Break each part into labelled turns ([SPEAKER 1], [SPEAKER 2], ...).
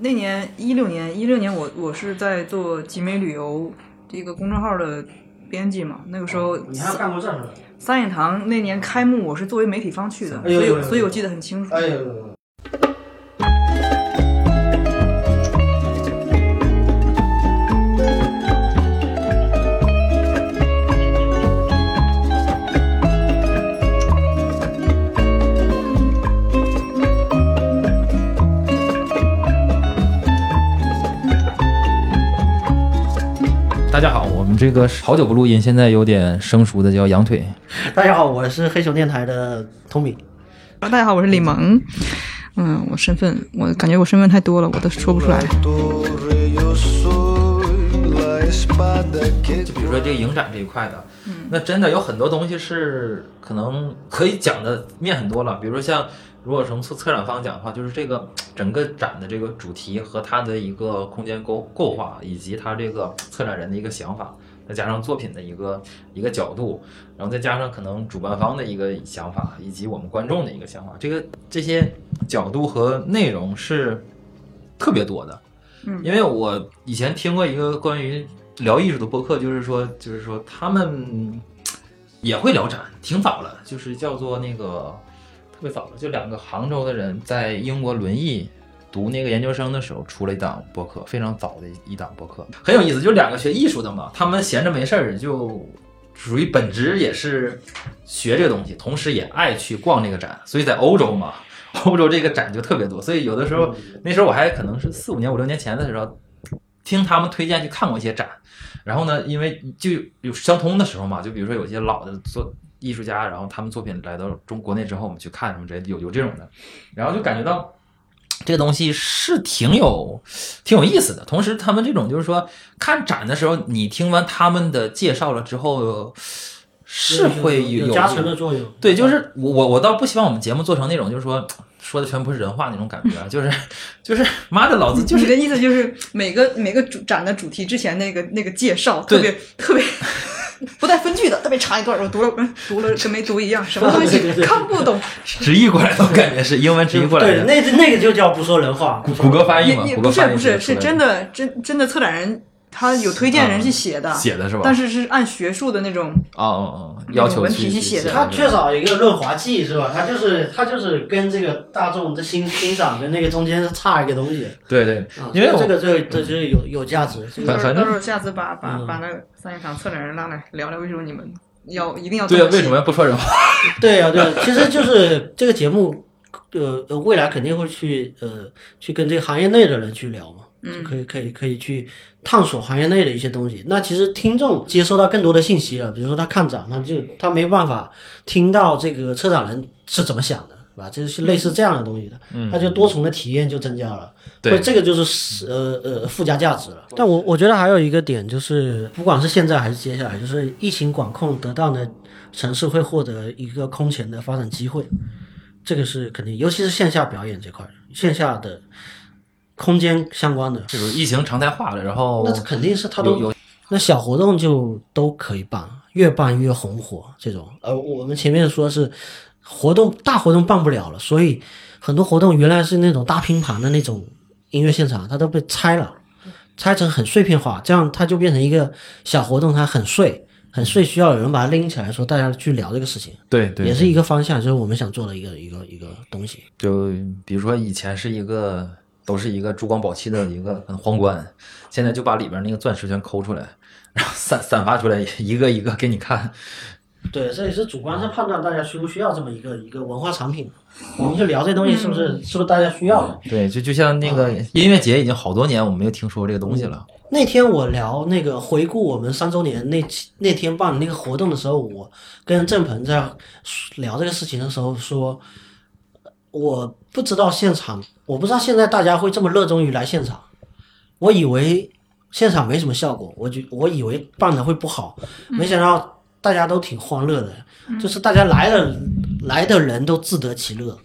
[SPEAKER 1] 那年一六年，一六年我我是在做集美旅游这个公众号的编辑嘛，那个时候
[SPEAKER 2] 哦你还干过这事儿？
[SPEAKER 1] 三眼堂那年开幕，我是作为媒体方去的，
[SPEAKER 2] 哎
[SPEAKER 1] 所
[SPEAKER 2] 呦
[SPEAKER 1] 以
[SPEAKER 2] 哎呦
[SPEAKER 1] 所以我记得很清楚。
[SPEAKER 2] 哎呦，
[SPEAKER 3] 大家好，我们这个好久不录音，现在有点生疏的叫羊腿。
[SPEAKER 2] 大家好，我是黑熊电台的 Tommy。
[SPEAKER 1] 啊大家好，我是李萌。嗯，我身份，我感觉我身份太多了，我都说不出
[SPEAKER 2] 哎
[SPEAKER 1] 来。
[SPEAKER 4] torre yo soy la espada que
[SPEAKER 3] 就比如说这个影展这一块的，那真的有很多东西是可能可以讲的面很多了。比如说像如果从策策展方讲的话，就是这个整个展的这个主题和它的一个空间构构化，以及它这个策展人的一个想法，再加上作品的一个一个角度，然后再加上可能主办方的一个想法，以及我们观众的一个想法，这个这些角度和内容是特别多的。
[SPEAKER 1] 嗯
[SPEAKER 3] 因为我以前听过一个关于聊艺术的播客，就是说，就是说他们也会聊展，挺早了，就是叫做那个特别早了，就两个杭州的人在英国轮艺读那个研究生的时候出了一档播客，非常早的一档播客，很有意思。就两个学艺术的嘛，他们闲着没事儿就属于本职也是学这个东西，同时也爱去逛这个展，所以在欧洲嘛，欧洲这个展就特别多，所以有的时候
[SPEAKER 2] 嗯
[SPEAKER 3] 那时候我还可能是四五年五六年前的时候，听他们推荐去看过一些展，然后呢，因为就有相通的时候嘛，就比如说有些老的作艺术家，然后他们作品来到中国内之后，我们去看什么之类的，有有这种的，然后就感觉到。这个东西是挺有挺有意思的，同时他们这种就是说看展的时候，你听完他们的介绍了之后，是会有
[SPEAKER 2] 有加成的作用。
[SPEAKER 3] 对，就是我我我倒不希望我们节目做成那种就是说说的全不是人话那种感觉，啊，就是就是妈的老子就
[SPEAKER 1] 你
[SPEAKER 3] 是
[SPEAKER 1] 的意思就是每个每个主展的主题之前那个那个介绍特别特别 不带分句的，特别长一段，我读了嗯读了跟没读一样，什么东西
[SPEAKER 2] 对对对
[SPEAKER 1] 看不懂，
[SPEAKER 3] 直译过来的，我感觉是英文直译过来
[SPEAKER 2] 对，
[SPEAKER 3] 的。
[SPEAKER 2] 那那个就叫不说人 话。
[SPEAKER 3] 谷谷歌翻译
[SPEAKER 1] 也
[SPEAKER 3] 嘛，
[SPEAKER 1] 也
[SPEAKER 3] 谷
[SPEAKER 1] 不
[SPEAKER 3] 歌
[SPEAKER 1] 是
[SPEAKER 3] 翻译
[SPEAKER 1] 不是是真
[SPEAKER 3] 的
[SPEAKER 1] 的真真的策展人他有推荐人去写的，
[SPEAKER 3] 啊写的是吧？
[SPEAKER 1] 但
[SPEAKER 3] 是
[SPEAKER 1] 是是按学术的那种
[SPEAKER 3] 哦哦哦，要求
[SPEAKER 1] 文
[SPEAKER 3] 去
[SPEAKER 1] 体系
[SPEAKER 3] 去
[SPEAKER 1] 写的
[SPEAKER 2] 他缺少一个润滑剂是吧？他就是他就是跟这个大众的欣欣赏跟那个中间是差一个东西。
[SPEAKER 3] 对对
[SPEAKER 2] 啊，
[SPEAKER 3] 因为
[SPEAKER 2] 这
[SPEAKER 3] 我
[SPEAKER 2] 个这个这就是有有价值。这个
[SPEAKER 3] 反反
[SPEAKER 1] 到
[SPEAKER 3] 正
[SPEAKER 1] 时候下次把把
[SPEAKER 2] 嗯
[SPEAKER 1] 把那个三叶堂策展人拉来聊聊，为什么你们要一定要
[SPEAKER 3] 对啊，
[SPEAKER 1] 这
[SPEAKER 3] 为什么
[SPEAKER 1] 写
[SPEAKER 3] 要不说人话？
[SPEAKER 2] 对啊呀、对、呀，其实就是 这个节目，呃，呃未来肯定会去呃去跟这个行业内的人去聊嘛，就可以可以可以去探索行业内的一些东西。那其实听众接收到更多的信息了，比如说他看展，他就他没办法听到这个策展人是怎么想的。是吧？这就是类似这样的东西的，他就多重的体验就增加了，
[SPEAKER 3] 对
[SPEAKER 2] 会这个就是呃呃附加价值了。但我我觉得还有一个点就是，不管是现在还是接下来，就是疫情管控得当的城市会获得一个空前的发展机会，这个是肯定，尤其是线下表演这块，线下的空间相关的，
[SPEAKER 3] 这种疫情常态化了，然后
[SPEAKER 2] 那肯定是他
[SPEAKER 3] 有
[SPEAKER 2] 都
[SPEAKER 3] 有
[SPEAKER 2] 那小活动就都可以办，越办越红火这种。呃，我们前面说是活动大活动办不了了，所以很多活动原来是那种大拼盘的那种音乐现场，它都被拆了，拆成很碎片化，这样它就变成一个小活动，它很碎。很碎，需要有人把它拎起来，说大家去聊这个事情，
[SPEAKER 3] 对对
[SPEAKER 2] 也是一个方向，就是我们想做的一个一个一个东西。
[SPEAKER 3] 就比如说以前是一个都是一个珠光宝气的一个皇冠，现在就把里边那个钻石全抠出来，然后散散发出来，一个一个给你看。
[SPEAKER 2] 对，这也是主观上判断大家需不需要这么一个一个文化产品。我们就聊这东西是不是、是不是大家需要的？
[SPEAKER 3] 对，就就像那个
[SPEAKER 5] 啊
[SPEAKER 3] 音乐节，已经好多年我们没有听说过这个东西了。
[SPEAKER 5] 嗯
[SPEAKER 2] 那天我聊那个回顾我们三周年那期那天办的那个活动的时候，我跟郑鹏在聊这个事情的时候说，我不知道现场，我不知道现在大家会这么热衷于来现场，我以为现场没什么效果，我就我以为办的会不好，
[SPEAKER 5] 嗯
[SPEAKER 2] 没想到大家都挺欢乐的， 就是大家来的来的人都自得其乐，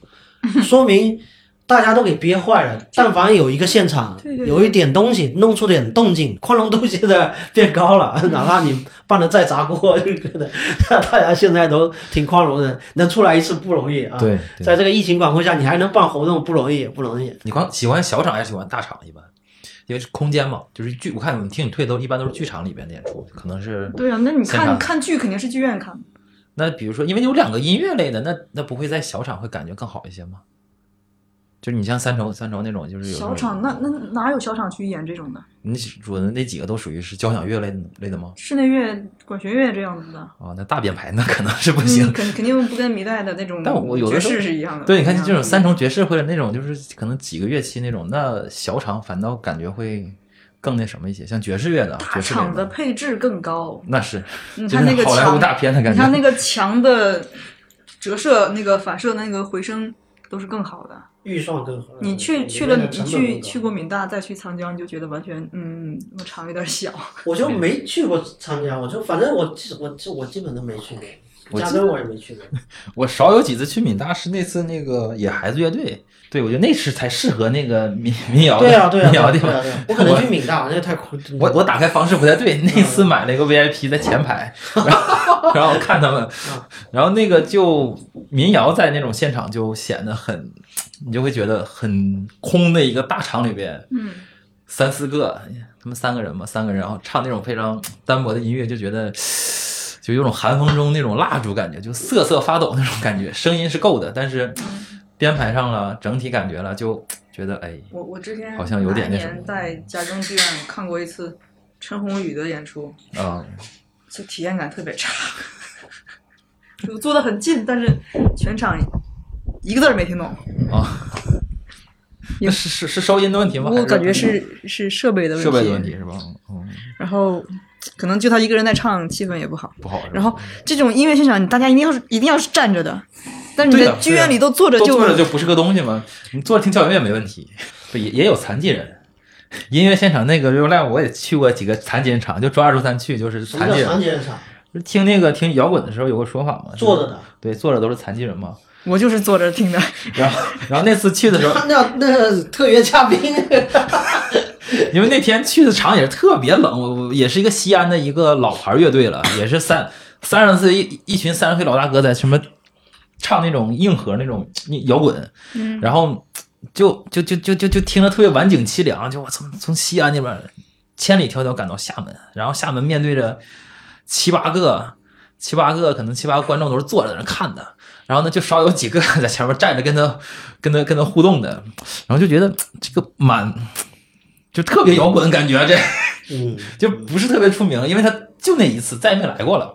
[SPEAKER 2] 说明。大家都给憋坏了。但凡有一个现场，
[SPEAKER 5] 对对对
[SPEAKER 2] 有一点东西弄出点动静，宽容度现在变高了， 哪怕你办的再砸锅， 就觉得大家现在都挺宽容的，能出来一次不容易啊。
[SPEAKER 3] 对对
[SPEAKER 2] 在这个疫情管控下，你还能办活动不容易，不容易。
[SPEAKER 3] 你光喜欢小场还是喜欢大场？一般，因为是空间嘛，就是剧。我看你听你退都一般都是剧场里边的演出，可能是
[SPEAKER 5] 对啊，那你
[SPEAKER 3] 现场
[SPEAKER 5] 看看剧肯定是剧院看，
[SPEAKER 3] 那比如说，因为有两个音乐类的，那那不会在小场会感觉更好一些吗？就是你像三重三重那种，就是有
[SPEAKER 5] 小场那那哪有小场去演这种的？
[SPEAKER 3] 你主的那几个都属于是交响乐类类的吗？
[SPEAKER 5] 室内乐、管弦乐这样子的，
[SPEAKER 3] 啊，那大编排那可能是不
[SPEAKER 5] 嗯
[SPEAKER 3] 行。
[SPEAKER 5] 肯肯定不跟米代的那种
[SPEAKER 3] 但我有
[SPEAKER 5] 爵
[SPEAKER 3] 的时候
[SPEAKER 5] 士是一样的。
[SPEAKER 3] 对，你看这种三
[SPEAKER 5] 重，
[SPEAKER 3] 重爵士或者那种就是可能几个乐器那种，那小场反倒感觉会更那什么一些，像爵士乐的
[SPEAKER 5] 大
[SPEAKER 3] 爵士类
[SPEAKER 5] 场的
[SPEAKER 3] 的，
[SPEAKER 5] 配置更高，
[SPEAKER 3] 那是
[SPEAKER 5] 你
[SPEAKER 3] 就
[SPEAKER 5] 看那
[SPEAKER 3] 是
[SPEAKER 5] 个
[SPEAKER 3] 好莱坞
[SPEAKER 5] 墙，
[SPEAKER 3] 大片的感
[SPEAKER 5] 你
[SPEAKER 3] 觉。
[SPEAKER 5] 看那个墙的折射、那个反射、那个回声都是更好的。
[SPEAKER 2] 预算更
[SPEAKER 3] 嗯
[SPEAKER 2] 合理
[SPEAKER 5] 你去去
[SPEAKER 2] 里面
[SPEAKER 5] 了，
[SPEAKER 2] 的
[SPEAKER 5] 你
[SPEAKER 2] 成本
[SPEAKER 5] 去
[SPEAKER 2] 更高
[SPEAKER 5] 去过闽大，再去长江，你就觉得完全嗯，我场有点小。
[SPEAKER 2] 我就没去过长江，我就反正我基我我基本都没去过，
[SPEAKER 3] 我
[SPEAKER 2] 加
[SPEAKER 3] 记
[SPEAKER 2] 州我也没去过。
[SPEAKER 3] 我少有几次去闽大是那次那个野孩子乐队，对我觉得那是才适合那个民民谣的
[SPEAKER 2] 对啊对啊，
[SPEAKER 3] 民
[SPEAKER 2] 对
[SPEAKER 3] 谣
[SPEAKER 2] 啊
[SPEAKER 3] 地
[SPEAKER 2] 对
[SPEAKER 3] 方
[SPEAKER 2] 啊。对啊，我可 能去闽大，那个太酷。
[SPEAKER 3] 我我打开方式不太对，那
[SPEAKER 5] 嗯
[SPEAKER 3] 次买了一个 VIP 在前排，然后然后看他们，
[SPEAKER 5] 嗯
[SPEAKER 3] 然后那个就民谣在那种现场就显得很，你就会觉得很空的一个大场里边，
[SPEAKER 5] 嗯，
[SPEAKER 3] 三四个，哎他们三个人嘛，三个人，然后唱那种非常单薄的音乐，就觉得就有种寒风中那种蜡烛感觉，就瑟瑟发抖那种感觉。声音是够的，但是
[SPEAKER 5] 嗯
[SPEAKER 3] 编排上了，整体感觉了，就觉得哎，
[SPEAKER 5] 我我之前
[SPEAKER 3] 好像有点
[SPEAKER 5] 哪
[SPEAKER 3] 那
[SPEAKER 5] 一
[SPEAKER 3] 什么
[SPEAKER 5] 年在家中剧院看过一次陈鸿宇的演出，
[SPEAKER 3] 嗯，
[SPEAKER 5] 就体验感特别差， 就坐得很近，但是全场一个字儿没听懂。
[SPEAKER 3] 啊，那是是是收音的问题吗？还
[SPEAKER 5] 我感觉是是设备的问题，
[SPEAKER 3] 设备的问题是吧？嗯，
[SPEAKER 5] 然后可能就他一个人在唱，气氛也不好。
[SPEAKER 3] 不好。是吧
[SPEAKER 5] 然后这种音乐现场，你大家一定要是一定要是站着的，但是你
[SPEAKER 3] 对
[SPEAKER 5] 在
[SPEAKER 3] 的
[SPEAKER 5] 剧
[SPEAKER 3] 对的
[SPEAKER 5] 院里都坐着
[SPEAKER 3] 都
[SPEAKER 5] 就
[SPEAKER 3] 坐着就不是个东西嘛，你坐着听交响乐没问题，不也也有残疾人。音乐现场那个 real live 我也去过几个残疾人场，就周二、周三去，就是
[SPEAKER 2] 什么
[SPEAKER 3] 残
[SPEAKER 2] 叫
[SPEAKER 3] 疾人。
[SPEAKER 2] 长江场？
[SPEAKER 3] 就是听那个听摇滚的时候有个说法嘛，
[SPEAKER 2] 坐着的，
[SPEAKER 3] 对，坐着都是残疾人嘛。
[SPEAKER 5] 我就是坐着听的。
[SPEAKER 3] 然后，然后那次去的时候，
[SPEAKER 2] 他那那个特约嘉 宾，
[SPEAKER 3] 因为那天去的场也是特别冷，我我也是一个西安的一个老牌乐队了，也是三三十岁一一群三十岁老大哥在什么唱那种硬核那种摇滚，
[SPEAKER 5] 嗯，
[SPEAKER 3] 然后就就就就就就听着特别晚景凄凉，就我从从西安那边千里迢迢赶到厦门，然后厦门面对着七八个七八个可能七八个观众都是坐着在那看的，然后呢就少有几个 在前面站着跟他跟他跟他互动的，然后就觉得这个蛮就特别摇滚感觉啊这。
[SPEAKER 2] 嗯，
[SPEAKER 3] 就不是特别出名，因为他就那一次，再也没来过了，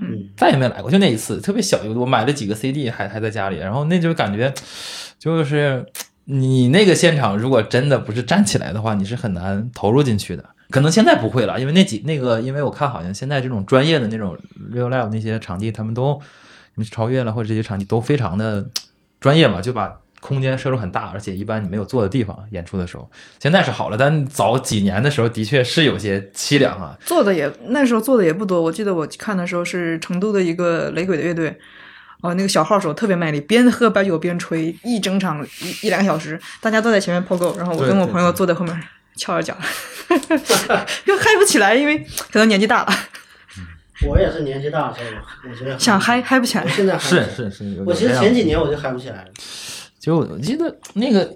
[SPEAKER 2] 嗯，
[SPEAKER 3] 再也没来过，就那一次，特别小一个，我买了几个 CD 还还在家里，然后那就感觉，就是你那个现场如果真的不是站起来的话，你是很难投入进去的。可能现在不会了，因为那几那个，因为我看好像现在这种专业的那种 real live 那些场地，他们都你们超越了，或者这些场地都非常的专业嘛，就把空间设置很大，而且一般你没有坐的地方，演出的时候，现在是好了，但早几年的时候的确是有些凄凉啊。
[SPEAKER 5] 坐的也那时候坐的也不多，我记得我看的时候是成都的一个雷鬼的乐队，哦、那个小号手特别卖力，边喝白酒边吹，一整场一一两个小时，大家都在前面抛够，然后我
[SPEAKER 3] 对
[SPEAKER 5] 跟我
[SPEAKER 3] 对
[SPEAKER 5] 朋友
[SPEAKER 3] 对
[SPEAKER 5] 坐在后面翘着脚，就嗨不起来，因为可能年纪大了，
[SPEAKER 2] 我也是年纪大了，所以我觉得
[SPEAKER 5] 想嗨嗨不起来
[SPEAKER 2] 我。现在嗨不起来
[SPEAKER 3] 是。是是，有
[SPEAKER 2] 我其实
[SPEAKER 3] 有这样
[SPEAKER 2] 前几年我就嗨不起来了，
[SPEAKER 3] 就我记得那个，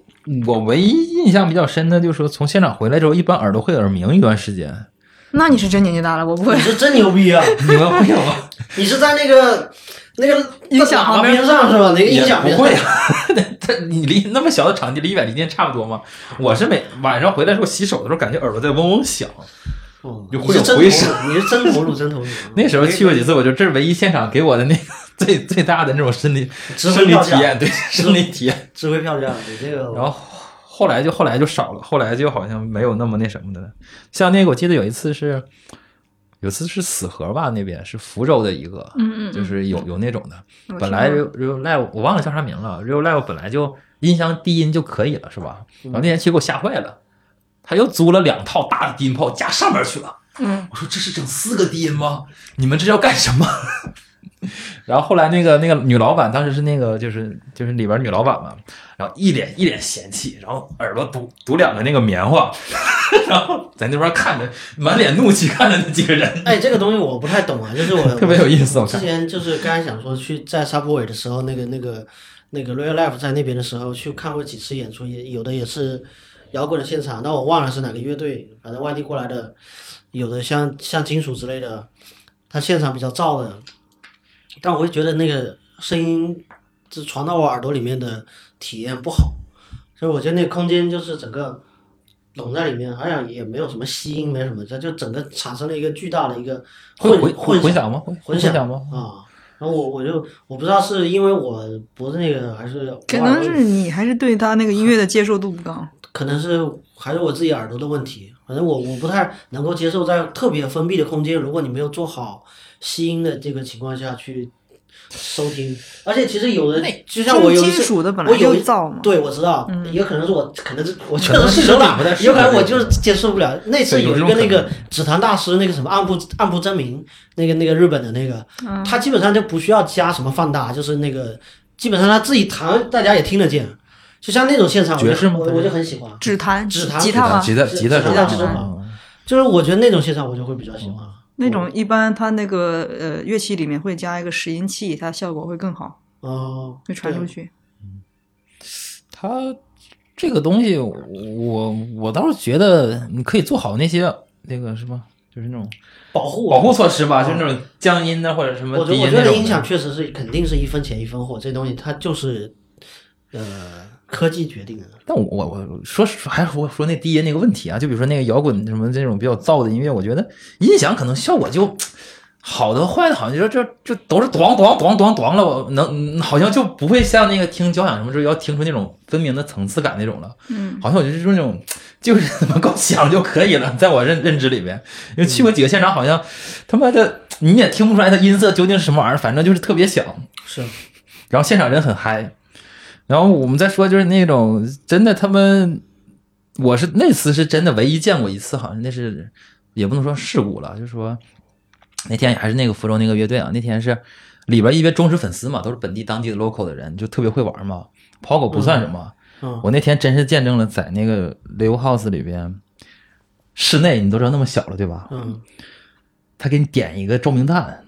[SPEAKER 3] 我唯一印象比较深的就是说，从现场回来之后，一般耳朵会耳鸣一段时 间，
[SPEAKER 5] 那你是真年纪大了，我不会
[SPEAKER 2] 你。是真牛逼啊！
[SPEAKER 3] 你们会有吗？
[SPEAKER 2] 你是在那个那个
[SPEAKER 5] 音响旁边
[SPEAKER 2] 边上是吧？那个
[SPEAKER 3] 也
[SPEAKER 2] 音响边
[SPEAKER 3] 不会
[SPEAKER 2] 上，
[SPEAKER 3] 啊，他 你离那么小的场地，离远离近差不多吗？我是每晚上回来的时候洗手的时候，感觉耳朵在嗡嗡响。
[SPEAKER 2] 哦
[SPEAKER 3] 就
[SPEAKER 2] 你
[SPEAKER 3] 会
[SPEAKER 2] 是
[SPEAKER 3] 有
[SPEAKER 2] 真投
[SPEAKER 3] 回
[SPEAKER 2] 入，你是真
[SPEAKER 3] 声。
[SPEAKER 2] 投入， 真投入
[SPEAKER 3] 那时候去过几次，我就这是唯一现场给我的那个最最大的那种生理
[SPEAKER 2] 值
[SPEAKER 3] 生
[SPEAKER 2] 回
[SPEAKER 3] 理
[SPEAKER 2] 票价
[SPEAKER 3] 体验，对生理体验。
[SPEAKER 2] 值回票价，你这个
[SPEAKER 3] 然后后来就后来就少了，后来就好像没有那么那什么的了。像那个我记得有一次是，有一次是死河吧，那边是福州的一个，
[SPEAKER 5] 嗯嗯嗯
[SPEAKER 3] 就是有有那种的。
[SPEAKER 5] 我
[SPEAKER 3] 本
[SPEAKER 5] 听
[SPEAKER 3] 来
[SPEAKER 5] 过
[SPEAKER 3] real real live 我忘了叫啥名了，real live 本来就音箱低音就可以了，是吧？然后那天去给我吓坏了，他又租了两套大的低音炮架上面去了。
[SPEAKER 5] 嗯，
[SPEAKER 3] 我说这是整四个低音吗？你们这要干什么？ 然后后来那个那个女老板当时是那个就是就是里边女老板嘛，然后一脸一脸嫌弃，然后耳朵堵堵两个那个棉花， 然后在那边看着满脸怒气看着那几个人，
[SPEAKER 2] 哎，这个东西我不太懂啊， 就是我
[SPEAKER 3] 特别有意思。我
[SPEAKER 2] 之
[SPEAKER 3] 看
[SPEAKER 2] 前就是刚才想说去在 Subway 的时候，那个那个那个 Real Life 在那边的时候去看过几次演出，也有的也是摇滚的现场，但我忘了是哪个乐队，反正外地过来的，有的像像金属之类的，它现场比较燥的，但我会觉得那个声音就传到我耳朵里面的体验不好，所以我觉得那个空间就是整个。拢在里面，好像也没有什么吸音，没什么，它就整个产生了一个巨大的一个
[SPEAKER 3] 会
[SPEAKER 2] 混混
[SPEAKER 3] 回混混响吗？会
[SPEAKER 2] 混
[SPEAKER 3] 混
[SPEAKER 2] 响
[SPEAKER 3] 响吗？
[SPEAKER 2] 啊。然后我我就我不知道是因为我不是那个，还是
[SPEAKER 1] 可
[SPEAKER 2] 我耳
[SPEAKER 1] 能
[SPEAKER 2] 朵
[SPEAKER 1] 是你还是对他那个音乐的接受度不高。
[SPEAKER 2] 可能是还是我自己耳朵的问题。反正我我不太能够接受在特别封闭的空间，如果你没有做好吸音的这个情况下去收听，而且其实有人就像我有一
[SPEAKER 1] 金
[SPEAKER 2] 次
[SPEAKER 1] 属的本来
[SPEAKER 2] 我有
[SPEAKER 1] 就
[SPEAKER 2] 一
[SPEAKER 1] 燥嘛，嗯
[SPEAKER 2] 对，我知道，也可能是我，可能是我确
[SPEAKER 3] 可能
[SPEAKER 2] 实
[SPEAKER 3] 是
[SPEAKER 2] 受不
[SPEAKER 3] 你不
[SPEAKER 2] 了
[SPEAKER 3] 太，适
[SPEAKER 2] 有可能
[SPEAKER 3] 合
[SPEAKER 2] 我
[SPEAKER 3] 这
[SPEAKER 2] 就
[SPEAKER 3] 个
[SPEAKER 2] 是接受不了。那次
[SPEAKER 3] 对有
[SPEAKER 2] 有
[SPEAKER 3] 这
[SPEAKER 2] 一个
[SPEAKER 3] 种可
[SPEAKER 2] 那个
[SPEAKER 3] 能
[SPEAKER 2] 指弹大师，那个什么暗部暗部真名，那个那个日本的那个，
[SPEAKER 1] 嗯
[SPEAKER 2] 他基本上就不需要加什么放大，就是那个基本上他自己弹，大家也听得见。就像那种现场，我
[SPEAKER 3] 爵
[SPEAKER 2] 就
[SPEAKER 3] 士吗
[SPEAKER 2] 我我就很喜欢。
[SPEAKER 1] 指弹、
[SPEAKER 2] 指弹
[SPEAKER 1] 吉他吗？
[SPEAKER 3] 啊吉他吉他
[SPEAKER 2] 啊吉
[SPEAKER 3] 手
[SPEAKER 1] 他
[SPEAKER 3] 嗯
[SPEAKER 1] 手
[SPEAKER 3] 嗯
[SPEAKER 2] 就是我觉得那种现场我就会比较喜欢。
[SPEAKER 1] 那种一般它那个呃乐器里面会加一个拾音器，它效果会更好，
[SPEAKER 2] 哦，
[SPEAKER 1] 会嗯传
[SPEAKER 2] 对
[SPEAKER 1] 出去。
[SPEAKER 3] 它这个东西我，我我倒是觉得你可以做好那些那个什么，就是那种啊
[SPEAKER 2] 保护
[SPEAKER 3] 保护措施吧，就是那种降音的或者什么
[SPEAKER 2] 我觉
[SPEAKER 3] 低
[SPEAKER 2] 得我
[SPEAKER 3] 音
[SPEAKER 2] 觉
[SPEAKER 3] 那
[SPEAKER 2] 得
[SPEAKER 3] 种
[SPEAKER 2] 音响
[SPEAKER 3] 的。
[SPEAKER 2] 确实是肯定是一分钱一分货，这东西它就是，呃，科技决定的。
[SPEAKER 3] 但我我我说实还是说说那低音那个问题啊，就比如说那个摇滚什么这种比较燥的音乐，我觉得音响可能效果就好的坏的，好像就这这都是咣咣咣咣咣了，我能好像就不会像那个听交响什么时候要听出那种分明的层次感那种了。
[SPEAKER 1] 嗯，
[SPEAKER 3] 好像我就是那种，就是 怎么够响就可以了，在我认认知里边，因为去过几个现场，好像他妈的你也听不出来它音色究竟是什么玩意儿，反正就是特别响，
[SPEAKER 2] 是，
[SPEAKER 3] 然后现场人很嗨。然后我们再说就是那种真的他们，我是那次是真的唯一见过一次，好像那是也不能说事故了，就是说那天还是那个福州那个乐队啊，那天是里边因为忠实粉丝嘛，都是本地当地的 local 的人，就特别会玩嘛，跑狗不算什么。
[SPEAKER 2] 嗯，
[SPEAKER 3] 我那天真是见证了，在那个 Live House 里边，室内你都知道那么小了，对吧？
[SPEAKER 2] 嗯，
[SPEAKER 3] 他给你点一个照明弹，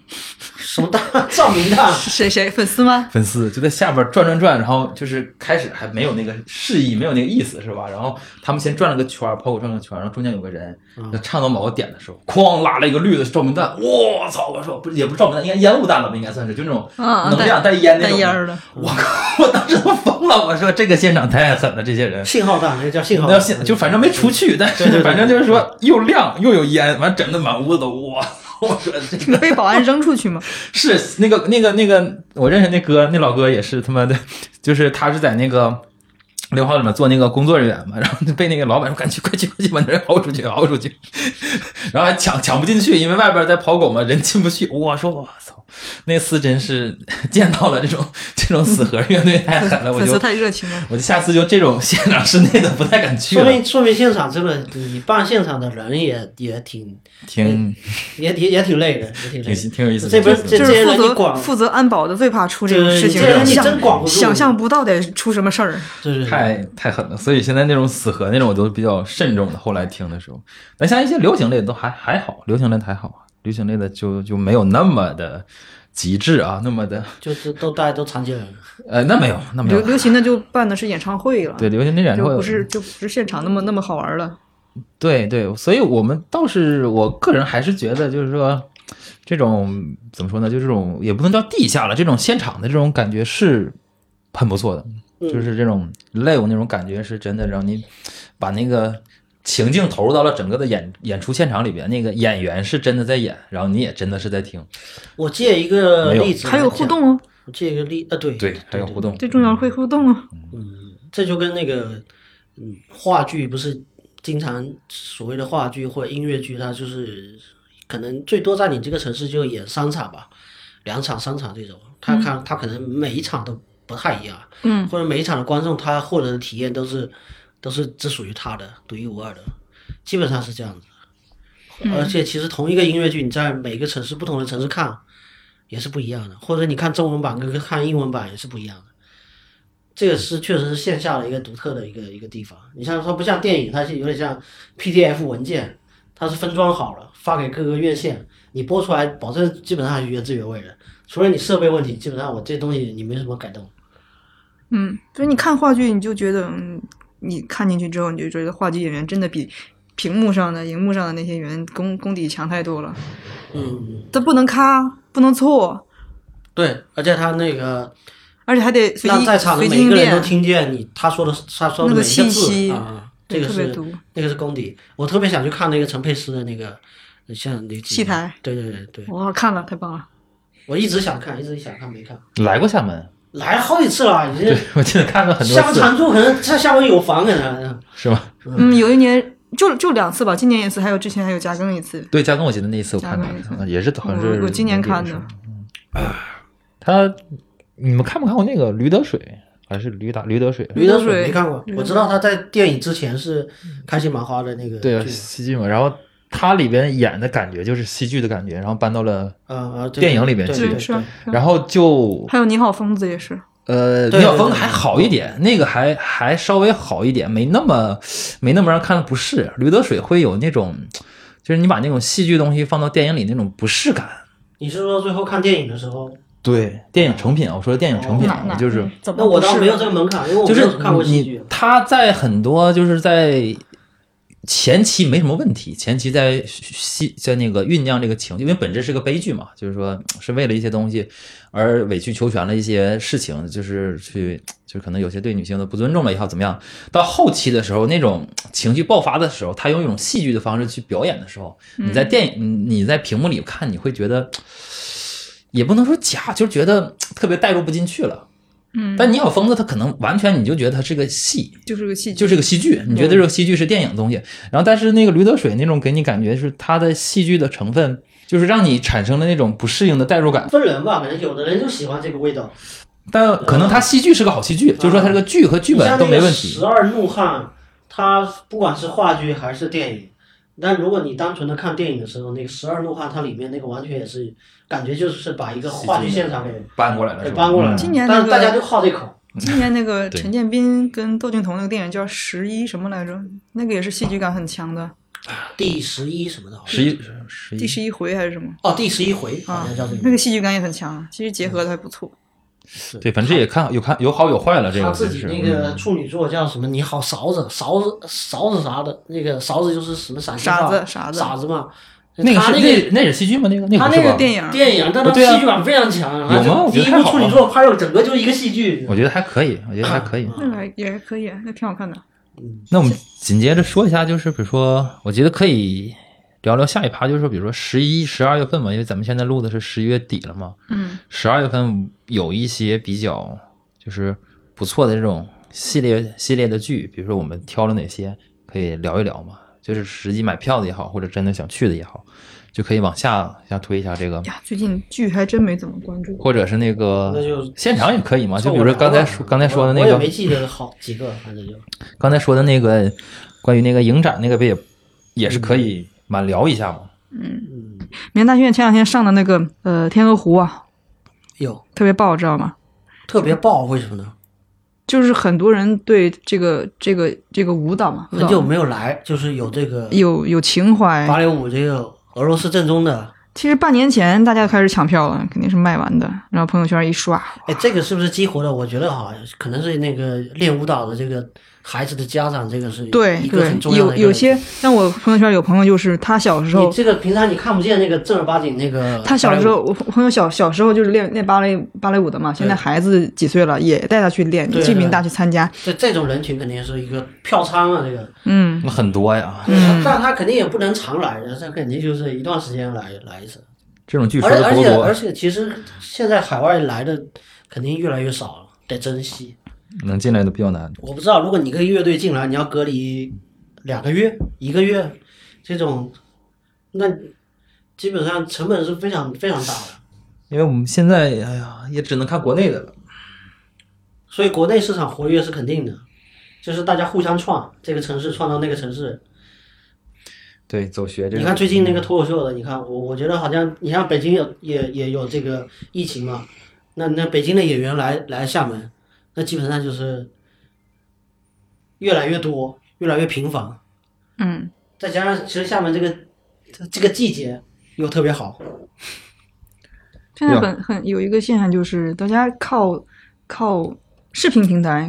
[SPEAKER 2] 什么大照明 大，
[SPEAKER 1] 谁谁粉丝吗？
[SPEAKER 3] 粉丝就在下边转转转，然后就是开始还没有那个示意，没有那个意思，是吧？然后他们先转了个圈儿，跑狗转了个圈儿，然后中间有个人
[SPEAKER 2] 嗯
[SPEAKER 3] 就唱到某个点的时候，哐拉了一个绿的照明弹，我操！我说不是也不是照明弹，应该烟雾弹了吧？应该算是就那种
[SPEAKER 1] 啊，
[SPEAKER 3] 能量带烟那
[SPEAKER 1] 带
[SPEAKER 3] 种。
[SPEAKER 1] 烟儿的，
[SPEAKER 3] 我靠！我当时都疯了，我说这个现场太狠了，这些 人。
[SPEAKER 2] 信号大，那个叫信号大，
[SPEAKER 3] 那要现就反正没出去，啊但
[SPEAKER 2] 对对
[SPEAKER 3] 是
[SPEAKER 2] 对
[SPEAKER 3] 反正就是说又亮又有烟，完整的满屋子都哇！我说这
[SPEAKER 1] 你
[SPEAKER 3] 个
[SPEAKER 1] 被保安扔出去 吗？
[SPEAKER 3] 是那个那个那个，我认识那哥那老哥也是他妈的，就是他是在那个六号里面做那个工作人员嘛，然后就被那个老板说赶紧快去快去把那人薅出去薅出去， 然后还抢抢不进去，因为外边在跑狗嘛，人进不去。我说我操，那次真是 见到了这种这种死核乐队太
[SPEAKER 2] 哎
[SPEAKER 3] 狠了，我
[SPEAKER 1] 粉丝
[SPEAKER 3] 就
[SPEAKER 1] 太热情了。
[SPEAKER 3] 我就下次就这种现场室内的不太敢去
[SPEAKER 2] 说
[SPEAKER 3] 了，
[SPEAKER 2] 明说明现场真的，你办现场的人也也挺
[SPEAKER 3] 挺。
[SPEAKER 2] 也也也挺累的，也挺累的。
[SPEAKER 3] 挺挺有意思的。
[SPEAKER 2] 这不是
[SPEAKER 1] 就
[SPEAKER 2] 这
[SPEAKER 1] 是
[SPEAKER 2] 些人
[SPEAKER 1] 负
[SPEAKER 2] 你
[SPEAKER 1] 责
[SPEAKER 2] 管
[SPEAKER 1] 负责安保的最怕出这种
[SPEAKER 2] 对
[SPEAKER 1] 事情
[SPEAKER 2] 这人，你真管
[SPEAKER 1] 想
[SPEAKER 2] 不住
[SPEAKER 1] 想象不到得出什么事儿。
[SPEAKER 2] 就是
[SPEAKER 3] 太太狠了，所以现在那种死核那种我都比较慎重的。后来听的时候，但像一些流行类都还还好，流行类的还好，啊流行类的就就没有那么的极致啊，那么的
[SPEAKER 2] 就是都大家都残疾人，
[SPEAKER 3] 呃，那没有，那没
[SPEAKER 1] 流
[SPEAKER 3] 有。
[SPEAKER 1] 流行的就办的是演唱会了，
[SPEAKER 3] 对流行那演
[SPEAKER 1] 就
[SPEAKER 3] 唱会
[SPEAKER 1] 不是就不是现场那么那么好玩了。
[SPEAKER 3] 对对，所以我们倒是我个人还是觉得，就是说这种怎么说呢，就这种也不能叫地下了，这种现场的这种感觉是很不错的，
[SPEAKER 2] 嗯
[SPEAKER 3] 就是这种 live 那种感觉是真的让你把那个情境投入到了整个的演演出现场里边，那个演员是真的在演，然后你也真的是在听，
[SPEAKER 2] 我借一个
[SPEAKER 3] 没有
[SPEAKER 2] 例子来讲，
[SPEAKER 1] 还有互动哦，
[SPEAKER 2] 我借一个例啊，对
[SPEAKER 3] 还有互动，
[SPEAKER 1] 最重要是会互动哦。
[SPEAKER 2] 这就跟那个嗯话剧不是经常所谓的话剧或者音乐剧，它就是可能最多在你这个城市就演三场吧，两场三场这种，它看它可能每一场都不太一样，
[SPEAKER 1] 嗯，
[SPEAKER 2] 或者每一场的观众他获得的体验都是都是只属于他的独一无二的，基本上是这样子的。而且其实同一个音乐剧，你在每个城市不同的城市看，也是不一样的，或者你看中文版跟看英文版也是不一样的。这个是确实是线下的一个独特的一个一个地方。你像它不像电影，它是有点像 PDF 文件，它是分装好了发给各个院线，你播出来保证基本上还是原汁原味的，除了你设备问题，基本上我这东西你没什么改动。
[SPEAKER 5] 嗯，所以你看话剧，你就觉得，嗯，你看进去之后，你就觉得话剧演员真的比屏幕上的、荧幕上的那些演员功功底强太多了。
[SPEAKER 2] 嗯，
[SPEAKER 5] 他不能咔，不能错，
[SPEAKER 2] 对，而且它那个
[SPEAKER 5] 而且还得随
[SPEAKER 2] 让
[SPEAKER 5] 机
[SPEAKER 2] 在场的
[SPEAKER 5] 随
[SPEAKER 2] 每
[SPEAKER 5] 机
[SPEAKER 2] 一
[SPEAKER 5] 应
[SPEAKER 2] 个人都
[SPEAKER 5] 变，
[SPEAKER 2] 听见你他说的他说
[SPEAKER 5] 那个
[SPEAKER 2] 的每一个
[SPEAKER 5] 信息
[SPEAKER 2] 字啊，这个
[SPEAKER 5] 特别
[SPEAKER 2] 是
[SPEAKER 5] 多
[SPEAKER 2] 那个是功底。我特别想去看那个陈佩斯的那个，像那个
[SPEAKER 5] 戏台，哦
[SPEAKER 2] 对对对对，
[SPEAKER 5] 哇，看了太棒了！
[SPEAKER 2] 我一直想看，一直想看没看，
[SPEAKER 3] 来过厦门，
[SPEAKER 2] 来了好几次了，已经
[SPEAKER 3] 对我记得看过很多
[SPEAKER 2] 厦门
[SPEAKER 3] 次，
[SPEAKER 2] 常驻可能在厦门有房可能。
[SPEAKER 3] 是吧？
[SPEAKER 5] 嗯，有一年就就两次吧，今年一次，还有之前还有加更一次。
[SPEAKER 3] 对，加更我记得那一次我看
[SPEAKER 5] 加更那一次嗯
[SPEAKER 3] 到的，嗯也是好像是
[SPEAKER 5] 我我今年看的
[SPEAKER 3] 年底时候。嗯他，你们看没看过那个《驴得水》还是《驴打驴得水》？
[SPEAKER 2] 驴得水
[SPEAKER 5] 水
[SPEAKER 2] 没看过，我知道他在电影之前是开心麻花的那个
[SPEAKER 3] 对啊，
[SPEAKER 2] 剧
[SPEAKER 3] 戏剧嘛。然后他里边演的感觉就是戏剧的感觉，然后搬到了，
[SPEAKER 2] 啊啊，对
[SPEAKER 3] 电影里面
[SPEAKER 2] 对
[SPEAKER 3] 去
[SPEAKER 2] 对
[SPEAKER 5] 是
[SPEAKER 2] 对
[SPEAKER 5] 啊
[SPEAKER 3] 然后就
[SPEAKER 5] 还有你好疯子也是，
[SPEAKER 3] 呃，
[SPEAKER 2] 对
[SPEAKER 3] 李晓峰
[SPEAKER 2] 对对
[SPEAKER 3] 还好一点，那个还还稍微好一点，没那么没那么让人看的不适。驴得水会有那种，就是你把那种戏剧东西放到电影里那种不适感。
[SPEAKER 2] 你是说最后看电影的时候？
[SPEAKER 3] 对，电影成品啊，我说的电影成品啊，
[SPEAKER 5] 哪
[SPEAKER 3] 就是
[SPEAKER 5] 怎么
[SPEAKER 2] 那我
[SPEAKER 5] 不
[SPEAKER 2] 倒
[SPEAKER 5] 是
[SPEAKER 2] 没有这个门槛，因为我
[SPEAKER 3] 就
[SPEAKER 2] 没
[SPEAKER 3] 是
[SPEAKER 2] 有看过戏
[SPEAKER 3] 你
[SPEAKER 2] 剧。
[SPEAKER 3] 他在很多就是在前期没什么问题，前期在戏在那个酝酿这个情绪，因为本质是个悲剧嘛，就是说是为了一些东西而委曲求全了一些事情，就是去就是可能有些对女性的不尊重了也好怎么样，到后期的时候那种情绪爆发的时候，他用一种戏剧的方式去表演的时候，你在电影你在屏幕里看，你会觉得。也不能说假，就是觉得特别代入不进去了。
[SPEAKER 5] 嗯，
[SPEAKER 3] 但你好疯子，他可能完全你就觉得他是个戏，
[SPEAKER 5] 就是个戏剧，
[SPEAKER 3] 就是个戏剧，你觉得这个戏剧是电影的东西。然后，但是那个驴得水那种给你感觉是它的戏剧的成分，就是让你产生了那种不适应的代入感。
[SPEAKER 2] 分人吧，反正有的人就喜欢这个味道。
[SPEAKER 3] 但可能它戏剧是个好戏剧，就是说它这个剧和剧
[SPEAKER 2] 嗯你像
[SPEAKER 3] 本
[SPEAKER 2] 那
[SPEAKER 3] 都
[SPEAKER 2] 个
[SPEAKER 3] 没问
[SPEAKER 2] 十
[SPEAKER 3] 题。
[SPEAKER 2] 二怒汉，它不管是话剧还是电影，但如果你单纯的看电影的时候，那个十二怒汉它里面那个完全也是感觉就是把一个话剧现场给
[SPEAKER 3] 搬过来了嗯
[SPEAKER 2] 给搬过来了，
[SPEAKER 5] 今年
[SPEAKER 2] 但
[SPEAKER 5] 那
[SPEAKER 2] 是
[SPEAKER 5] 个
[SPEAKER 2] 大家就好这口。
[SPEAKER 5] 今年那个
[SPEAKER 3] 对
[SPEAKER 5] 陈建斌跟窦靖童那个电影叫《十一》什么来着？那个也是戏剧感很强的，
[SPEAKER 2] 第十一什么的，好像
[SPEAKER 3] 十一十
[SPEAKER 5] 第
[SPEAKER 3] 一
[SPEAKER 5] 十一回还是什么？
[SPEAKER 2] 哦，第十一回好像叫这
[SPEAKER 5] 那
[SPEAKER 2] 个
[SPEAKER 5] 个。戏剧感也很强，其实结合的还不错。
[SPEAKER 3] 对，反正这也看有看有好有坏了，
[SPEAKER 5] 啊
[SPEAKER 3] 这
[SPEAKER 2] 他
[SPEAKER 3] 个
[SPEAKER 2] 自
[SPEAKER 3] 就
[SPEAKER 2] 己
[SPEAKER 3] 是
[SPEAKER 2] 那个
[SPEAKER 3] 嗯
[SPEAKER 2] 处女座叫什么？你好勺子，勺子勺子啥的，那个勺子就是什么陕西话
[SPEAKER 5] 傻子傻子
[SPEAKER 2] 傻子嘛。
[SPEAKER 3] 那个
[SPEAKER 2] 他
[SPEAKER 3] 是
[SPEAKER 2] 那
[SPEAKER 3] 那那是戏剧吗？那个那
[SPEAKER 2] 他
[SPEAKER 3] 个
[SPEAKER 2] 那
[SPEAKER 3] 嗯是
[SPEAKER 2] 个
[SPEAKER 3] 吧？
[SPEAKER 5] 电影
[SPEAKER 2] 电影，但他
[SPEAKER 3] 对啊
[SPEAKER 2] 戏剧感非常强。
[SPEAKER 3] 有吗我
[SPEAKER 2] 第
[SPEAKER 3] 觉
[SPEAKER 2] 一
[SPEAKER 3] 得太
[SPEAKER 2] 部
[SPEAKER 3] 好
[SPEAKER 2] 处女座拍了，整个就是一个戏剧。
[SPEAKER 3] 我觉得还可以，我觉得还 可以。
[SPEAKER 5] 那个还也还可以，啊那挺好看的。
[SPEAKER 3] 那我们紧接着说一下，就是比如说，我觉得可以聊聊下一趴，就是说，比如说十一、十二月份嘛，因为咱们现在录的是十一月底了嘛，
[SPEAKER 5] 嗯，
[SPEAKER 3] 十二月份有一些比较就是不错的这种系列系列的剧，比如说我们挑了哪些，可以聊一聊嘛，就是实际买票的也好，或者真的想去的也好，就可以往下往下推一下这个。
[SPEAKER 5] 呀，最近剧还真没怎么关注。
[SPEAKER 3] 或者是那个
[SPEAKER 2] 那就
[SPEAKER 3] 现场也可以嘛，就
[SPEAKER 2] 凑
[SPEAKER 3] 比
[SPEAKER 2] 合
[SPEAKER 3] 如说刚才
[SPEAKER 2] 聊吧
[SPEAKER 3] 说刚才说的那
[SPEAKER 2] 我
[SPEAKER 3] 个，
[SPEAKER 2] 也没记得好几个，反正就
[SPEAKER 3] 刚才说的那个关于那个影展那个不也也是可
[SPEAKER 2] 嗯
[SPEAKER 3] 以满聊一下嘛？
[SPEAKER 5] 缅甸大剧院前两天上的那个呃《天鹅湖》啊，
[SPEAKER 2] 有
[SPEAKER 5] 特别爆，知道吗？
[SPEAKER 2] 特别爆，为什么呢？
[SPEAKER 5] 就是很多人对这个这个这个舞蹈嘛，舞
[SPEAKER 2] 很
[SPEAKER 5] 蹈
[SPEAKER 2] 久没有来，就是有这个
[SPEAKER 5] 有有情怀。
[SPEAKER 2] 八六五这个俄罗斯正宗的。
[SPEAKER 5] 其实半年前大家就开始抢票了，肯定是卖完的。然后朋友圈一刷，
[SPEAKER 2] 哎，这个是不是激活的？我觉得哈，可能是那个练舞蹈的这个孩子的家长，这个是
[SPEAKER 5] 对
[SPEAKER 2] 一个
[SPEAKER 5] 对
[SPEAKER 2] 很重，要
[SPEAKER 5] 有
[SPEAKER 2] 的一个
[SPEAKER 5] 有些像我朋友圈有朋友就是他小时候
[SPEAKER 2] 你，这个平常你看不见那个正儿八经那个。
[SPEAKER 5] 他小时候，我朋友小小时候就是练练芭蕾芭蕾舞的嘛，现在孩子几岁了，也带他去练，
[SPEAKER 2] 对
[SPEAKER 5] 进
[SPEAKER 2] 对
[SPEAKER 5] 民大去参加，
[SPEAKER 2] 这这种人群肯定是一个票仓啊，这个，
[SPEAKER 5] 嗯，
[SPEAKER 3] 那很多呀，
[SPEAKER 5] 嗯
[SPEAKER 2] 但他肯定也不能常来，他肯定就是一段时间来来一次。
[SPEAKER 3] 这种剧说
[SPEAKER 2] 而且
[SPEAKER 3] 的
[SPEAKER 2] 而
[SPEAKER 3] 多
[SPEAKER 2] 且而
[SPEAKER 3] 多，
[SPEAKER 2] 且，其实现在海外来的肯定越来越少了，得珍惜。
[SPEAKER 3] 能进来的比较难。
[SPEAKER 2] 我不知道，如果你跟乐队进来，你要隔离两个月、一个月这种，那基本上成本是非常非常大的。
[SPEAKER 3] 因为我们现在哎呀，也只能看国内的了。
[SPEAKER 2] 所以国内市场活跃是肯定的，就是大家互相串，这个城市串到那个城市。
[SPEAKER 3] 对，走学这嗯
[SPEAKER 2] 你看最近那个脱口秀的，你看我我觉得好像你像北京有也也有这个疫情嘛，那那北京的演员来来厦门，那基本上就是越来越多，越来越频繁，
[SPEAKER 5] 嗯，
[SPEAKER 2] 再加上其实厦门这个这这个季节又特别好，
[SPEAKER 5] 现在
[SPEAKER 3] 对啊
[SPEAKER 5] 很很有一个现象就是，大家靠靠视频平台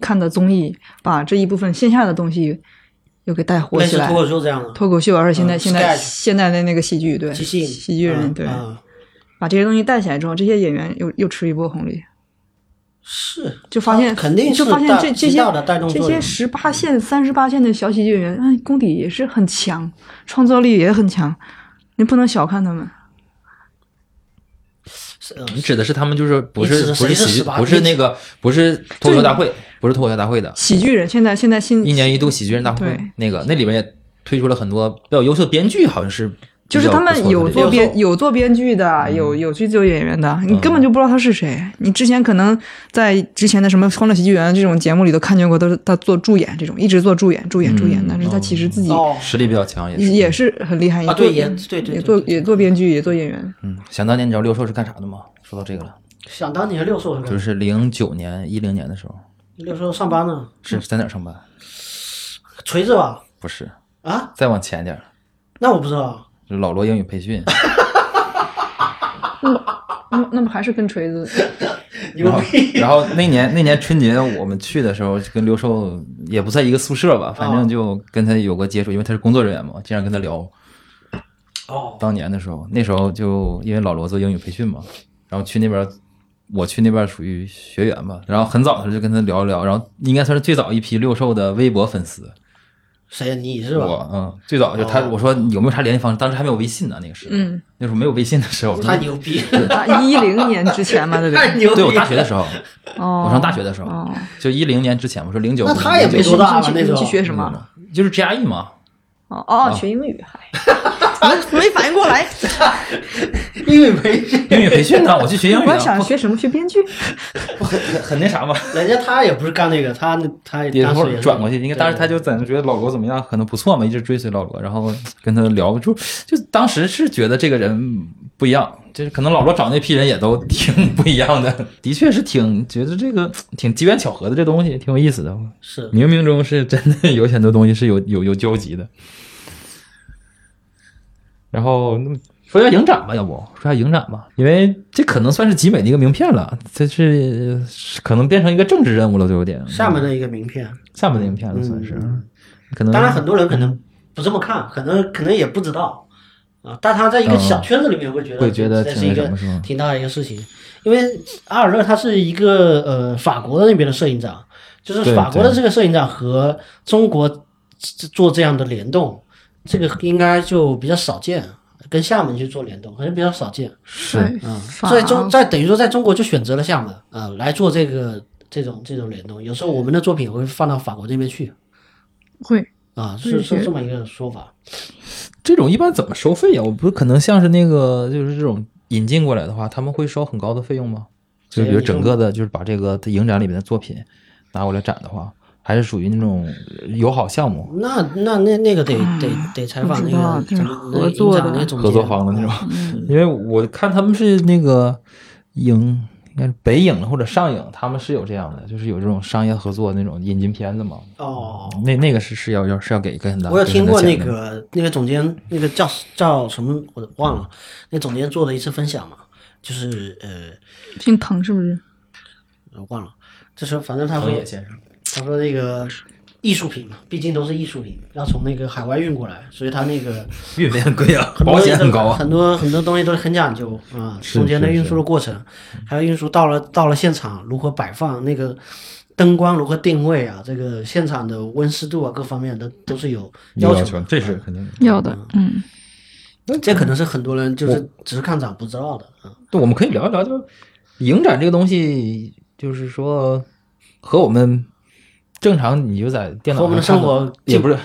[SPEAKER 5] 看的综艺，把这一部分线下的东西又给带火
[SPEAKER 2] 类
[SPEAKER 5] 起
[SPEAKER 2] 似脱
[SPEAKER 5] 来。
[SPEAKER 2] 口秀这样的，
[SPEAKER 5] 脱口秀，而且现在、
[SPEAKER 2] 嗯
[SPEAKER 5] 现在
[SPEAKER 2] sketch
[SPEAKER 5] 现在的那个喜剧，对
[SPEAKER 2] 即兴
[SPEAKER 5] 喜剧人，
[SPEAKER 2] 嗯
[SPEAKER 5] 对，
[SPEAKER 2] 啊
[SPEAKER 5] 把这些东西带起来之后，这些演员又又吃一波红利，
[SPEAKER 2] 是
[SPEAKER 5] 就发现
[SPEAKER 2] 啊肯定是
[SPEAKER 5] 就发现
[SPEAKER 2] 大
[SPEAKER 5] 这这
[SPEAKER 2] 极
[SPEAKER 5] 些
[SPEAKER 2] 大的带动
[SPEAKER 5] 这
[SPEAKER 2] 作
[SPEAKER 5] 些
[SPEAKER 2] 用。
[SPEAKER 5] 十八线、三十八线的小喜剧演员，嗯，功底也是很强，创造力也很强，你不能小看他们。
[SPEAKER 2] 是呃
[SPEAKER 3] 你指的是他们就是不
[SPEAKER 2] 你指
[SPEAKER 3] 是
[SPEAKER 2] 的
[SPEAKER 3] 不
[SPEAKER 2] 谁
[SPEAKER 3] 是
[SPEAKER 2] 是
[SPEAKER 3] 喜剧
[SPEAKER 2] 18
[SPEAKER 3] 不是那个不是脱口秀大会不是脱口秀大会的
[SPEAKER 5] 喜剧人现在现在新
[SPEAKER 3] 一年一度喜剧人大会
[SPEAKER 5] 对
[SPEAKER 3] 那个那里面也推出了很多比较优秀的编剧，好像是
[SPEAKER 5] 就是他
[SPEAKER 3] 比
[SPEAKER 5] 们
[SPEAKER 3] 较
[SPEAKER 5] 有
[SPEAKER 3] 不错的
[SPEAKER 5] 做
[SPEAKER 2] 六
[SPEAKER 5] 编
[SPEAKER 2] 兽
[SPEAKER 5] 有做编剧的，
[SPEAKER 3] 嗯
[SPEAKER 5] 有有去做演员的，你根本就不知道他是谁。你之前可能在之前的什么《欢乐喜剧人》这种节目里头看见过，都是他做助演这种，一直做助演、助演、助演
[SPEAKER 3] 嗯，
[SPEAKER 5] 但是他其实自己
[SPEAKER 2] 哦，
[SPEAKER 3] 实力比较强也是
[SPEAKER 5] 也是很厉害，也
[SPEAKER 2] 啊
[SPEAKER 5] 做
[SPEAKER 2] 对也对对
[SPEAKER 5] 也
[SPEAKER 2] 对
[SPEAKER 5] 做
[SPEAKER 2] 对对
[SPEAKER 5] 也做编剧，也做演员。
[SPEAKER 3] 嗯，想当年你知道六兽是干啥的吗？说到这个了，
[SPEAKER 2] 想当年六兽是吧？
[SPEAKER 3] 就是零九年一零年的时候
[SPEAKER 2] 六兽上班呢，
[SPEAKER 3] 是在哪儿上班？
[SPEAKER 2] 锤子吧？
[SPEAKER 3] 不是，
[SPEAKER 2] 啊，
[SPEAKER 3] 再往前点儿，
[SPEAKER 2] 那我不知道。
[SPEAKER 3] 就老罗英语培训，
[SPEAKER 5] 那啊那不还是跟锤子？
[SPEAKER 3] 然
[SPEAKER 2] 哦
[SPEAKER 3] 后然后那年那年春节我们去的时候，跟刘寿也不在一个宿舍吧，反正就跟他有过接触，因为他是工作人员嘛，经常跟他聊。
[SPEAKER 2] 哦，
[SPEAKER 3] 当年的时候，那时候就因为老罗做英语培训嘛，然后去那边，我去那边属于学员嘛，然后很早的时候就跟他聊一聊，然后应该算是最早一批六兽的微博粉丝，
[SPEAKER 2] 谁你是吧？
[SPEAKER 3] 我嗯，最早就他、
[SPEAKER 2] 哦
[SPEAKER 3] 我说你有没有啥联系方式，当时还没有微信呢，那个时候，
[SPEAKER 5] 嗯，
[SPEAKER 3] 那时候没有微信的时候，
[SPEAKER 2] 太牛逼，
[SPEAKER 5] 啊一零年之前嘛，对不
[SPEAKER 2] 太
[SPEAKER 5] 对？
[SPEAKER 2] 牛逼！
[SPEAKER 3] 对我大学的时候，
[SPEAKER 5] 哦，
[SPEAKER 3] 我上大学的时候，
[SPEAKER 5] 哦，
[SPEAKER 3] 就一零年之前嘛，说零九，
[SPEAKER 2] 那他也没
[SPEAKER 5] 你
[SPEAKER 2] 多大吧
[SPEAKER 5] 去
[SPEAKER 2] 那时
[SPEAKER 5] 你
[SPEAKER 2] 候嗯
[SPEAKER 5] 去学什
[SPEAKER 3] 什
[SPEAKER 5] 么？
[SPEAKER 3] 么，就是 GRE 嘛，
[SPEAKER 5] 哦哦，学英语， 嗨没没反应过来，
[SPEAKER 2] 因为没人
[SPEAKER 3] 英语培训呢，我去学英语
[SPEAKER 5] 我
[SPEAKER 3] 啊，
[SPEAKER 5] 想学什么？学编剧。
[SPEAKER 3] 不很很很那啥嘛。
[SPEAKER 2] 人家他也不是干那个，他他
[SPEAKER 3] 也
[SPEAKER 2] 当
[SPEAKER 3] 后
[SPEAKER 2] 时也
[SPEAKER 3] 来
[SPEAKER 2] 是
[SPEAKER 3] 转过去，应该当时他
[SPEAKER 2] 对
[SPEAKER 3] 就在那觉得老罗怎么样，可能不错嘛，一直追随老罗，然后跟他聊，就就当时是觉得这个人不一样，就是可能老罗找那批人也都挺不一样的，的确是挺觉得这个挺机缘巧合的，这东西挺有意思的，
[SPEAKER 2] 是
[SPEAKER 3] 冥冥中是真的有很多东西是有有有交集的。然后那么说一下影展吧，要不说一下影展吧，因为这可能算是集美的一个名片了，这是是可能变成一个政治任务了，都有点。
[SPEAKER 2] 厦门的一个名片。
[SPEAKER 3] 厦门的影片了，算是，可能
[SPEAKER 2] 当然，很多人可能不这么看，可能可能也不知道啊，但他在一个
[SPEAKER 3] 嗯
[SPEAKER 2] 小圈子里面会觉得
[SPEAKER 3] 会觉得
[SPEAKER 2] 这
[SPEAKER 3] 挺
[SPEAKER 2] 是一
[SPEAKER 3] 那
[SPEAKER 2] 个
[SPEAKER 3] 什么，是吗？
[SPEAKER 2] 挺大的一个事情，因为阿尔勒他是一个呃法国的那边的摄影展，就是
[SPEAKER 3] 对
[SPEAKER 2] 法国的
[SPEAKER 3] 对
[SPEAKER 2] 这个摄影展和中国这做这样的联动，这个应该就比较少见，跟厦门去做联动可能比较少见。
[SPEAKER 3] 是
[SPEAKER 2] 嗯，
[SPEAKER 5] 法
[SPEAKER 2] 在中在等于说在中国就选择了厦门啊、呃来做这个这种这种联动，有时候我们的作品也会放到法国这边去
[SPEAKER 5] 会
[SPEAKER 2] 啊、
[SPEAKER 5] 对
[SPEAKER 2] 是是
[SPEAKER 5] 是
[SPEAKER 2] 这么一个说法。
[SPEAKER 3] 这种一般怎么收费啊呀？我不是可能像是那个就是这种引进过来的话，他们会收很高的费用吗？就
[SPEAKER 2] 哎
[SPEAKER 3] 比如整个的，就是把这个影展里面的作品拿过来展的话，还是属于那种友好项目、
[SPEAKER 2] 那那那那个得得得采访那
[SPEAKER 5] 啊不
[SPEAKER 2] 个
[SPEAKER 5] 知道就
[SPEAKER 2] 咱
[SPEAKER 5] 是合作
[SPEAKER 2] 们那个影
[SPEAKER 5] 的
[SPEAKER 2] 展那个总监
[SPEAKER 3] 合作方的那种。因为我看他们是那个影，应该是北影或者上影，他们是有这样的，就是有这种商业合作那种引进片子嘛。
[SPEAKER 2] 哦。
[SPEAKER 3] 那那个是是要要是要给一个很大，
[SPEAKER 2] 我有听过
[SPEAKER 3] 给
[SPEAKER 2] 那
[SPEAKER 3] 很大奖的
[SPEAKER 2] 个那个总监，那个叫叫什么我忘了，那总监做的一次分享嘛，就是呃
[SPEAKER 5] 姓滕是不是？
[SPEAKER 2] 我忘了，就是反正他说
[SPEAKER 3] 藤野先生。
[SPEAKER 2] 他说那个艺术品嘛，毕竟都是艺术品，要从那个海外运过来，所以他那个
[SPEAKER 3] 运费很贵啊，
[SPEAKER 2] 很多
[SPEAKER 3] 保险很高啊。
[SPEAKER 2] 很多很多东西都很讲究啊，
[SPEAKER 3] 是
[SPEAKER 2] 中间的
[SPEAKER 3] 是
[SPEAKER 2] 运输的过程，还有运输到了到了现场如何摆放，那个灯光如何定位啊，这个现场的温湿度啊，各方面都都是有要求的。
[SPEAKER 3] 这是肯定的。
[SPEAKER 5] 要的，嗯，
[SPEAKER 2] 这可能是很多人就是只是看展不知道的 啊。
[SPEAKER 3] 对，我们可以聊一聊，就是影展这个东西，就是说和我们正常你就在电脑
[SPEAKER 2] 和我们的
[SPEAKER 3] 上
[SPEAKER 2] 生
[SPEAKER 3] 看到
[SPEAKER 2] 活
[SPEAKER 3] 也不是，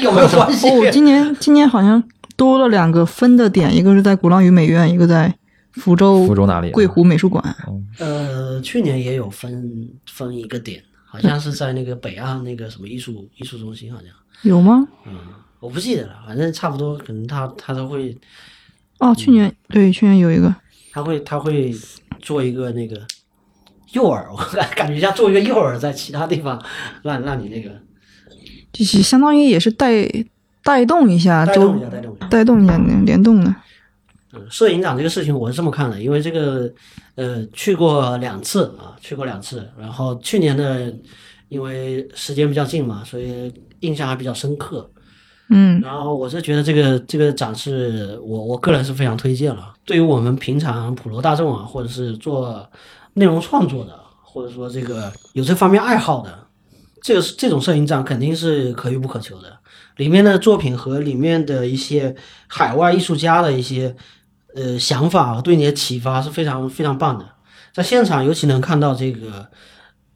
[SPEAKER 2] 有没有关系？
[SPEAKER 5] 哦，今年今年好像多了两个分的点，一个是在鼓浪屿美院，一个在福州
[SPEAKER 3] 福州哪里啊
[SPEAKER 5] 桂湖美术馆。
[SPEAKER 2] 呃，去年也有分分一个点，好像是在那个北岸那个什么艺术艺术中心，好像
[SPEAKER 5] 有吗？
[SPEAKER 2] 我不记得了，反正差不多，可能他他都会，
[SPEAKER 1] 哦，去
[SPEAKER 2] 嗯
[SPEAKER 1] 年对，去年有一个，
[SPEAKER 2] 他会他会做一个那个诱饵，我感感觉像做一个诱饵，在其他地方让让你那个
[SPEAKER 1] 就是相当于也是带带动一下
[SPEAKER 2] 带
[SPEAKER 1] 周
[SPEAKER 2] 动一下，带动一下。
[SPEAKER 1] 带动一下那个联动的，
[SPEAKER 2] 嗯摄影展这个事情我是这么看的，因为这个呃去过两次啊，去过两次，然后去年的因为时间比较近嘛，所以印象还比较深刻。
[SPEAKER 1] 嗯
[SPEAKER 2] 然后我是觉得这个这个展示，我我个人是非常推荐了。对于我们平常普罗大众啊，或者是做内容创作的，或者说这个有这方面爱好的，这个是这种摄影展肯定是可遇不可求的。里面的作品和里面的一些海外艺术家的一些呃想法，对你的启发是非常非常棒的。在现场尤其能看到这个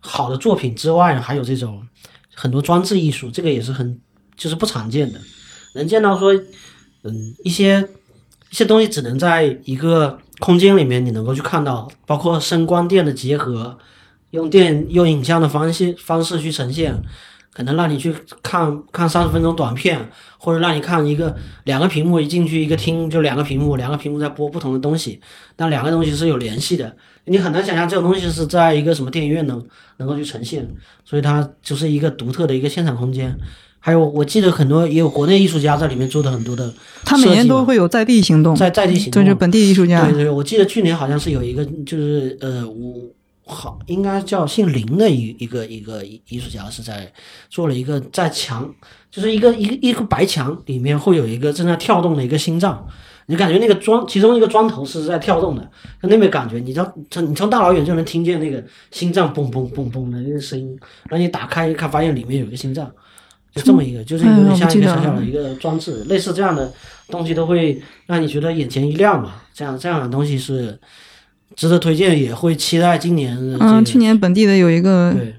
[SPEAKER 2] 好的作品之外，还有这种很多装置艺术，这个也是很就是不常见的。能见到说，嗯，一些一些东西只能在一个空间里面你能够去看到，包括声光电的结合，用电用影像的方式方式去呈现，可能让你去看看三十分钟短片，或者让你看一个两个屏幕一进去一个厅就两个屏幕，两个屏幕在播不同的东西，但两个东西是有联系的，你很难想象这种东西是在一个什么电影院能能够去呈现，所以它就是一个独特的一个现场空间。还有，我记得很多也有国内艺术家在里面做的很多的设计嘛，
[SPEAKER 1] 他每年都会有在地行动，
[SPEAKER 2] 在在地行动，
[SPEAKER 1] 就是本地艺术家
[SPEAKER 2] 对，对，我记得去年好像是有一个，就是呃，我好应该叫姓林的一一个一个艺艺术家是在做了一个在墙，就是一个一个一个白墙里面会有一个正在跳动的一个心脏，你感觉那个砖其中一个砖头是在跳动的，就那边感觉，你从从你从大老远就能听见那个心脏嘣嘣嘣嘣的那个声音，然后你打开一看，发现里面有一个心脏。就这么一个，就是有点像一个小小的一个装置，类似这样的东西都会让你觉得眼前一亮嘛。这样这样的东西是值得推荐，也会期待今年的、这个。
[SPEAKER 1] 嗯，去年本地的有一个
[SPEAKER 2] 对，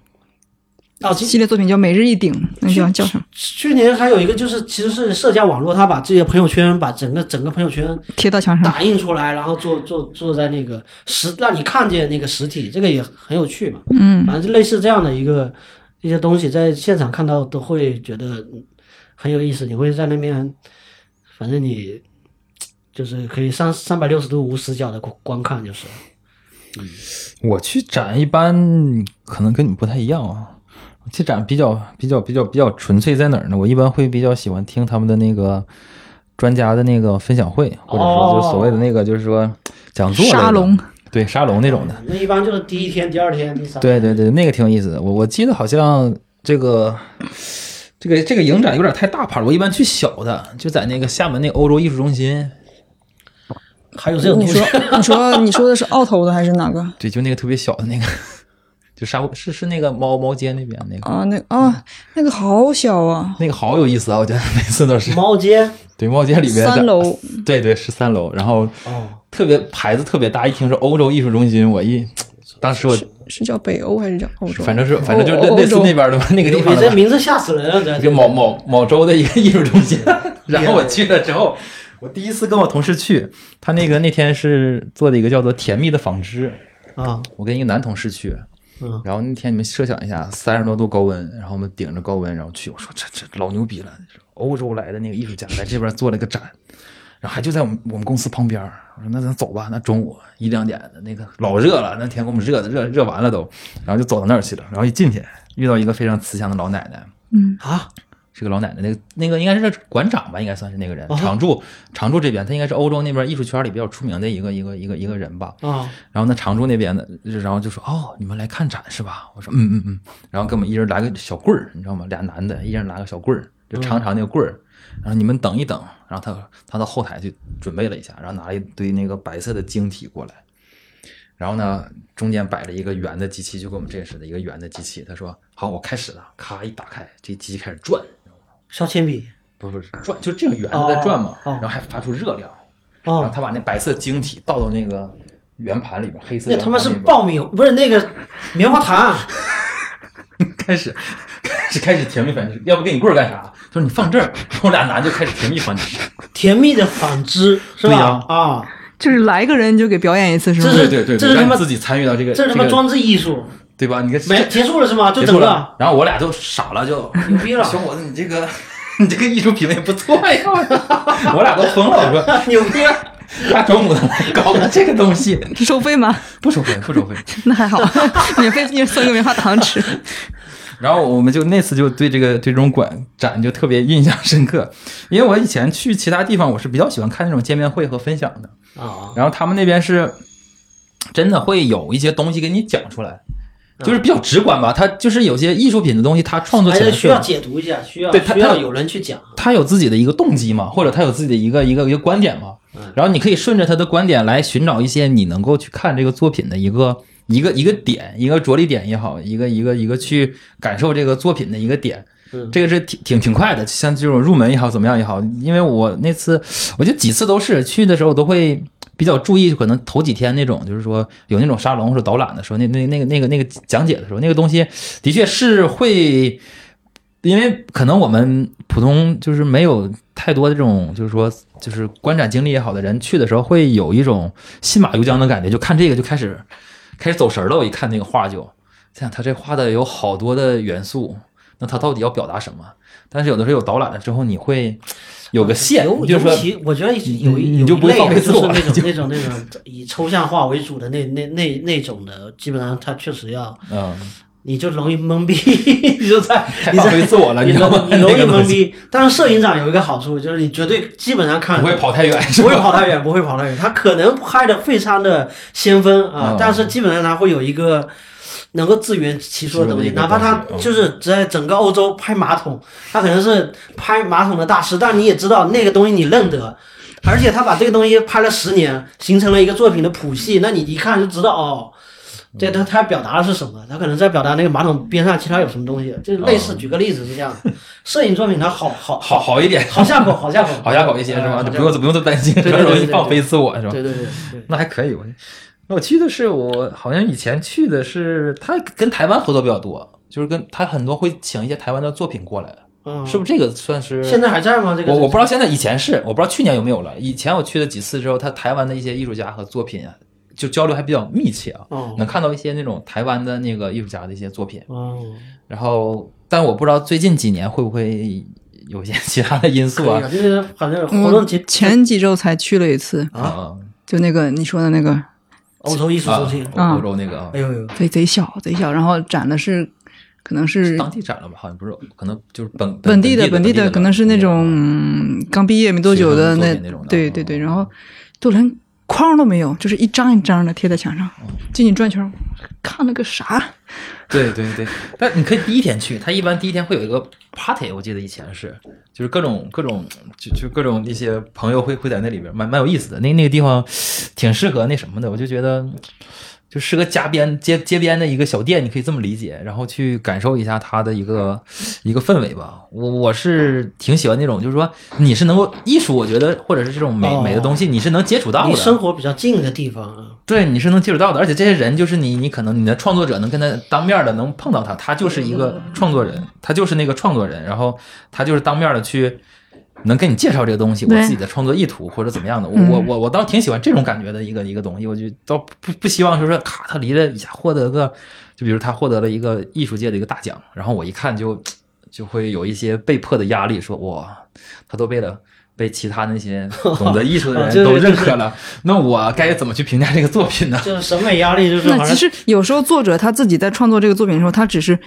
[SPEAKER 2] 哦，今
[SPEAKER 1] 系列作品叫《每日一顶》，那叫叫什么？
[SPEAKER 2] 去年还有一个就是，其实是社交网络，它把自己的朋友圈，把整个整个朋友圈
[SPEAKER 1] 贴到墙上。
[SPEAKER 2] 打印出来，然后做做做在那个实，让你看见那个实体，这个也很有趣嘛。
[SPEAKER 1] 嗯，
[SPEAKER 2] 反正就类似这样的一个一些东西，在现场看到都会觉得嗯很有意思。你会在那边，反正你就是可以三三百六十度无死角的观看，就是了。
[SPEAKER 3] 我去展一般可能跟你不太一样啊，我去展比较比较比较比较纯粹在哪儿呢？我一般会比较喜欢听他们的那个专家的那个分享会，或者说就是所谓的那个就是说讲座类的
[SPEAKER 1] 哦沙龙，
[SPEAKER 3] 对沙龙那种的。
[SPEAKER 2] 那一般就是第一天、第二天、第三天。
[SPEAKER 3] 对对对，那个挺有意思的。我我记得好像这个这个这个影展有点太大牌了，我一般去小的，就在那个厦门那个欧洲艺术中心，
[SPEAKER 2] 还有这种
[SPEAKER 5] 你
[SPEAKER 2] 东西
[SPEAKER 5] 说，你说，你说的是澳头的还是哪个？
[SPEAKER 3] 对，就那个特别小的那个，就沙是是那个猫猫街那边那个。
[SPEAKER 5] 啊，那啊，那个好小啊，
[SPEAKER 3] 那个好有意思啊！我觉得每次都是
[SPEAKER 2] 猫街
[SPEAKER 3] 对猫街里面
[SPEAKER 5] 三楼，
[SPEAKER 3] 对对，是三楼，然后
[SPEAKER 2] 哦，
[SPEAKER 3] 特别牌子特别大，一听是欧洲艺术中心，我一当时我
[SPEAKER 5] 是叫北欧还是叫澳洲？
[SPEAKER 3] 反正是反正就是
[SPEAKER 5] 欧
[SPEAKER 3] 类类似
[SPEAKER 5] 欧洲
[SPEAKER 3] 那边的吧，那个地
[SPEAKER 2] 你
[SPEAKER 3] 方的
[SPEAKER 2] 这
[SPEAKER 3] 吧
[SPEAKER 2] 名字吓死人了，这
[SPEAKER 3] 一个某某某州的一个艺术中 心。然后我去了之后，我第一次跟我同事去，他那个那天是做的一个叫做“甜蜜的纺织
[SPEAKER 2] 啊，”，
[SPEAKER 3] 我跟一个男同事去，
[SPEAKER 2] 嗯，
[SPEAKER 3] 然后那天你们设想一下，三十多度高温，然后我们顶着高温，然后去，我说这这老牛逼了，欧洲来的那个艺术家来这边做了个展，然后还就在我们我们公司旁边儿。我说那咱走吧，那中午一两点的那个老热了，那天给我们热的热热完了都，然后就走到那儿去了，然后一进去遇到一个非常慈祥的老奶奶，
[SPEAKER 2] 啊，
[SPEAKER 3] 是个老奶奶，那个那个应该是馆长吧，应该算是那个人
[SPEAKER 2] 哦，
[SPEAKER 3] 常驻常驻这边，他应该是欧洲那边艺术圈里比较出名的一个一个一个一个人吧。
[SPEAKER 2] 啊，
[SPEAKER 3] 然后那常驻那边的，然后就说哦，你们来看展是吧？我说嗯嗯嗯，然后给我们一人拿个小棍儿，你知道吗？俩男的，一人拿个小棍儿，就长长那个棍儿。然后你们等一等，然后他他到后台去准备了一下，然后拿了一堆那个白色的晶体过来，然后呢中间摆了一个圆的机器，就跟我们这似的，一个圆的机器。他说好，我开始了，咔一打开，这机器开始转，
[SPEAKER 2] 削铅笔
[SPEAKER 3] 不不是转，就这个圆的在转嘛，
[SPEAKER 2] 哦哦
[SPEAKER 3] 然后还发出热量，然后
[SPEAKER 2] 哦，
[SPEAKER 3] 他把那白色晶体倒到那个圆盘里边，黑色
[SPEAKER 2] 那
[SPEAKER 3] 圆盘
[SPEAKER 2] 他妈是
[SPEAKER 3] 里边
[SPEAKER 2] 爆米，不是那个棉花糖。
[SPEAKER 3] 开始开始开始甜蜜反击，要不给你棍儿干啥？啊他说你放这儿，然后俩男就开始甜蜜反击，
[SPEAKER 2] 甜蜜的纺织是
[SPEAKER 3] 对
[SPEAKER 2] 吧
[SPEAKER 3] 呀？
[SPEAKER 2] 啊，
[SPEAKER 1] 就是来个人就给表演一次，是吗
[SPEAKER 2] 这？是
[SPEAKER 3] 对对对，
[SPEAKER 2] 这是他
[SPEAKER 3] 让
[SPEAKER 2] 妈
[SPEAKER 3] 你自己参与到这个
[SPEAKER 2] 这是他妈
[SPEAKER 3] 个
[SPEAKER 2] 装置艺术，
[SPEAKER 3] 对吧？你看
[SPEAKER 2] 没结束了是吗？就
[SPEAKER 3] 结
[SPEAKER 2] 整
[SPEAKER 3] 束
[SPEAKER 2] 个啊
[SPEAKER 3] 了，然后我俩就傻了，就
[SPEAKER 2] 牛逼了
[SPEAKER 3] 小伙子你这个你这个艺术品味不错呀！ 我俩都疯了，我说
[SPEAKER 2] 牛逼啊！
[SPEAKER 3] 大中午的搞个这个东西，
[SPEAKER 5] 收费吗？
[SPEAKER 3] 不收费，不收费。
[SPEAKER 5] 那还 好，免费你送个棉花糖吃。
[SPEAKER 3] 然后我们就那次就对这个对这种馆展就特别印象深刻，因为我以前去其他地方我是比较喜欢看那种见面会和分享的，
[SPEAKER 2] 啊，
[SPEAKER 3] 然后他们那边是真的会有一些东西给你讲出来，就是比较直观吧。他就是有些艺术品的东西，他创作
[SPEAKER 2] 还
[SPEAKER 3] 起
[SPEAKER 2] 是
[SPEAKER 3] 来
[SPEAKER 2] 哎需
[SPEAKER 3] 是
[SPEAKER 2] 要解读一下，需要
[SPEAKER 3] 对他
[SPEAKER 2] 需要
[SPEAKER 3] 他
[SPEAKER 2] 有人去讲。
[SPEAKER 3] 他有自己的一个动机嘛，或者他有自己的一个一个一个观点嘛
[SPEAKER 2] 嗯。
[SPEAKER 3] 然后你可以顺着他的观点来寻找一些你能够去看这个作品的一个一个一个点，一个着力点也好，一个一个一个去感受这个作品的一个点
[SPEAKER 2] 嗯。
[SPEAKER 3] 这个是挺挺挺快的，像这种入门也好，怎么样也好，因为我那次我就几次都是去的时候都会比较注意，可能头几天那种就是说有那种沙龙或者导览的时候，那那那个那个那个讲解的时候，那个东西的确是会，因为可能我们普通就是没有太多的这种就是说就是观展经历也好的人去的时候，会有一种信马由缰的感觉，就看这个就开始开始走神儿了。我一看那个画就，想他这画的有好多的元素，那他到底要表达什么？但是有的时候有导览了之后，你会有个线
[SPEAKER 2] 尤，
[SPEAKER 3] 就是
[SPEAKER 2] 嗯
[SPEAKER 3] 说
[SPEAKER 2] 尤其我觉得有一
[SPEAKER 3] 你
[SPEAKER 2] 有
[SPEAKER 3] 就
[SPEAKER 2] 一
[SPEAKER 3] 不会
[SPEAKER 2] 类
[SPEAKER 3] 放
[SPEAKER 2] 啊就
[SPEAKER 3] 飞自
[SPEAKER 2] 是
[SPEAKER 3] 我了
[SPEAKER 2] 那种
[SPEAKER 3] 就
[SPEAKER 2] 那种那种以抽象画为主的那那那那种的，基本上他确实要，
[SPEAKER 3] 嗯，
[SPEAKER 2] 你就容易懵逼， 你就在
[SPEAKER 3] 太
[SPEAKER 2] 你
[SPEAKER 3] 放
[SPEAKER 2] 在
[SPEAKER 3] 飞自我了，
[SPEAKER 2] 你
[SPEAKER 3] 知道吗
[SPEAKER 2] 容？你容易
[SPEAKER 3] 那个东
[SPEAKER 2] 懵
[SPEAKER 3] 西
[SPEAKER 2] 逼。但是摄影展有一个好处，就是你绝对基本上看
[SPEAKER 3] 不会跑太远， 是
[SPEAKER 2] 不会
[SPEAKER 3] 吧？
[SPEAKER 2] 跑太远，不会跑太远。他可能拍的非常的先锋啊，
[SPEAKER 3] 嗯
[SPEAKER 2] 但是基本上他会有一个能够自圆其说的东西，
[SPEAKER 3] 自圆的一个
[SPEAKER 2] 哪怕他
[SPEAKER 3] 东西嗯
[SPEAKER 2] 就是在整个欧洲拍马桶，他可能是拍马桶的大师，但你也知道那个东西你认得。而且他把这个东西拍了十年，形成了一个作品的谱系，那你一看就知道哦，
[SPEAKER 3] 嗯
[SPEAKER 2] 这他他表达的是什么？他可能在表达那个马桶边上其他有什么东西，就是类
[SPEAKER 3] 啊
[SPEAKER 2] 似。举个例子是这样的，摄影作品它好好
[SPEAKER 3] 好好 一点，
[SPEAKER 2] 好下口，好下口，
[SPEAKER 3] 好下口一些是吧？
[SPEAKER 2] 嗯
[SPEAKER 3] 就不用不用再担心，
[SPEAKER 2] 对对对
[SPEAKER 3] 容易
[SPEAKER 2] 对对
[SPEAKER 3] 放飞自我是吧？
[SPEAKER 2] 对对对对。
[SPEAKER 3] 那还可以，我我去的是我好像以前去的是他跟台湾合作比较多，就是跟他很多会请一些台湾的作品过来，
[SPEAKER 2] 嗯，
[SPEAKER 3] 是不是这个算是？
[SPEAKER 2] 现在还在吗？这个
[SPEAKER 3] 我我不知道现在以前是我不知道去年有没有了，以前我去了几次之后，他台湾的一些艺术家和作品啊，就交流还比较密切啊，
[SPEAKER 2] 哦
[SPEAKER 3] 能看到一些那种台湾的那个艺术家的一些作品，
[SPEAKER 2] 哦，
[SPEAKER 3] 然后但我不知道最近几年会不会有一些其他的因素
[SPEAKER 2] 对
[SPEAKER 3] 啊
[SPEAKER 2] 呀，，这个好像活动
[SPEAKER 3] 嗯
[SPEAKER 2] 节
[SPEAKER 5] 前几周才去了一次，
[SPEAKER 2] 啊
[SPEAKER 3] 啊，
[SPEAKER 5] 就那个你说的那个，
[SPEAKER 2] 欧洲艺术中心，
[SPEAKER 5] 啊
[SPEAKER 3] 欧洲那个啊，
[SPEAKER 2] 哎呦呦，
[SPEAKER 5] 贼贼小贼小，然后展的是可能是
[SPEAKER 3] 当地展了吧？好像不是，可能就是本
[SPEAKER 5] 嗯本
[SPEAKER 3] 地
[SPEAKER 5] 地的本地
[SPEAKER 3] 的，
[SPEAKER 5] 的，可能是那种嗯刚毕业没多久的
[SPEAKER 3] 学生
[SPEAKER 5] 那
[SPEAKER 3] 作品那种的
[SPEAKER 5] 对
[SPEAKER 3] 嗯
[SPEAKER 5] 对对，然后就连框都没有，就是一张一张的贴在墙上，进去转圈儿，看了个啥？
[SPEAKER 3] 对对对。但你可以第一天去，他一般第一天会有一个 party，我记得以前是，就是各种各种就就各种一些朋友会会在那里边，蛮蛮有意思的。那那个地方挺适合那什么的，我就觉得。就适合家边街街边的一个小店，你可以这么理解，然后去感受一下它的一个一个氛围吧。我我是挺喜欢那种，就是说你是能够艺术，我觉得或者是这种美、
[SPEAKER 2] 哦
[SPEAKER 3] 美的东西，你是能接触到的。
[SPEAKER 2] 离生活比较近的地方啊，
[SPEAKER 3] 对，你是能接触到的，而且这些人就是你，你可能你的创作者能跟他当面的能碰到他，他就是一
[SPEAKER 2] 嗯
[SPEAKER 3] 个创作人，他就是那个创作人，然后他就是当面的去能跟你介绍这个东西，我
[SPEAKER 5] 对
[SPEAKER 3] 自己的创作意图或者怎么样的，我
[SPEAKER 5] 嗯
[SPEAKER 3] 我我我倒挺喜欢这种感觉的一个一个东西，我就倒不不希望就是说咔，他离了一下获得个，就比如他获得了一个艺术界的一个大奖，然后我一看就就会有一些被迫的压力，说哇，他都为了。被其他那些懂得艺术的
[SPEAKER 2] 啊
[SPEAKER 3] 人
[SPEAKER 2] 就是
[SPEAKER 3] 都认
[SPEAKER 2] 就是
[SPEAKER 3] 可了，那我该怎么去评价这个作品呢？
[SPEAKER 2] 就是审美压力就是
[SPEAKER 5] 那
[SPEAKER 2] 好
[SPEAKER 5] 其
[SPEAKER 2] 像
[SPEAKER 5] 实有时候作者他自己在创作这个作品的时候，他只是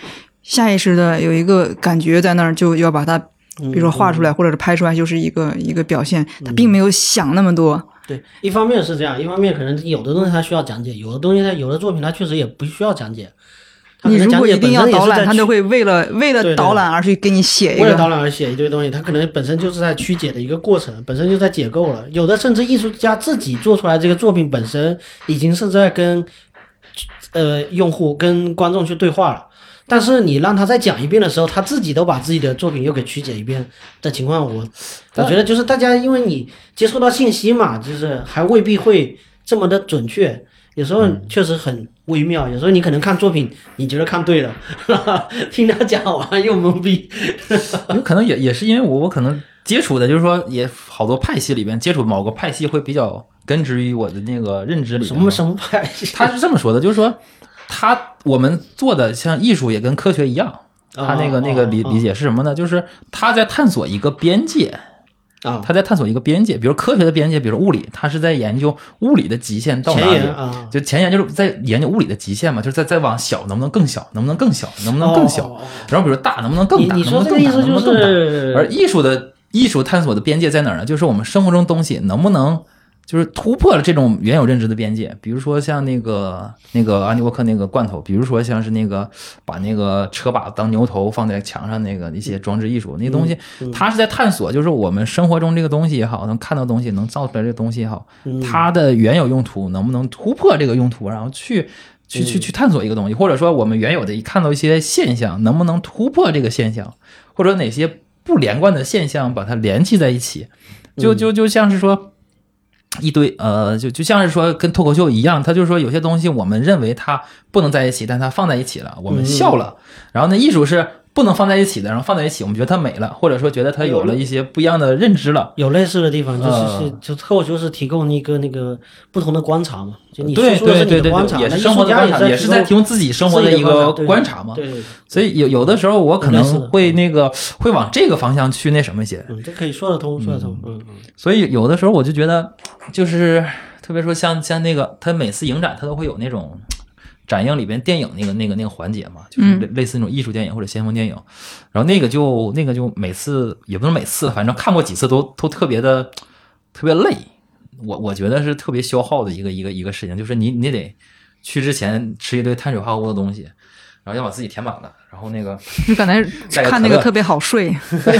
[SPEAKER 5] 下意识的有一个感觉在那儿，就要把它，比如说画出来或者是拍出来，就是一个一个表现，他并没有想那么多。
[SPEAKER 2] 对，一方面是这样，一方面可能有的东西它需要讲解，有的东西它有的作品它确实也不需要讲解。它可
[SPEAKER 5] 你
[SPEAKER 2] 能
[SPEAKER 5] 如
[SPEAKER 2] 讲
[SPEAKER 5] 果
[SPEAKER 2] 解
[SPEAKER 5] 一定要
[SPEAKER 2] 本身也
[SPEAKER 5] 导
[SPEAKER 2] 是在
[SPEAKER 5] 览，他
[SPEAKER 2] 去
[SPEAKER 5] 就会为了为
[SPEAKER 2] 对对
[SPEAKER 5] 了
[SPEAKER 2] 对
[SPEAKER 5] 导览而去给你写一
[SPEAKER 2] 为了导
[SPEAKER 5] 个。
[SPEAKER 2] 览而写一堆东西，它可能本身就是在曲解的一个过程，本身就在解构了。有的甚至艺术家自己做出来这个作品本身，已经是在跟呃用户、跟观众去对话了。但是你让他再讲一遍的时候，他自己都把自己的作品又给曲解一遍的情况，我我觉得就是大家因为你接触到信息嘛，就是还未必会这么的准确。有时候
[SPEAKER 5] 嗯
[SPEAKER 2] 确实很微妙，有时候你可能看作品，你觉得看对了， 听他讲完又懵逼，
[SPEAKER 3] 有可能也也是因为我我可能接触的，就是说也好多派系里边接触某个派系会比较根植于我的那个认知里
[SPEAKER 2] 什
[SPEAKER 3] 边
[SPEAKER 2] 么
[SPEAKER 3] 嘛。
[SPEAKER 2] 什么派？
[SPEAKER 3] 他是这么说的，就是说他我们做的像艺术也跟科学一样，
[SPEAKER 2] 哦
[SPEAKER 3] 他那个那个理理解是什么呢？就是他在探索一个边界，
[SPEAKER 2] 啊，
[SPEAKER 3] 他在探索一个边界，比如科学的边界，比如物理，他是在研究物理的极限到哪
[SPEAKER 2] 前
[SPEAKER 3] 里
[SPEAKER 2] 沿。啊，
[SPEAKER 3] 就前沿就是在研究物理的极限嘛，就是再再往小，能不能更小，能不能更小，能不能更小？
[SPEAKER 2] 哦。哦哦
[SPEAKER 3] 然后比如大，能不能更
[SPEAKER 2] 你
[SPEAKER 3] 大？
[SPEAKER 2] 你
[SPEAKER 3] 能不
[SPEAKER 2] 说
[SPEAKER 3] 能
[SPEAKER 2] 这个
[SPEAKER 3] 更
[SPEAKER 2] 意
[SPEAKER 3] 大？
[SPEAKER 2] 思
[SPEAKER 3] 能不
[SPEAKER 2] 就
[SPEAKER 3] 能更大？
[SPEAKER 2] 是，
[SPEAKER 3] 而艺术的艺术探索的边界在哪儿呢？就是我们生活中东西能不能就是突破了这种原有认知的边界，比如说像那个那个安迪沃克那个罐头，比如说像是那个把那个车把当牛头放在墙上那个一些装置艺术，那东西它是在探索，就是我们生活中这个东西也好，能看到东西，能造出来这个东西也好，它的原有用途能不能突破这个用途，然后去。去去去探索一个东西，或者说我们原有的一看到一些现象，能不能突破这个现象，或者哪些不连贯的现象把它联系在一起，
[SPEAKER 2] 嗯
[SPEAKER 3] 就就就像是说一堆呃，就就像是说跟脱口秀一样，他就说有些东西我们认为它不能在一起，但它放在一起了，我们笑
[SPEAKER 2] 嗯
[SPEAKER 3] 了。然后呢，艺术是不能放在一起的，然后放在一起，我们觉得它美了，或者说觉得它有
[SPEAKER 2] 嗯
[SPEAKER 3] 了一些不一样的认知了。
[SPEAKER 2] 有类似的地方，就是
[SPEAKER 3] 呃
[SPEAKER 2] 是就脱口秀是提供一个那个不同的观察嘛，就你
[SPEAKER 3] 对
[SPEAKER 2] 说的
[SPEAKER 3] 对
[SPEAKER 2] 是你
[SPEAKER 3] 对
[SPEAKER 2] 的
[SPEAKER 3] 对
[SPEAKER 2] 观察，
[SPEAKER 3] 对，也
[SPEAKER 2] 那
[SPEAKER 3] 是
[SPEAKER 2] 艺
[SPEAKER 3] 生活
[SPEAKER 2] 术
[SPEAKER 3] 的
[SPEAKER 2] 家
[SPEAKER 3] 观察，也是在提供自己生活的一个观察嘛。
[SPEAKER 2] 对对，对
[SPEAKER 3] 所以有有的时候我可
[SPEAKER 2] 类似
[SPEAKER 3] 能
[SPEAKER 2] 的
[SPEAKER 3] 会那个会往这个方向去那什么一些，
[SPEAKER 2] 嗯，这可以说得通，说得通，嗯嗯，
[SPEAKER 3] 所以有的时候我就觉得，就是特别说像像那个，他每次影展他都会有那种展映里边电影那个那个那个环节嘛，就是类类似那种艺术电影或者先锋电影，然后那个就那个就每次也不是每次，反正看过几次都都特别的特别累，我我觉得是特别消耗的一个一个一个事情，就是你你得去之前吃一堆碳水化合物的东西，然后要把自己填满了，然后那个。
[SPEAKER 5] 就感觉
[SPEAKER 3] 带个
[SPEAKER 5] 看那
[SPEAKER 3] 可
[SPEAKER 5] 个
[SPEAKER 3] 乐
[SPEAKER 5] 特别好睡，
[SPEAKER 3] 带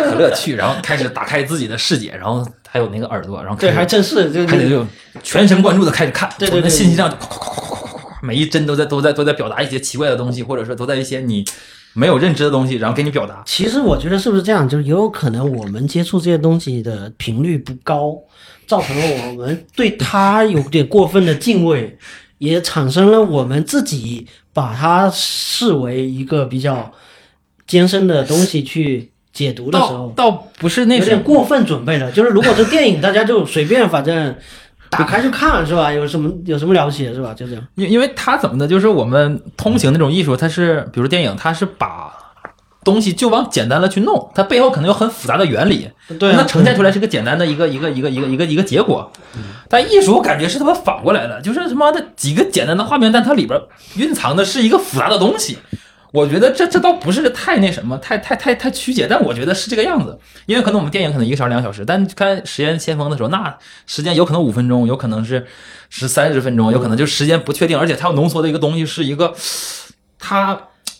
[SPEAKER 3] 可乐去，然后开始打开自己的视野，然后还有那个耳朵，然后开
[SPEAKER 2] 对，
[SPEAKER 3] 始
[SPEAKER 2] 还真是这
[SPEAKER 3] 开始
[SPEAKER 2] 个
[SPEAKER 3] 就全神贯注的开始看，
[SPEAKER 2] 对对
[SPEAKER 3] 从那
[SPEAKER 2] 对
[SPEAKER 3] 信息量就咵咵咵咵咵咵咵每一帧都在都在都在表达一些奇怪的东西，或者说都在一些你没有认知的东西，然后给你表达。
[SPEAKER 2] 其实我觉得是不是这样？就是也有可能我们接触这些东西的频率不高，造成了我们对它有点过分的敬畏，也产生了我们自己把它视为一个比较艰深的东西去解读的时
[SPEAKER 3] 倒
[SPEAKER 2] 候，
[SPEAKER 3] 倒不是那
[SPEAKER 2] 有点
[SPEAKER 3] 种
[SPEAKER 2] 过分准备了。就是如果是电影，大家就随便反正打开就看是吧？有什么有什么了不起是吧？就这样。
[SPEAKER 3] 因因为它怎么的，就是我们通行那种艺术，它是比如电影，它是把东西就往简单了去弄，它背后可能有很复杂的原理，
[SPEAKER 2] 对啊
[SPEAKER 3] 那呈现出来是个简单的一个一个一个一个一个一个结果。但艺术我感觉是他妈反过来了，就是他妈的几个简单的画面，但它里边蕴藏的是一个复杂的东西。我觉得这这倒不是太那什么，太太太太曲解，但我觉得是这个样子。因为可能我们电影可能一个小时两个小时，但看实验先锋的时候，那时间有可能五分钟，有可能是是三十分钟，有可能就时间不确定，而且它要浓缩的一个东西是一个，它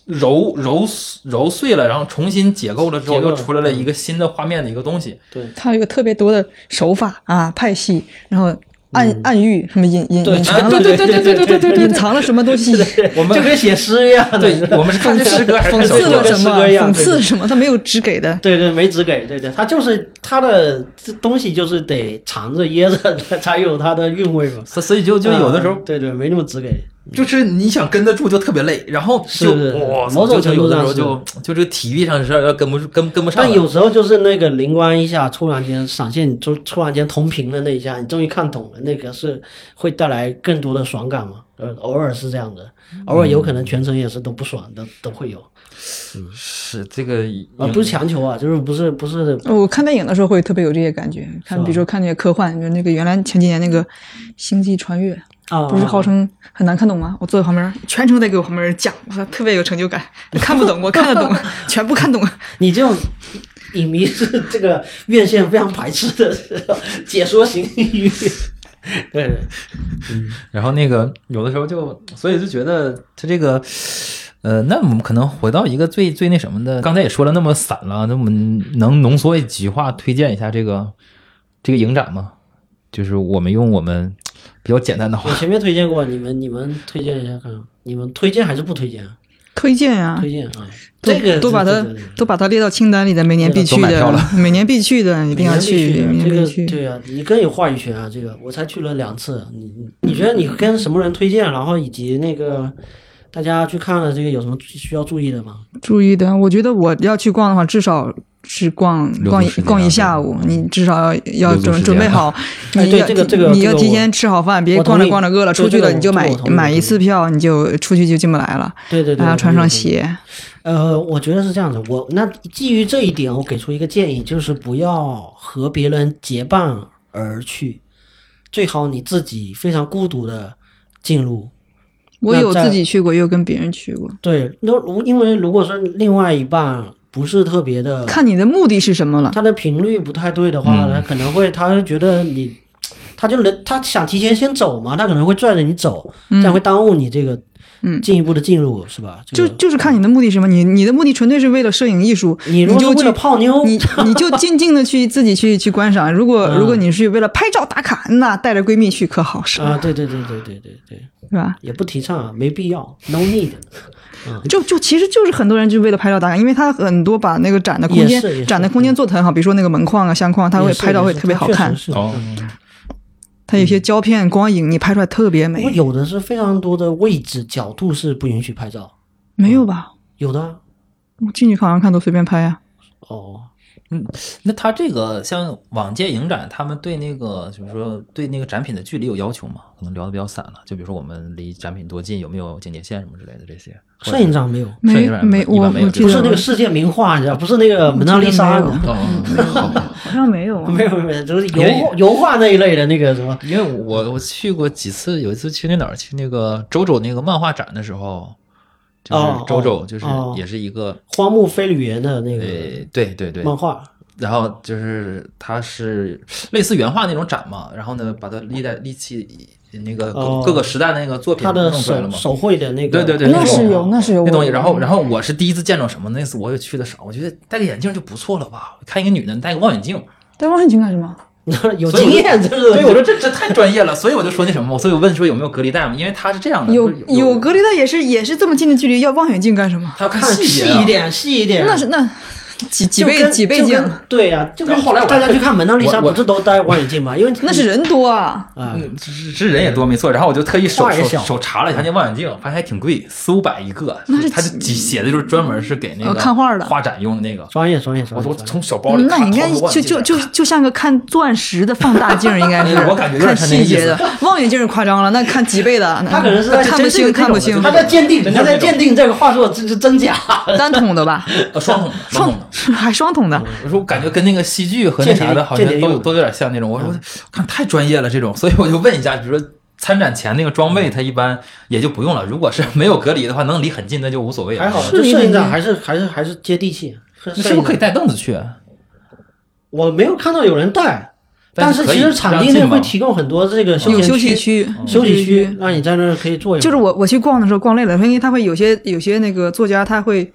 [SPEAKER 3] 揉揉揉碎了，然后重新解构了之后，
[SPEAKER 2] 解构
[SPEAKER 3] 又
[SPEAKER 2] 了嗯
[SPEAKER 3] 出来了一个新的画面的一个东西。
[SPEAKER 5] 它有一个特别多的手法啊派系，然后暗、暗喻什么隐隐
[SPEAKER 2] 对
[SPEAKER 5] 隐藏了
[SPEAKER 3] 对对对对对对对对
[SPEAKER 5] 隐藏了什么东西，
[SPEAKER 2] 我 们就跟写诗一样的，
[SPEAKER 3] 对我们是看
[SPEAKER 5] 讽
[SPEAKER 3] 诗
[SPEAKER 5] 刺
[SPEAKER 3] 歌还是
[SPEAKER 5] 讽
[SPEAKER 3] 看小
[SPEAKER 5] 刺
[SPEAKER 3] 说
[SPEAKER 5] 了？
[SPEAKER 2] 跟
[SPEAKER 5] 什
[SPEAKER 2] 诗
[SPEAKER 5] 么
[SPEAKER 2] 歌一样
[SPEAKER 5] 讽
[SPEAKER 2] 对对
[SPEAKER 5] 刺什么，它没有只给的。
[SPEAKER 2] 对对，没只给，对对，它就是它的这东西就是得藏着掖着， 它才有它的韵味嘛。
[SPEAKER 3] 所所以就就有的时候
[SPEAKER 2] 嗯对对，没那么只给。
[SPEAKER 3] 就是你想跟得住就特别累，然后就
[SPEAKER 2] 是
[SPEAKER 3] 是哇，
[SPEAKER 2] 某种
[SPEAKER 3] 就
[SPEAKER 2] 程
[SPEAKER 3] 有
[SPEAKER 2] 度
[SPEAKER 3] 的时
[SPEAKER 2] 上
[SPEAKER 3] 候就就这个体力上是要跟不住跟跟不上
[SPEAKER 2] 但
[SPEAKER 3] 了。
[SPEAKER 2] 有时候就是那个灵光一下，突然间闪现，你就突然间同频的那一下，你终于看懂了，那个是会带来更多的爽感嘛？呃，偶尔是这样的，
[SPEAKER 3] 嗯
[SPEAKER 2] 偶尔有可能全程也是都不爽的，都会有
[SPEAKER 3] 是这个
[SPEAKER 2] 啊，不是强求啊，就是不是不是
[SPEAKER 5] 我看电影的时候会特别有这些感觉，看比如说看那些科幻，就那个原来前几年那个《星际穿越》，
[SPEAKER 2] 啊，
[SPEAKER 5] 不是号称很难看懂吗？我坐在旁边，全程在给我旁边人讲，我说特别有成就感。看不懂，我看得懂，全部看懂。
[SPEAKER 2] 你这种影迷是这个院线非常排斥的解说型语。对，
[SPEAKER 3] 然后那个有的时候就，所以就觉得他这个，呃，那我们可能回到一个最最那什么的，刚才也说了那么散了，那我们能浓缩一句话推荐一下这个这个影展吗？就是我们用我们比较简单的话
[SPEAKER 2] 我， 前面推荐过，你们你们推荐一下看看，你们推荐还是不推荐啊？
[SPEAKER 5] 推荐啊，
[SPEAKER 2] 推荐啊，
[SPEAKER 5] 都
[SPEAKER 2] 这个
[SPEAKER 5] 都把它都把它列到清单里的，每年必去
[SPEAKER 3] 都买票
[SPEAKER 5] 的
[SPEAKER 3] 了，
[SPEAKER 5] 每年必去的，一
[SPEAKER 2] 一
[SPEAKER 5] 定要去，每年
[SPEAKER 2] 这
[SPEAKER 5] 必
[SPEAKER 2] 个
[SPEAKER 5] 去。
[SPEAKER 2] 对啊，你更有话语权啊。这个我才去了两次，你你你觉得你跟什么人推荐，然后以及那个大家去看了这个有什么需要注意的吗？
[SPEAKER 5] 注意的，我觉得我要去逛的话，至少是逛
[SPEAKER 1] 留
[SPEAKER 3] 出
[SPEAKER 5] 逛一
[SPEAKER 3] 时间
[SPEAKER 5] 逛
[SPEAKER 3] 啊
[SPEAKER 5] 一下午，
[SPEAKER 2] 嗯
[SPEAKER 5] 你至少要要
[SPEAKER 3] 留出时
[SPEAKER 5] 准
[SPEAKER 3] 间
[SPEAKER 5] 准备
[SPEAKER 3] 啊
[SPEAKER 5] 好，
[SPEAKER 2] 哎
[SPEAKER 5] 你
[SPEAKER 2] 对
[SPEAKER 5] 要
[SPEAKER 2] 这个
[SPEAKER 5] 提
[SPEAKER 2] 这个
[SPEAKER 5] 你
[SPEAKER 2] 这
[SPEAKER 5] 要
[SPEAKER 2] 个
[SPEAKER 5] 提
[SPEAKER 2] 我
[SPEAKER 5] 前吃好饭，别
[SPEAKER 2] 我同
[SPEAKER 5] 逛着
[SPEAKER 2] 意
[SPEAKER 5] 逛着饿了
[SPEAKER 2] 对
[SPEAKER 5] 出
[SPEAKER 2] 这
[SPEAKER 5] 去
[SPEAKER 2] 个
[SPEAKER 5] 了，你就
[SPEAKER 2] 我这个
[SPEAKER 5] 买
[SPEAKER 2] 我同意
[SPEAKER 5] 买
[SPEAKER 2] 我
[SPEAKER 5] 一
[SPEAKER 2] 同
[SPEAKER 5] 次
[SPEAKER 2] 意
[SPEAKER 5] 票你就出去就进不来了，
[SPEAKER 2] 对对对，
[SPEAKER 5] 还要穿上
[SPEAKER 2] 我同意。
[SPEAKER 5] 鞋。
[SPEAKER 2] 呃，我觉得是这样子。我那基于这一点，我给出一个建议，就是不要和别人结伴而去，最好你自己非常孤独的进入。
[SPEAKER 5] 我
[SPEAKER 2] 那
[SPEAKER 5] 有
[SPEAKER 2] 在
[SPEAKER 5] 自己去过，也有跟别人去过，
[SPEAKER 2] 对，那如因为如果说另外一半不是特别的，
[SPEAKER 5] 看你的目的是什么了。
[SPEAKER 2] 他的频率不太对的话，
[SPEAKER 3] 嗯
[SPEAKER 2] 他可能会，他会觉得你，他就能，他想提前先走嘛，他可能会拽着你走，这样会耽误你这个
[SPEAKER 5] 嗯
[SPEAKER 2] 进一步的进入，是吧？这
[SPEAKER 5] 就
[SPEAKER 2] 个
[SPEAKER 5] 就是看你的目的是什么，你你的目的纯粹是为了摄影艺术，
[SPEAKER 2] 你
[SPEAKER 5] 你
[SPEAKER 2] 如果是
[SPEAKER 5] 就
[SPEAKER 2] 为了
[SPEAKER 5] 去
[SPEAKER 2] 泡妞，
[SPEAKER 5] 你 你就静静的去自己去去观赏。如果
[SPEAKER 2] 嗯
[SPEAKER 5] 如果你是为了拍照打卡，那带着闺蜜去可好是
[SPEAKER 2] 啊，
[SPEAKER 5] 吧？
[SPEAKER 2] 对对对对对对对，
[SPEAKER 5] 是吧？
[SPEAKER 2] 也不提倡啊，没必要，no need。
[SPEAKER 5] 就就其实就是很多人就为了拍照打卡，因为他很多把那个展的空
[SPEAKER 2] 也
[SPEAKER 5] 间
[SPEAKER 2] 是也是
[SPEAKER 5] 展的空间做得很好，比如说那个门框啊、相框啊， 他会
[SPEAKER 2] 也是
[SPEAKER 5] 拍照
[SPEAKER 2] 也
[SPEAKER 5] 会
[SPEAKER 2] 是
[SPEAKER 5] 特别好看
[SPEAKER 2] 确。实是嗯
[SPEAKER 3] 哦，
[SPEAKER 5] 它有些胶片光影，你拍出来特别
[SPEAKER 2] 不过
[SPEAKER 5] 美。
[SPEAKER 2] 有的是非常多的位置角度是不允许拍照，
[SPEAKER 5] 没有吧？
[SPEAKER 2] 有的啊
[SPEAKER 5] 我进去好像看都随便拍呀、
[SPEAKER 2] 哦，
[SPEAKER 3] 那他这个像往届影展，他们对那个就是说对那个展品的距离有要求吗？可能聊的比较散了，就比如说我们离展品多近，有没有警戒线什么之类的这些。或者
[SPEAKER 2] 摄影展没有，
[SPEAKER 3] 摄
[SPEAKER 5] 没
[SPEAKER 3] 影展
[SPEAKER 5] 没
[SPEAKER 3] 一般
[SPEAKER 5] 我
[SPEAKER 3] 没有
[SPEAKER 5] 我
[SPEAKER 3] 这
[SPEAKER 5] 记
[SPEAKER 2] 不
[SPEAKER 5] 得
[SPEAKER 2] 是那个世界名画，你知道，不是那个蒙娜丽莎，
[SPEAKER 5] 我记得没有
[SPEAKER 3] 哦，好吧
[SPEAKER 5] 好像没有啊
[SPEAKER 2] 没有没有没有，就是
[SPEAKER 3] 因为
[SPEAKER 2] 油画油画那一类的那个什么，
[SPEAKER 3] 因为我我去过几次，有一次去那哪儿去那个周周那个漫画展的时候，就是
[SPEAKER 2] 哦
[SPEAKER 3] 周周
[SPEAKER 2] 哦
[SPEAKER 3] 就是
[SPEAKER 2] 哦
[SPEAKER 3] 也是一个
[SPEAKER 2] 荒木飞吕彦的那
[SPEAKER 3] 呃
[SPEAKER 2] 个
[SPEAKER 3] 对对对，
[SPEAKER 2] 漫画，
[SPEAKER 3] 然后就是它是类似原画那种展嘛，然后呢把它历代历期那个各
[SPEAKER 2] 哦
[SPEAKER 3] 各个时代那个作品
[SPEAKER 2] 他的
[SPEAKER 3] 弄出来
[SPEAKER 2] 手
[SPEAKER 3] 了嘛，
[SPEAKER 2] 手绘的那个，
[SPEAKER 3] 对对对那是有
[SPEAKER 5] 那是有嗯
[SPEAKER 3] 那东西，然后然后我是第一次见着什么，那次我也去的少，我觉得戴个眼镜就不错了吧，看一个女的戴个望远镜，
[SPEAKER 5] 戴望远镜干什么？
[SPEAKER 2] 有
[SPEAKER 3] 所以
[SPEAKER 2] 经
[SPEAKER 3] 我就
[SPEAKER 2] 验，这
[SPEAKER 3] 所以我
[SPEAKER 2] 是
[SPEAKER 3] 说这这太专业了，所以我就说那什么，所以我问说有没有隔离带嘛，因为它是这样
[SPEAKER 2] 嗯
[SPEAKER 3] 的，
[SPEAKER 5] 有
[SPEAKER 3] 就是
[SPEAKER 5] 有隔离带也是也是这么近的距离，要望远镜干什么？
[SPEAKER 3] 他要看
[SPEAKER 2] 看
[SPEAKER 3] 节、
[SPEAKER 2] 细
[SPEAKER 3] 啊、
[SPEAKER 2] 一点细一点，
[SPEAKER 5] 那是那几几
[SPEAKER 2] 就
[SPEAKER 5] 倍
[SPEAKER 2] 跟
[SPEAKER 5] 几倍
[SPEAKER 2] 就
[SPEAKER 5] 镜
[SPEAKER 2] 跟，对呀、就跟
[SPEAKER 3] 然后后来我
[SPEAKER 2] 大家去看蒙娜丽莎，
[SPEAKER 3] 我我
[SPEAKER 2] 不是都戴望远镜吗？因为
[SPEAKER 5] 那是人多啊。
[SPEAKER 2] 啊，
[SPEAKER 3] 嗯，这这人也多，没错。然后我就特意手
[SPEAKER 2] 画也
[SPEAKER 3] 手
[SPEAKER 2] 小
[SPEAKER 3] 手查了一下那望远镜，发现还挺贵，四五百一个。他就几写的就是专门是给那
[SPEAKER 5] 呃
[SPEAKER 3] 个
[SPEAKER 5] 看画的
[SPEAKER 3] 画展用的那个。
[SPEAKER 2] 专业专业专
[SPEAKER 3] 我
[SPEAKER 2] 业
[SPEAKER 3] 都
[SPEAKER 2] 专业。
[SPEAKER 3] 从小包里
[SPEAKER 5] 嗯那
[SPEAKER 3] 看
[SPEAKER 5] 你应该
[SPEAKER 3] 掏出望
[SPEAKER 5] 就
[SPEAKER 3] 远
[SPEAKER 5] 就
[SPEAKER 3] 镜
[SPEAKER 5] 就就像个看钻石的放大镜，应该是
[SPEAKER 3] 哎我感觉有点
[SPEAKER 5] 看
[SPEAKER 3] 像那个
[SPEAKER 5] 细节
[SPEAKER 3] 意思
[SPEAKER 5] 的。望远镜是夸张了，那看几倍的，
[SPEAKER 2] 他可能是在
[SPEAKER 5] 看不
[SPEAKER 2] 这这
[SPEAKER 5] 清看不
[SPEAKER 3] 这种
[SPEAKER 5] 清
[SPEAKER 3] 的，
[SPEAKER 2] 他在鉴定，他在鉴定这个画作这是真假。
[SPEAKER 5] 单筒的吧，
[SPEAKER 3] 呃双筒的双筒的。
[SPEAKER 5] 还双筒的，
[SPEAKER 3] 我说我感觉跟那个戏剧和那啥的，好像
[SPEAKER 2] 间谍嗯
[SPEAKER 3] 都有
[SPEAKER 2] 用的
[SPEAKER 3] 都有点像那种。我说看太专业了这种，所以 我就问一下，比如说参展前那个装
[SPEAKER 2] 嗯
[SPEAKER 3] 备，它一般也就不用了。如果是没有隔离的话，能离很近那就无所谓了。
[SPEAKER 2] 还好，
[SPEAKER 5] 是
[SPEAKER 2] 这
[SPEAKER 5] 你
[SPEAKER 2] 摄影
[SPEAKER 5] 感
[SPEAKER 2] 展
[SPEAKER 5] 觉
[SPEAKER 2] 还是还是还是接地气。
[SPEAKER 3] 你
[SPEAKER 2] 是
[SPEAKER 3] 是不是可以？带凳子去？啊
[SPEAKER 2] 我没有看到有人带，但是
[SPEAKER 3] 可以
[SPEAKER 2] 其实场
[SPEAKER 3] 让
[SPEAKER 2] 地
[SPEAKER 3] 进
[SPEAKER 2] 内
[SPEAKER 3] 吗
[SPEAKER 2] 会提供很多这个休
[SPEAKER 3] 嗯
[SPEAKER 5] 有
[SPEAKER 2] 闲
[SPEAKER 5] 休息区，嗯
[SPEAKER 2] 休息区，让你在那儿可以坐一会儿。
[SPEAKER 5] 就是我我去逛的时候逛累了，因为他会有些有些那个作家他会，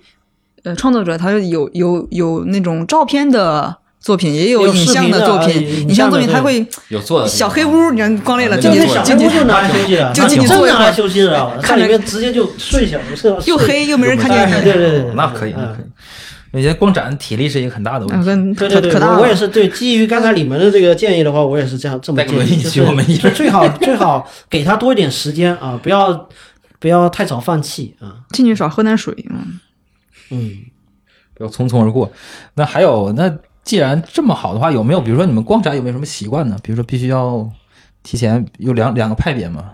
[SPEAKER 5] 呃，创作者他会有有有那种照片的作品，也有
[SPEAKER 2] 有
[SPEAKER 5] 影
[SPEAKER 2] 视
[SPEAKER 5] 像
[SPEAKER 2] 频的
[SPEAKER 5] 作
[SPEAKER 2] 啊
[SPEAKER 5] 品
[SPEAKER 2] 有，影
[SPEAKER 5] 影像
[SPEAKER 2] 像的
[SPEAKER 5] 作品他
[SPEAKER 2] 对
[SPEAKER 5] 会
[SPEAKER 3] 有坐的地方
[SPEAKER 5] 小黑屋，你看逛累了
[SPEAKER 3] 那
[SPEAKER 5] 进
[SPEAKER 2] 就
[SPEAKER 5] 去
[SPEAKER 2] 那
[SPEAKER 3] 个
[SPEAKER 5] 坐
[SPEAKER 2] 小
[SPEAKER 5] 进
[SPEAKER 2] 黑
[SPEAKER 5] 去
[SPEAKER 2] 屋就拿来休息了，
[SPEAKER 5] 就进去
[SPEAKER 2] 真
[SPEAKER 5] 坐一
[SPEAKER 2] 拿
[SPEAKER 5] 会
[SPEAKER 2] 来
[SPEAKER 5] 儿
[SPEAKER 2] 休息了，
[SPEAKER 5] 看
[SPEAKER 2] 看
[SPEAKER 5] 着
[SPEAKER 2] 里面直接就睡下了，睡了
[SPEAKER 5] 又黑又没人看见
[SPEAKER 2] 哎
[SPEAKER 5] 你
[SPEAKER 2] 对，对嗯对，
[SPEAKER 3] 那可以，那可以。我觉得光展体力是一个很大的问
[SPEAKER 5] 嗯，
[SPEAKER 3] 题。
[SPEAKER 5] 跟
[SPEAKER 2] 对
[SPEAKER 5] 可
[SPEAKER 2] 对对，
[SPEAKER 5] 可大
[SPEAKER 2] 我我也
[SPEAKER 5] 了。
[SPEAKER 2] 是对，基于刚才你们的这个建议的话，我也是这样这么
[SPEAKER 3] 带个
[SPEAKER 2] 建
[SPEAKER 3] 轮
[SPEAKER 2] 议，
[SPEAKER 3] 椅
[SPEAKER 2] 就
[SPEAKER 3] 去我们一
[SPEAKER 2] 是
[SPEAKER 3] 人
[SPEAKER 2] 就最好最好给他多一点时间啊，不要不要太早放弃啊，
[SPEAKER 5] 进去少喝点水，嗯，
[SPEAKER 2] 嗯，
[SPEAKER 3] 不要匆匆而过。那还有，那既然这么好的话，有没有比如说你们光展有没有什么习惯呢？比如说必须要提前有两两个派别嘛，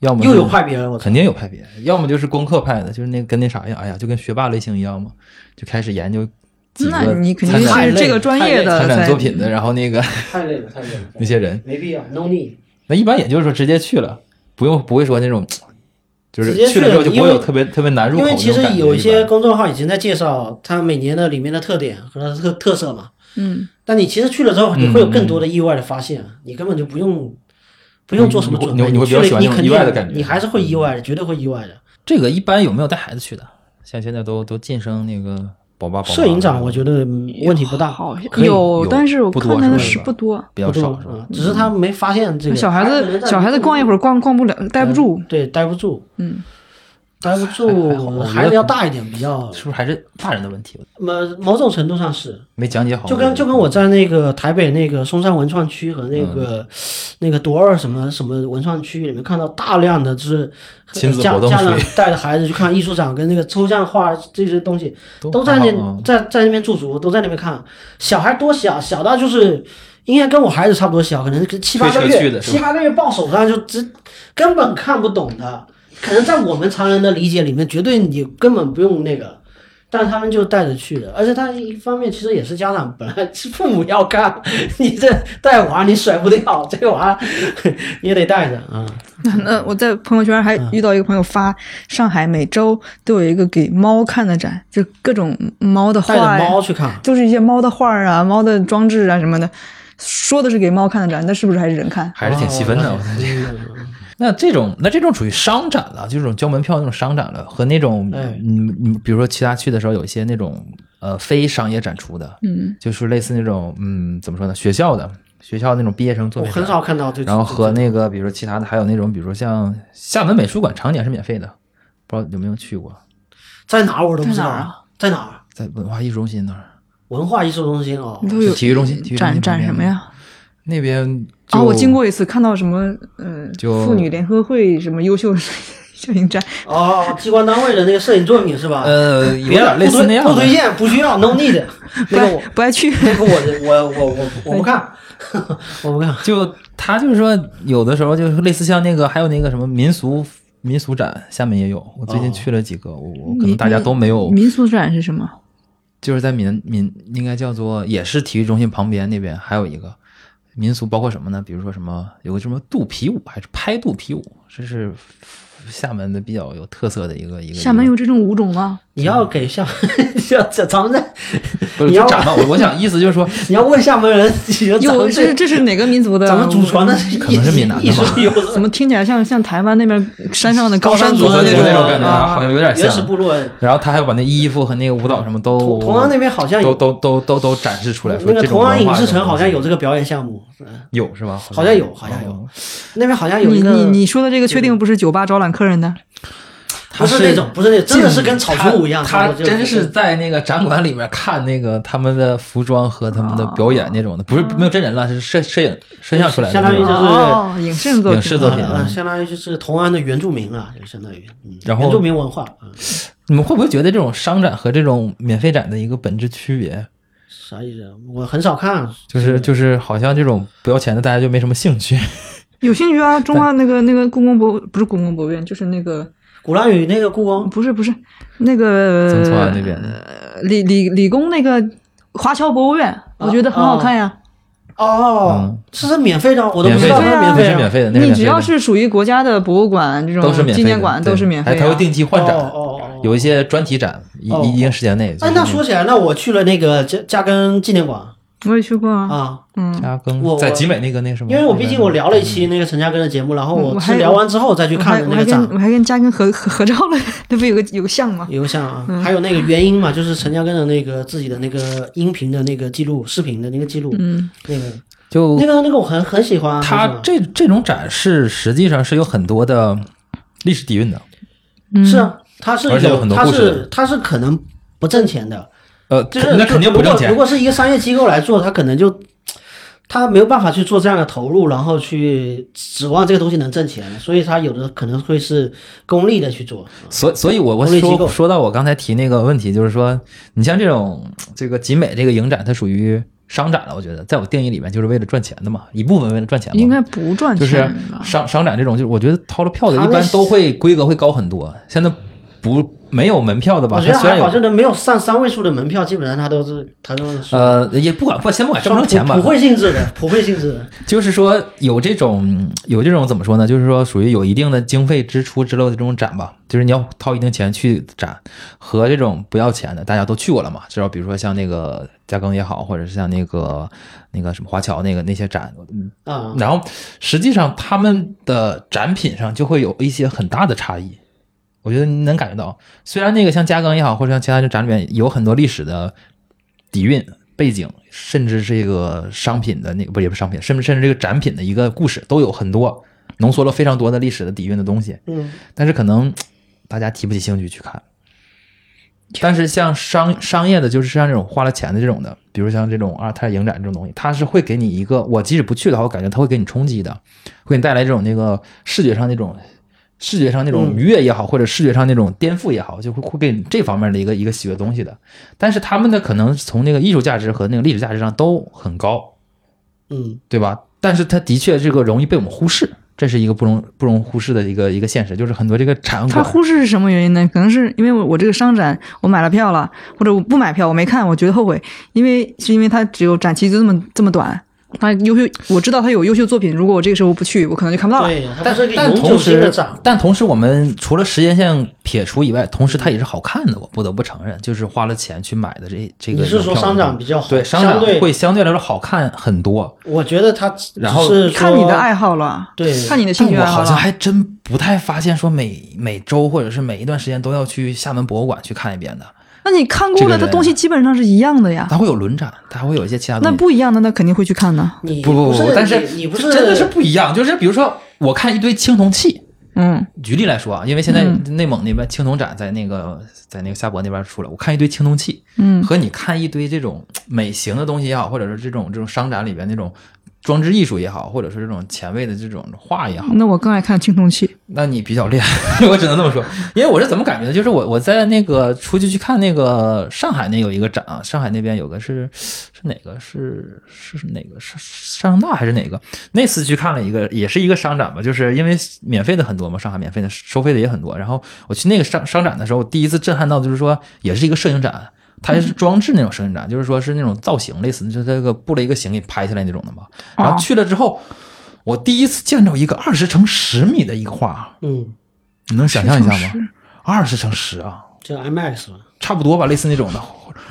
[SPEAKER 3] 要么
[SPEAKER 2] 又有
[SPEAKER 3] 是
[SPEAKER 2] 派别了，我操，
[SPEAKER 3] 肯定有派别，要么就是功课派的，就是那跟那啥一样，哎呀，就跟学霸类型一样嘛，就开始研究几个
[SPEAKER 5] 那你肯定
[SPEAKER 3] 参展
[SPEAKER 5] 是这个专业的
[SPEAKER 3] 参展
[SPEAKER 5] 才
[SPEAKER 3] 作品的，然后 那个
[SPEAKER 2] 太累了，太累了
[SPEAKER 3] 那些人，
[SPEAKER 2] 没必要，no need。
[SPEAKER 3] 那一般也就是说直接去了，不用不会说那种。就是
[SPEAKER 2] 直接
[SPEAKER 3] 去了之后就不
[SPEAKER 2] 因
[SPEAKER 3] 会
[SPEAKER 2] 为
[SPEAKER 3] 有特别特别难入口
[SPEAKER 2] 因
[SPEAKER 3] 那
[SPEAKER 2] 为
[SPEAKER 3] 种
[SPEAKER 2] 其
[SPEAKER 3] 感觉。
[SPEAKER 2] 实有一些
[SPEAKER 3] 般
[SPEAKER 2] 公众号已经在介绍它每年的里面的特点和它的特特色嘛，
[SPEAKER 5] 嗯，
[SPEAKER 2] 但你其实去了之后，你会有更
[SPEAKER 3] 嗯
[SPEAKER 2] 多的意外的发现，啊你根本就不用不用做什么准备，
[SPEAKER 3] 你你会
[SPEAKER 2] 去了
[SPEAKER 3] 你会比较喜欢
[SPEAKER 2] 你
[SPEAKER 3] 那种
[SPEAKER 2] 肯
[SPEAKER 3] 意外
[SPEAKER 2] 定
[SPEAKER 3] 的感觉嗯
[SPEAKER 2] 你还是会意外的，绝对会意外的。
[SPEAKER 3] 这个一般有没有带孩子去的？像现在都都晋升那个宝爸宝妈
[SPEAKER 2] 摄影展我觉得问题不大，
[SPEAKER 5] 好像
[SPEAKER 2] 可以
[SPEAKER 5] 有
[SPEAKER 3] 有，
[SPEAKER 5] 但是我
[SPEAKER 3] 不
[SPEAKER 5] 看
[SPEAKER 3] 多
[SPEAKER 5] 他的
[SPEAKER 3] 是
[SPEAKER 5] 是
[SPEAKER 3] 吧
[SPEAKER 5] 不多，
[SPEAKER 3] 比较
[SPEAKER 2] 不
[SPEAKER 3] 少
[SPEAKER 2] 多
[SPEAKER 3] 是吧？
[SPEAKER 2] 嗯只是他没发现这个
[SPEAKER 5] 小孩子小孩子逛一会
[SPEAKER 2] 儿
[SPEAKER 5] 儿逛逛不了，待不住，
[SPEAKER 2] 对，待不住。
[SPEAKER 5] 嗯，
[SPEAKER 2] 待不住，
[SPEAKER 3] 还还好
[SPEAKER 2] 孩子要大一点比较，
[SPEAKER 3] 是不是还是大人的问题？
[SPEAKER 2] 某某种程度上是，
[SPEAKER 3] 没讲解好，
[SPEAKER 2] 就跟就跟我在那个台北那个松山文创区和那个、
[SPEAKER 3] 嗯
[SPEAKER 2] 那个多尔什么什么文创区里面看到大量的就是
[SPEAKER 3] 亲子
[SPEAKER 2] 家
[SPEAKER 3] 活动
[SPEAKER 2] 家长
[SPEAKER 3] 区
[SPEAKER 2] 带着孩子去看艺术展跟那个抽象画这些东西，
[SPEAKER 3] 都
[SPEAKER 2] 都在那、
[SPEAKER 3] 还好啊
[SPEAKER 2] 在在那边驻足，都在那边看。小孩多小，小到就是应该跟我孩子差不多小，可能七八个
[SPEAKER 3] 推车去
[SPEAKER 2] 月，
[SPEAKER 3] 的是吧
[SPEAKER 2] 七八个月抱手上就只根本看不懂的。可能在我们常人的理解里面，绝对你根本不用那个，但他们就带着去的。而且他一方面其实也是家长本来是父母要干，你这带娃你甩不掉，这个娃也得带着啊。
[SPEAKER 5] 那 那我在朋友圈还
[SPEAKER 3] 嗯
[SPEAKER 5] 遇到一个朋友发，上海每周都有一个给猫看的展，就各种猫的画
[SPEAKER 2] 带着
[SPEAKER 5] 呀，
[SPEAKER 2] 猫去看，
[SPEAKER 5] 就是一些猫的画啊、猫的装置啊什么的。说的是给猫看的展，那是不是还是人看？
[SPEAKER 3] 还是
[SPEAKER 2] 啊
[SPEAKER 3] 挺细分
[SPEAKER 2] 哦
[SPEAKER 3] 的。我感觉
[SPEAKER 2] 嗯
[SPEAKER 3] 那这种那这种属于商展了，就是这种交门票那种商展了，和那种
[SPEAKER 2] 哎
[SPEAKER 3] 嗯嗯，比如说其他去的时候有一些那种呃非商业展出的，
[SPEAKER 5] 嗯，
[SPEAKER 3] 就是类似那种嗯怎么说呢，学校的学校那种毕业生作
[SPEAKER 2] 我
[SPEAKER 5] 哦
[SPEAKER 3] 品
[SPEAKER 2] 很
[SPEAKER 3] 展，
[SPEAKER 2] 少看 到这。
[SPEAKER 3] 然后和
[SPEAKER 2] 这
[SPEAKER 3] 那个比如说其他的，还有那种比如说像厦门美术馆常年是免费的，不知道有没有去过，
[SPEAKER 2] 在哪儿我都不知
[SPEAKER 5] 在
[SPEAKER 2] 道，
[SPEAKER 5] 哪儿啊
[SPEAKER 2] 在哪儿？
[SPEAKER 3] 在文化艺术中心那儿，
[SPEAKER 2] 文化艺术中心哦，
[SPEAKER 5] 都有
[SPEAKER 3] 嗯体育中心体育中心
[SPEAKER 5] 展
[SPEAKER 3] 旁
[SPEAKER 5] 展
[SPEAKER 3] 边
[SPEAKER 5] 什么呀？
[SPEAKER 3] 那边
[SPEAKER 5] 啊，
[SPEAKER 3] 就
[SPEAKER 5] 我经过一次，看到什么呃，
[SPEAKER 3] 就
[SPEAKER 5] 妇女联合会什么优秀摄影展，
[SPEAKER 2] 哦，机关单位的那个摄影作品是吧？
[SPEAKER 3] 呃有
[SPEAKER 2] 别了，
[SPEAKER 3] 点类似那样
[SPEAKER 2] 不推不推
[SPEAKER 3] 的。
[SPEAKER 2] 荐，不需要，no need。
[SPEAKER 5] 不
[SPEAKER 2] 那
[SPEAKER 5] 爱
[SPEAKER 2] 个我，
[SPEAKER 5] 不爱 去。
[SPEAKER 2] 那个我我我我我不看， 我不看。
[SPEAKER 3] 就他就是说，有的时候就是类似像那个，还有那个什么民俗民俗展，厦门也有。我最近去了几个，我我可能大家都没有，
[SPEAKER 5] 民俗展是什么？
[SPEAKER 3] 就是在民民应该叫做也是体育中心旁边那边还有一个民俗，包括什么呢？比如说什么有个什么肚皮舞，还是拍肚皮舞，这是厦门的比较有特色的一个一个。
[SPEAKER 5] 厦门有这种舞种吗？
[SPEAKER 2] 你要给厦，你要这咱们在，
[SPEAKER 3] 不是
[SPEAKER 2] 你
[SPEAKER 3] 就
[SPEAKER 2] 要
[SPEAKER 3] 展嘛？我我想意思就是说，
[SPEAKER 2] 你要问厦门人，你说咱
[SPEAKER 5] 有
[SPEAKER 2] 们
[SPEAKER 5] 这
[SPEAKER 2] 这
[SPEAKER 5] 这是哪个民族的？
[SPEAKER 2] 咱们祖传的
[SPEAKER 3] 可能是闽南的吧
[SPEAKER 2] 艺术有
[SPEAKER 5] 怎么听起来像像台湾那边山上的高
[SPEAKER 2] 山
[SPEAKER 5] 族
[SPEAKER 3] 族
[SPEAKER 5] 的
[SPEAKER 3] 的那
[SPEAKER 5] 种
[SPEAKER 3] 种感觉
[SPEAKER 5] 啊？
[SPEAKER 3] 好像有点像
[SPEAKER 2] 原始部落。
[SPEAKER 3] 然后他还把那衣服和那个舞蹈什么都
[SPEAKER 2] 同同安那边好像
[SPEAKER 3] 都
[SPEAKER 2] 有
[SPEAKER 3] 都都都都展示出来。说
[SPEAKER 2] 那个
[SPEAKER 3] 这种
[SPEAKER 2] 同安
[SPEAKER 3] 文
[SPEAKER 2] 影
[SPEAKER 3] 化
[SPEAKER 2] 视
[SPEAKER 3] 这种
[SPEAKER 2] 城好
[SPEAKER 3] 东西
[SPEAKER 2] 像有这个表演项目，嗯
[SPEAKER 3] 有是吧？哦
[SPEAKER 2] 好像有，好像有。那边好像有
[SPEAKER 5] 你
[SPEAKER 2] 一个，
[SPEAKER 5] 你你说的这个确定不是酒吧招揽客人的？
[SPEAKER 2] 不是那种，不是那种，真的是跟草
[SPEAKER 3] 裙
[SPEAKER 2] 裙舞一样。
[SPEAKER 3] 他
[SPEAKER 2] 差不多就
[SPEAKER 3] 真是在那个展馆里面看那个他们的服装和他们
[SPEAKER 2] 啊
[SPEAKER 3] 的表演那种的，不是没有真人了，是摄摄影摄像出来的，
[SPEAKER 2] 相当于就是
[SPEAKER 5] 哦，影视作品。
[SPEAKER 3] 影视作品
[SPEAKER 2] 啊，
[SPEAKER 3] 啊
[SPEAKER 2] 相当于就是同安的原住民啊，就相当于，嗯
[SPEAKER 3] 然后
[SPEAKER 2] 原住民文化，嗯，
[SPEAKER 3] 你们会不会觉得这种商展和这种免费展的一个本质区别，
[SPEAKER 2] 啥意思啊？我很少看，
[SPEAKER 3] 就是就是好像这种不要钱的大家就没什么兴趣，
[SPEAKER 5] 有兴趣啊？中华那个那个故宫博不是故宫博物院，就是那个
[SPEAKER 2] 鼓浪屿那个故宫，
[SPEAKER 5] 不是不是那个
[SPEAKER 3] 从从
[SPEAKER 2] 嗯
[SPEAKER 3] 安那边
[SPEAKER 5] 呃理理理工那个华侨博物院，我觉得很好看呀。
[SPEAKER 2] 哦
[SPEAKER 3] 嗯，
[SPEAKER 2] 这是免费的，我都不
[SPEAKER 3] 免
[SPEAKER 2] 知
[SPEAKER 3] 费
[SPEAKER 2] 道
[SPEAKER 3] 的，
[SPEAKER 5] 对啊
[SPEAKER 2] 它免
[SPEAKER 3] 那是
[SPEAKER 2] 费
[SPEAKER 3] 免
[SPEAKER 2] 啊
[SPEAKER 3] 费的，那是
[SPEAKER 5] 你
[SPEAKER 3] 免
[SPEAKER 5] 只
[SPEAKER 3] 费
[SPEAKER 5] 要
[SPEAKER 3] 的。
[SPEAKER 5] 是属于国家的博物馆这
[SPEAKER 3] 都是
[SPEAKER 5] 种
[SPEAKER 3] 免
[SPEAKER 5] 纪
[SPEAKER 3] 费
[SPEAKER 5] 念
[SPEAKER 3] 的，
[SPEAKER 5] 馆
[SPEAKER 3] 对
[SPEAKER 5] 都是免费
[SPEAKER 3] 哎，
[SPEAKER 5] 的。
[SPEAKER 3] 它会定期换展，
[SPEAKER 2] 哦哦哦哦
[SPEAKER 3] 有一些专题展，一
[SPEAKER 2] 哦哦
[SPEAKER 3] 一定时间内。
[SPEAKER 2] 哎，那说起来，那我去了那个嘉嘉庚纪念馆
[SPEAKER 5] 我也去过啊，
[SPEAKER 2] 啊，
[SPEAKER 5] 嗯，
[SPEAKER 3] 加
[SPEAKER 2] 我
[SPEAKER 3] 更
[SPEAKER 2] 我
[SPEAKER 3] 在集美那个那什么，
[SPEAKER 2] 因为我毕竟我聊了一期那个陈嘉庚的节目，然后
[SPEAKER 5] 嗯我
[SPEAKER 2] 我
[SPEAKER 5] 还
[SPEAKER 2] 是聊完之后再去
[SPEAKER 5] 我
[SPEAKER 2] 看
[SPEAKER 5] 还
[SPEAKER 2] 的
[SPEAKER 5] 我
[SPEAKER 2] 那
[SPEAKER 5] 还跟
[SPEAKER 2] 个展
[SPEAKER 5] 我。还跟嘉庚合合合照了，那不有个有个像吗？
[SPEAKER 2] 邮箱啊，
[SPEAKER 5] 嗯
[SPEAKER 2] 还有那个原因嘛，就是陈嘉庚的那个自己的那个音频的那个记录，视频的那个记录，
[SPEAKER 5] 嗯，
[SPEAKER 2] 那个
[SPEAKER 3] 就
[SPEAKER 2] 那个那个我很很喜欢啊，
[SPEAKER 3] 它
[SPEAKER 2] 就是
[SPEAKER 3] 这这种展示实际上是有很多的历史底蕴的，
[SPEAKER 5] 嗯
[SPEAKER 2] 是啊，它是
[SPEAKER 3] 而且有很多
[SPEAKER 2] 它
[SPEAKER 3] 故事
[SPEAKER 2] 是它是可能不挣钱的，
[SPEAKER 3] 呃，
[SPEAKER 2] 就是
[SPEAKER 3] 那肯定不挣钱
[SPEAKER 2] 如果如。果是一个商业机构来做，它可能就它没有办法去做这样的投入，然后去指望这个东西能挣钱，所以它有的可能会是功利的去做。
[SPEAKER 3] 所所以我，我
[SPEAKER 2] 公立机构
[SPEAKER 3] 说说到我刚才提那个问题，就是说，你像这种这个集美这个影展，它属于商展了。我觉得，在我定义里面，就是为了赚钱的嘛，一部分为了赚钱嘛。
[SPEAKER 5] 应该不赚
[SPEAKER 3] 就
[SPEAKER 5] 钱
[SPEAKER 3] 是
[SPEAKER 5] 吧？
[SPEAKER 3] 商商展这种，就是我觉得掏了票的，
[SPEAKER 2] 他
[SPEAKER 3] 一
[SPEAKER 2] 那
[SPEAKER 3] 般都会规格会高很多。现在不没有门票的吧？
[SPEAKER 2] 我觉
[SPEAKER 3] 它
[SPEAKER 2] 得
[SPEAKER 3] 虽然
[SPEAKER 2] 还好，
[SPEAKER 3] 有
[SPEAKER 2] 就能没有上三位数的门票，基本上它都是它都是
[SPEAKER 3] 呃，也不管不 先不管挣不挣钱吧
[SPEAKER 2] 普，惠性质的，普惠性质的。
[SPEAKER 3] 就是说有这种有这种怎么说呢？就是说属于有一定的经费支出之类的这种展吧，就是你要掏一定钱去展，和这种不要钱的，大家都去过了嘛，知道？比如说像那个嘉庚也好，或者是像那个那个什么华侨那个那些展，
[SPEAKER 2] 啊，
[SPEAKER 3] 然后实际上他们的展品上就会有一些很大的差异。我觉得你能感觉到，虽然那个像嘉庚也好，或者像其他的展里面有很多历史的底蕴、背景，甚至这个商品的那个不也不是商品，甚至甚至这个展品的一个故事都有很多浓缩了非常多的历史的底蕴的东西，
[SPEAKER 2] 嗯，
[SPEAKER 3] 但是可能大家提不起兴趣去看。但是像商商业的，就是像这种花了钱的这种的，比如像这种阿尔泰影展这种东西，它是会给你一个，我即使不去的话，我感觉它会给你冲击的，会给你带来这种那个视觉上那种视觉上那
[SPEAKER 5] 嗯
[SPEAKER 3] 种愉悦也好，或者视觉上那种颠覆也好，就会会给你这方面的一个一个喜悦东西的。但是他们的可能从那个艺术价值和那个历史价值上都很高，
[SPEAKER 2] 嗯，
[SPEAKER 3] 对吧？但是它的确这个容易被我们忽视，这是一个不容不容忽视的一个一个现实，就是很多这个产啊
[SPEAKER 5] 他
[SPEAKER 3] 馆
[SPEAKER 5] 忽视是什么原因呢？可能是因为我我这个商展我买了票了，或者我不买票我没看，我觉得后悔，因为是因为它只有展期就这么这么短。它优秀，我知道它有优秀作品，如果我这个时候不去，我可能就看不到了。
[SPEAKER 2] 对呀，它
[SPEAKER 3] 但
[SPEAKER 2] 不是一个
[SPEAKER 3] 但
[SPEAKER 2] 永
[SPEAKER 3] 同
[SPEAKER 2] 久性的
[SPEAKER 3] 时
[SPEAKER 2] 展，，
[SPEAKER 3] 但同时我们除了时间线撇除以外，同时它也是好看的，我不得不承认，就是花了钱去买的这这个
[SPEAKER 2] 你
[SPEAKER 3] 票。
[SPEAKER 2] 是说商场比较好？
[SPEAKER 3] 对商
[SPEAKER 2] 相
[SPEAKER 3] 场
[SPEAKER 2] 对
[SPEAKER 3] 会相对来说好看很多，
[SPEAKER 2] 我觉得他只
[SPEAKER 3] 然后
[SPEAKER 2] 是
[SPEAKER 5] 看你的爱
[SPEAKER 2] 好，
[SPEAKER 5] 好了，
[SPEAKER 2] 对，
[SPEAKER 5] 看你的兴
[SPEAKER 3] 但
[SPEAKER 5] 趣
[SPEAKER 3] 我
[SPEAKER 5] 爱好
[SPEAKER 3] 好像
[SPEAKER 5] 了。
[SPEAKER 3] 还真不太发现说每每周或者是每一段时间都要去厦门博物馆去看一遍的，
[SPEAKER 5] 那你看
[SPEAKER 3] 这
[SPEAKER 5] 过
[SPEAKER 3] 个
[SPEAKER 5] 的，它
[SPEAKER 3] 人
[SPEAKER 5] 东西基本上是一样的呀。
[SPEAKER 3] 它会有轮展，它会有一些其他东
[SPEAKER 5] 那
[SPEAKER 3] 西。
[SPEAKER 5] 不一样的，那肯定会去看的。
[SPEAKER 2] 你
[SPEAKER 3] 不不
[SPEAKER 2] 是
[SPEAKER 3] 不，但是
[SPEAKER 2] 你你不
[SPEAKER 3] 真的是不一样，就是比如说我看一堆青铜器，
[SPEAKER 5] 嗯，
[SPEAKER 3] 举例来说啊，因为现在内蒙那边青铜展在那个在那个下博那边出来，我看一堆青铜器，
[SPEAKER 5] 嗯，
[SPEAKER 3] 和你看一堆这种美型的东西也好，或者是这种这种商展里边那种装置艺术也好，或者是这种前卫的这种画也好，
[SPEAKER 5] 那我更爱看青铜器。
[SPEAKER 3] 那你比较厉害， 我只能这么说。因为我是怎么感觉的，就是我我在那个出去去看那个上海那有一个展啊，上海那边有个是是哪个是是哪个是上大还是哪个？那次去看了一个，也是一个商展吧，就是因为免费的很多嘛，上海免费的收费的也很多。然后我去那个商商展的时候，第一次震撼到就是说，也是一个摄影展。它是装置那种摄影展，就是说是那种造型类似，就是这个布了一个形给拍下来那种的嘛。然后去了之后，我第一次见着一个二十乘十米的一个画，
[SPEAKER 2] 嗯，
[SPEAKER 3] 你能想象一下
[SPEAKER 5] 10乘
[SPEAKER 3] 吗？二十乘十啊，
[SPEAKER 2] 这 IMAX 嘛，
[SPEAKER 3] 差不多吧，类似那种的。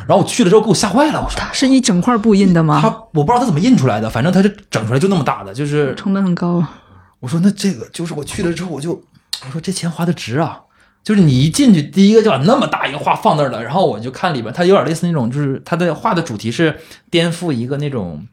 [SPEAKER 3] 然后我去了之后给我吓坏了，我说
[SPEAKER 5] 它是一整块布印的
[SPEAKER 3] 他
[SPEAKER 5] 吗？
[SPEAKER 3] 我不知道他怎么印出来的，反正他就整出来就那么大的，就是
[SPEAKER 5] 成本很高啊。
[SPEAKER 3] 我说那这个就是我去了之后我就我说这钱花的值啊。就是你一进去，第一个就把那么大一个画放那儿了，然后我就看里边，它有点类似那种，就是它的画的主题是颠覆一个那种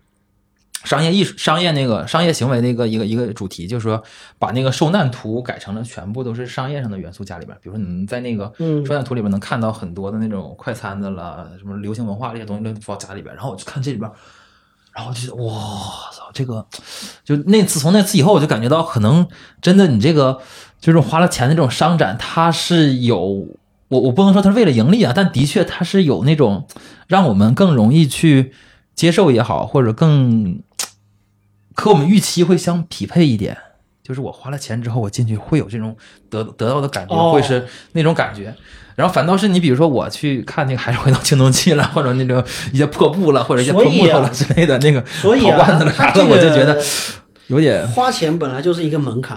[SPEAKER 3] 商业艺术、商业那个商业行为的一个一个一个主题，就是说把那个受难图改成了全部都是商业上的元素加里边儿，比如说你们在那个
[SPEAKER 2] 嗯
[SPEAKER 3] 受难图里边能看到很多的那种快餐的啦，什么流行文化这些东西都放家里边儿，然后我就看这里边儿，然后我就觉得哇操，这个就那次从那次以后，我就感觉到可能真的你这个就是花了钱的这种商展，它是有。我我不能说它是为了盈利啊，但的确它是有那种让我们更容易去接受也好，或者更和我们预期会相匹配一点。就是我花了钱之后，我进去会有这种得得到的感觉，
[SPEAKER 2] 哦
[SPEAKER 3] 会是那种感觉。然后反倒是你，比如说我去看那个，还是回到青铜器了，或者那种一些破布了，或者一些破木头了之类的那个
[SPEAKER 2] 啊所以
[SPEAKER 3] 陶罐
[SPEAKER 2] 啊
[SPEAKER 3] 子了，啥
[SPEAKER 2] 它
[SPEAKER 3] 的，
[SPEAKER 2] 这个
[SPEAKER 3] 我就觉得有点
[SPEAKER 2] 花钱本来就是一个门槛，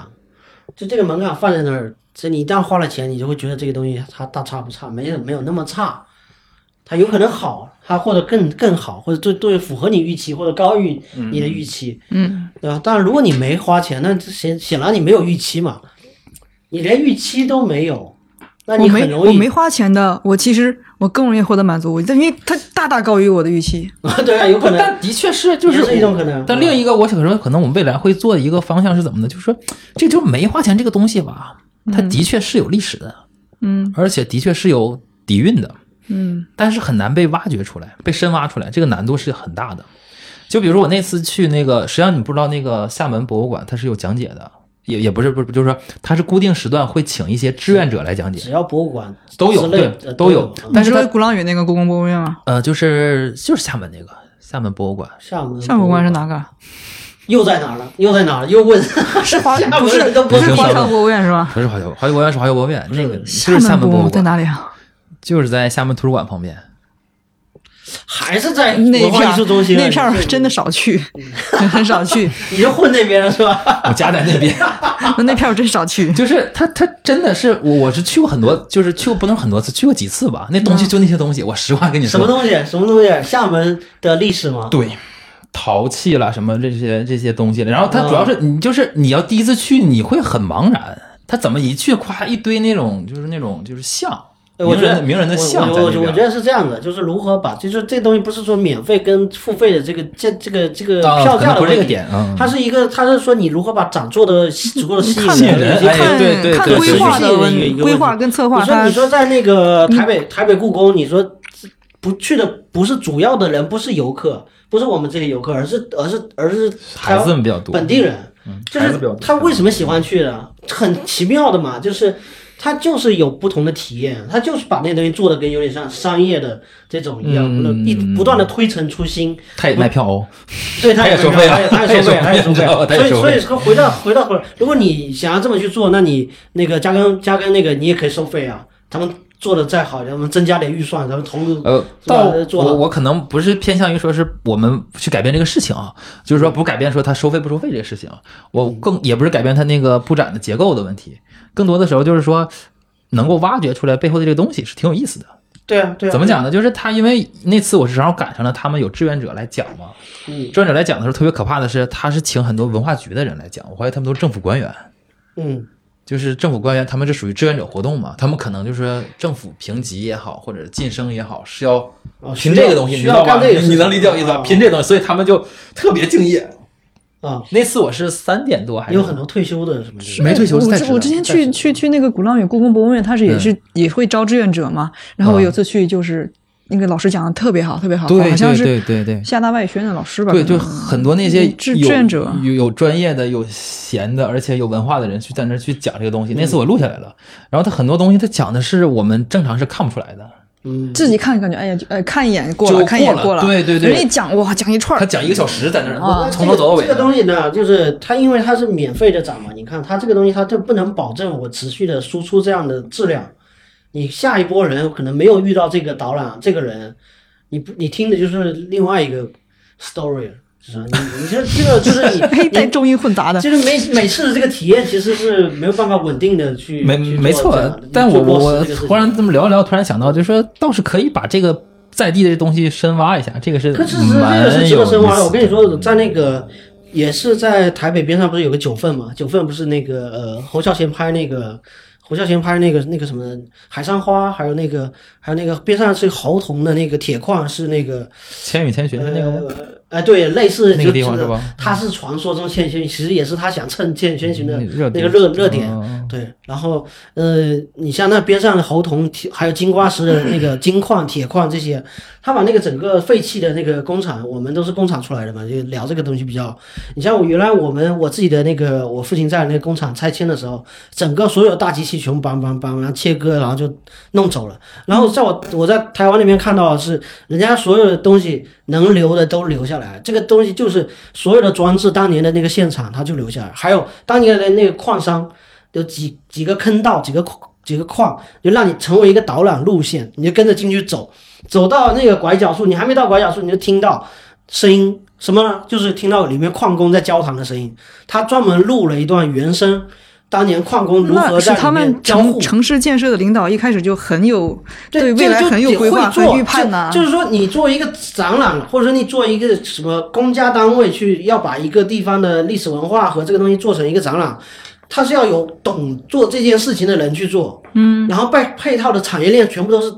[SPEAKER 2] 就这个门槛放在那儿，这你一旦花了钱，你就会觉得这个东西它大差不差，没有没有那么差，它有可能好，它或者更更好，或者对对符合你预期或者高于你的预期，嗯，对吧？但如果你没花钱，那这显显然你没有预期嘛，你连预期都没有，那
[SPEAKER 5] 我
[SPEAKER 2] 你很
[SPEAKER 5] 没
[SPEAKER 2] 容易
[SPEAKER 5] 我没花钱的，我其实我更容易获得满足，我因为它大大高于我的预期。
[SPEAKER 2] 对啊，有可能
[SPEAKER 3] 但的确是，就是
[SPEAKER 2] 也是一种可能
[SPEAKER 3] 但另一个，我想说，可能我们未来会做的一个方向是怎么呢？就是说，这就是没花钱这个东西吧，
[SPEAKER 2] 嗯
[SPEAKER 3] 它的确是有历史的，
[SPEAKER 5] 嗯
[SPEAKER 3] 而且的确是有底蕴的，
[SPEAKER 5] 嗯，
[SPEAKER 3] 但是很难被挖掘出来，被深挖出来，这个难度是很大的。就比如说我那次去那个，实际上你不知道那个厦门博物馆它是有讲解的，也也不是不是，就是说它是固定时段会请一些志愿者来讲解
[SPEAKER 2] 只，要博物馆
[SPEAKER 3] 都有
[SPEAKER 2] 之类
[SPEAKER 3] 对
[SPEAKER 2] 的
[SPEAKER 3] 都有
[SPEAKER 2] 有，嗯
[SPEAKER 3] 但是
[SPEAKER 5] 你
[SPEAKER 3] 它
[SPEAKER 5] 知道鼓浪屿那个故宫博物院吗？
[SPEAKER 3] 呃，就是就是厦门那个厦门博物馆，
[SPEAKER 2] 厦门
[SPEAKER 5] 夏博馆是哪个？
[SPEAKER 2] 又在哪儿了？又在哪儿了？又问
[SPEAKER 5] 是华
[SPEAKER 2] 厦门
[SPEAKER 5] 不是
[SPEAKER 2] 人都
[SPEAKER 5] 不是
[SPEAKER 3] 不知道
[SPEAKER 5] 华强博物院是吧？
[SPEAKER 3] 不是华侨华侨博物院是华侨博物院，那个就
[SPEAKER 5] 厦
[SPEAKER 3] 是厦
[SPEAKER 5] 门
[SPEAKER 3] 门博物
[SPEAKER 5] 在
[SPEAKER 3] 馆，
[SPEAKER 5] 哪里啊？
[SPEAKER 3] 就是在厦门图书馆旁边。
[SPEAKER 2] 还是在
[SPEAKER 5] 那一
[SPEAKER 2] 文化
[SPEAKER 5] 片
[SPEAKER 2] 艺术中心啊
[SPEAKER 5] 那片儿
[SPEAKER 2] 你
[SPEAKER 5] 真的少去，很少去。
[SPEAKER 2] 你就混那边了是吧？
[SPEAKER 3] 我家在那边，
[SPEAKER 5] 那片儿我真少去。
[SPEAKER 3] 就是他，他真的是我，我是去过很多，就是去过不能说很多次，去过几次吧。那东西就那些东西，我实话跟你
[SPEAKER 2] 嗯什么
[SPEAKER 3] 说，
[SPEAKER 2] 东西？什么东西？厦门的历史吗？
[SPEAKER 3] 对，陶器啦，什么这些这些东西了。然后它主要是你就是你要第一次去，你会很茫然，它怎么一去夸一堆那种就是那种就是像，
[SPEAKER 2] 呃我觉
[SPEAKER 3] 名人
[SPEAKER 2] 得
[SPEAKER 3] 的名人的
[SPEAKER 2] 我
[SPEAKER 3] 像
[SPEAKER 2] 我
[SPEAKER 3] 在
[SPEAKER 2] 我
[SPEAKER 3] 这
[SPEAKER 2] 我
[SPEAKER 3] 边
[SPEAKER 2] 觉得是这样的，就是如何把，就是这东西不是说免费跟付费的这个这这个这个
[SPEAKER 3] 啊
[SPEAKER 2] 票
[SPEAKER 3] 可
[SPEAKER 2] 价
[SPEAKER 3] 能
[SPEAKER 2] 的
[SPEAKER 3] 不是这
[SPEAKER 2] 问
[SPEAKER 3] 个
[SPEAKER 2] 题
[SPEAKER 3] 点啊
[SPEAKER 2] 它是一个，它是说你如何把展做的 足够的吸
[SPEAKER 3] 吸
[SPEAKER 2] 引
[SPEAKER 3] 引人
[SPEAKER 2] 以及
[SPEAKER 3] 哎
[SPEAKER 2] 看
[SPEAKER 3] 对对
[SPEAKER 5] 看
[SPEAKER 3] 对
[SPEAKER 5] 规划
[SPEAKER 2] 对
[SPEAKER 5] 的
[SPEAKER 2] 对
[SPEAKER 5] 问
[SPEAKER 2] 对对对
[SPEAKER 5] 规划跟策划，
[SPEAKER 2] 你说
[SPEAKER 5] 它
[SPEAKER 2] 你说在那个
[SPEAKER 3] 嗯
[SPEAKER 2] 台北台北故宫，你说不去的不是主要的人，不是游客，不是我们这些游客，而是而是而是台
[SPEAKER 3] 孩
[SPEAKER 2] 湾
[SPEAKER 3] 子们比较多，
[SPEAKER 2] 本地人，就
[SPEAKER 3] 孩子
[SPEAKER 2] 是
[SPEAKER 3] 比较多
[SPEAKER 2] 他为什么喜欢去呢？很奇妙的嘛，就是他就是有不同的体验，他就是把那东西做的跟有点像商业的这种一样，
[SPEAKER 3] 嗯
[SPEAKER 2] 一不断的推陈出新，
[SPEAKER 3] 他也卖票哦，
[SPEAKER 2] 对他
[SPEAKER 3] 他也收费啊
[SPEAKER 2] 他也收费，
[SPEAKER 3] 他
[SPEAKER 2] 也
[SPEAKER 3] 也
[SPEAKER 2] 收
[SPEAKER 3] 收
[SPEAKER 2] 费
[SPEAKER 3] 费
[SPEAKER 2] 啊，
[SPEAKER 3] 啊
[SPEAKER 2] 所以所
[SPEAKER 3] 他
[SPEAKER 2] 以
[SPEAKER 3] 也
[SPEAKER 2] 说回到回到回来，如果你想要这么去做，那你那个加根加根那个你也可以收费啊，他们做的再好，咱们增加点预算，咱们投入
[SPEAKER 3] 呃，
[SPEAKER 2] 是吧
[SPEAKER 3] 到
[SPEAKER 2] 做
[SPEAKER 3] 我
[SPEAKER 2] 了
[SPEAKER 3] 我可能不是偏向于说是我们去改变这个事情啊，就是说不是改变说他收费不收费这个事情，啊我更也不是改变他那个布展的结构的问题，更多的时候就是说能够挖掘出来背后的这个东西是挺有意思的。
[SPEAKER 2] 对啊对啊，
[SPEAKER 3] 怎么？讲呢？就是他因为那次我是正好赶上了他们有志愿者来讲嘛，
[SPEAKER 2] 嗯
[SPEAKER 3] 志愿者来讲的时候特别可怕的是，他是请很多文化局的人来讲，我怀疑他们都是政府官员。
[SPEAKER 2] 嗯
[SPEAKER 3] 就是政府官员，他们是属于志愿者活动嘛，他们可能就是政府评级也好，或者是晋升也好，是要
[SPEAKER 2] 哦需要
[SPEAKER 3] 凭这个东西，你
[SPEAKER 2] 需
[SPEAKER 3] 知
[SPEAKER 2] 要
[SPEAKER 3] 道吧？
[SPEAKER 2] 干这个事
[SPEAKER 3] 你
[SPEAKER 2] 情
[SPEAKER 3] 能理解我意思吧？
[SPEAKER 2] 啊
[SPEAKER 3] 凭这东西，所以他们就特别敬业。
[SPEAKER 2] 啊，
[SPEAKER 3] 那次我是三点多还是
[SPEAKER 2] 有很多退休的什么之类的
[SPEAKER 3] 没退休
[SPEAKER 5] 我
[SPEAKER 3] 是
[SPEAKER 5] 我
[SPEAKER 3] 在
[SPEAKER 5] 之
[SPEAKER 3] 职
[SPEAKER 5] 我
[SPEAKER 3] 的嗯
[SPEAKER 5] 之前
[SPEAKER 2] 在职
[SPEAKER 5] 去
[SPEAKER 2] 的
[SPEAKER 5] 去去那个鼓浪屿故宫博物院，它是也是、也会招志愿者嘛。然后我有次去就是那个老师讲的特别好，特别好，
[SPEAKER 3] 啊对
[SPEAKER 5] 好像是
[SPEAKER 3] 对对对对
[SPEAKER 5] 厦大外语学院的老师吧？
[SPEAKER 3] 对，
[SPEAKER 5] 可能
[SPEAKER 3] 就很多那些
[SPEAKER 5] 嗯志
[SPEAKER 3] 有
[SPEAKER 5] 志愿者
[SPEAKER 3] 有有专业的、有闲的，而且有文化的人去在那儿去讲这个东西。那次我录下来了，然后他很多东西他讲的是我们正常是看不出来的。
[SPEAKER 2] 嗯，
[SPEAKER 5] 自己看感觉哎呀，就哎看一眼过
[SPEAKER 3] 就
[SPEAKER 5] 了，看一眼
[SPEAKER 3] 过
[SPEAKER 5] 过
[SPEAKER 3] 了
[SPEAKER 5] 了。
[SPEAKER 3] 对对对
[SPEAKER 5] 人家一讲哇，讲一串
[SPEAKER 3] 他
[SPEAKER 5] 儿，
[SPEAKER 3] 讲一个小时在那
[SPEAKER 5] 啊
[SPEAKER 3] 儿，从头走到尾
[SPEAKER 2] 这个
[SPEAKER 3] 的。
[SPEAKER 2] 东西呢，就是它因为它是免费的展嘛，你看它这个东西，它就不能保证我持续的输出这样的质量。你下一波人可能没有遇到这个导览这个人，你不你听的就是另外一个 story，是吧？你你这这个就是你
[SPEAKER 5] 哎，带
[SPEAKER 2] 你。
[SPEAKER 5] 中英混杂的。
[SPEAKER 2] 就是每每次的这个体验其实是没有办法稳定的去
[SPEAKER 3] 没
[SPEAKER 2] 去做
[SPEAKER 3] 没错
[SPEAKER 2] 这样的，
[SPEAKER 3] 但
[SPEAKER 2] 去
[SPEAKER 3] 我
[SPEAKER 2] 落
[SPEAKER 3] 我
[SPEAKER 2] 实
[SPEAKER 3] 我
[SPEAKER 2] 这个事情
[SPEAKER 3] 突然这么聊一聊，突然想到，就是说倒是可以把这个在地的东西深挖一下，这个是
[SPEAKER 2] 可是是这个
[SPEAKER 3] 蛮
[SPEAKER 2] 是值
[SPEAKER 3] 有
[SPEAKER 2] 得深挖
[SPEAKER 3] 意
[SPEAKER 2] 的。
[SPEAKER 3] 思嗯
[SPEAKER 2] 我跟你说，在那个也是在台北边上，不是有个九份嘛？九份不是那个呃侯孝贤拍那个侯孝贤拍那个那个什么海上花，还有那个还有那个边上是豪铜的那个铁矿，是那个
[SPEAKER 3] 千与千寻的那个吗？
[SPEAKER 2] 呃哎对，类似
[SPEAKER 3] 那个
[SPEAKER 2] 就
[SPEAKER 3] 地方是吧？
[SPEAKER 2] 他是传说中千寻，其实也是他想蹭千千寻的
[SPEAKER 3] 嗯热
[SPEAKER 2] 那个热热点。
[SPEAKER 3] 嗯
[SPEAKER 2] 对，然后呃，你像那边上的猴铜，铁还有金瓜石的那个金矿、铁矿这些，他把那个整个废弃的那个工厂，我们都是工厂出来的嘛，就聊这个东西比较。你像我原来我们我自己的那个，我父亲在那个工厂拆迁的时候，整个所有大机器全部梆梆梆，然后切割，然后就弄走了。然后在我我在台湾那边看到的是，人家所有的东西能留的都留下来，这个东西就是所有的装置当年的那个现场它就留下来，还有当年的那个矿商有几几个坑道，几个几个矿，就让你成为一个导览路线，你就跟着进去走，走到那个拐角处，你还没到拐角处，你就听到声音什么呢？就是听到里面矿工在交谈的声音，他专门录了一段原声。当年矿工如何
[SPEAKER 5] 那是
[SPEAKER 2] 在
[SPEAKER 5] 他
[SPEAKER 2] 里面
[SPEAKER 5] 们
[SPEAKER 2] 交
[SPEAKER 5] 城
[SPEAKER 2] 互？
[SPEAKER 5] 城市建设的领导一开始就很有对未
[SPEAKER 2] 这
[SPEAKER 5] 来
[SPEAKER 2] 就
[SPEAKER 5] 很有
[SPEAKER 2] 得
[SPEAKER 5] 规划
[SPEAKER 2] 会做
[SPEAKER 5] 和预判呐
[SPEAKER 2] 就。就是说，你作为一个展览，或者说你作为一个什么公家单位去要把一个地方的历史文化和这个东西做成一个展览，它是要有懂做这件事情的人去做，嗯，然后配配套的产业链全部都是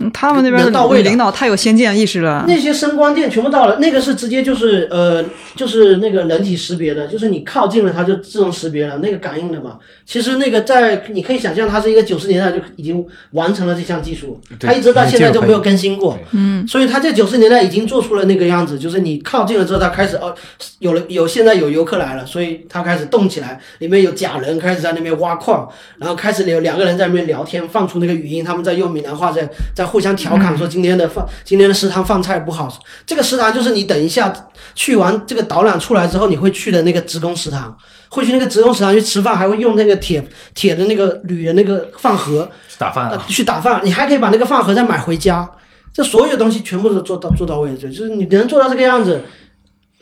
[SPEAKER 5] 嗯他们那边
[SPEAKER 2] 能到位
[SPEAKER 5] 的
[SPEAKER 2] 的
[SPEAKER 5] 领导太有先见意识了。
[SPEAKER 2] 那些声光电全部到了，那个是直接就是呃，就是那个人体识别的，就是你靠近了它就自动识别了，那个感应的嘛。其实那个在你可以想象，它是一个九十年代就已经完成了这项技术，
[SPEAKER 3] 对
[SPEAKER 2] 它一直到现在都没有更新
[SPEAKER 3] 那
[SPEAKER 2] 过
[SPEAKER 3] 个技。
[SPEAKER 2] 嗯，所以它在九十年代已经做出了那个样子，就是你靠近了之后，它开始哦，有了有现在有游客来了，所以它开始动起来，里面有假人开始在那边挖矿，然后开始有两个人在那边聊天，放出那个语音，他们在用闽南话在在互相调侃，说今天的饭、今天的食堂饭菜不好。这个食堂就是你等一下去完这个导览出来之后，你会去的那个职工食堂，会去那个职工食堂去吃饭，还会用那个铁铁的那个铝的那个饭盒
[SPEAKER 3] 打饭
[SPEAKER 2] 呃
[SPEAKER 3] 啊，
[SPEAKER 2] 去打饭，你还可以把那个饭盒再买回家。这所有东西全部都做到做到位，就就是你能做到这个样子，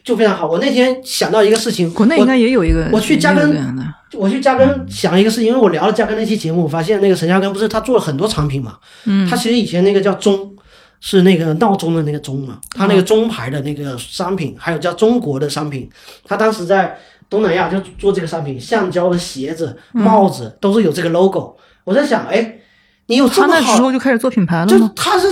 [SPEAKER 2] 就非常好。我那天想到一个事情，
[SPEAKER 5] 国内
[SPEAKER 2] 我
[SPEAKER 5] 应该也有一个，
[SPEAKER 2] 我去加
[SPEAKER 5] 也有
[SPEAKER 2] 根
[SPEAKER 5] 这样的。
[SPEAKER 2] 我去嘉庚想一个事情，因为我聊了嘉庚那期节目，我发现那个陈嘉庚不是他做了很多产品嘛，嗯，他其实以前那个叫钟，是那个闹钟的那个钟嘛，他
[SPEAKER 5] 嗯
[SPEAKER 2] 那个钟牌的那个商品，还有叫中国的商品，他当时在东南亚就
[SPEAKER 5] 嗯
[SPEAKER 2] 做这个商品，橡胶的鞋子、帽子都是有这个 logo。我在想，哎，你有
[SPEAKER 5] 他
[SPEAKER 2] 这么
[SPEAKER 5] 那时候
[SPEAKER 2] 好，
[SPEAKER 5] 就开始做品
[SPEAKER 3] 嗯
[SPEAKER 5] 牌了
[SPEAKER 2] 就
[SPEAKER 5] 吗？
[SPEAKER 2] 他是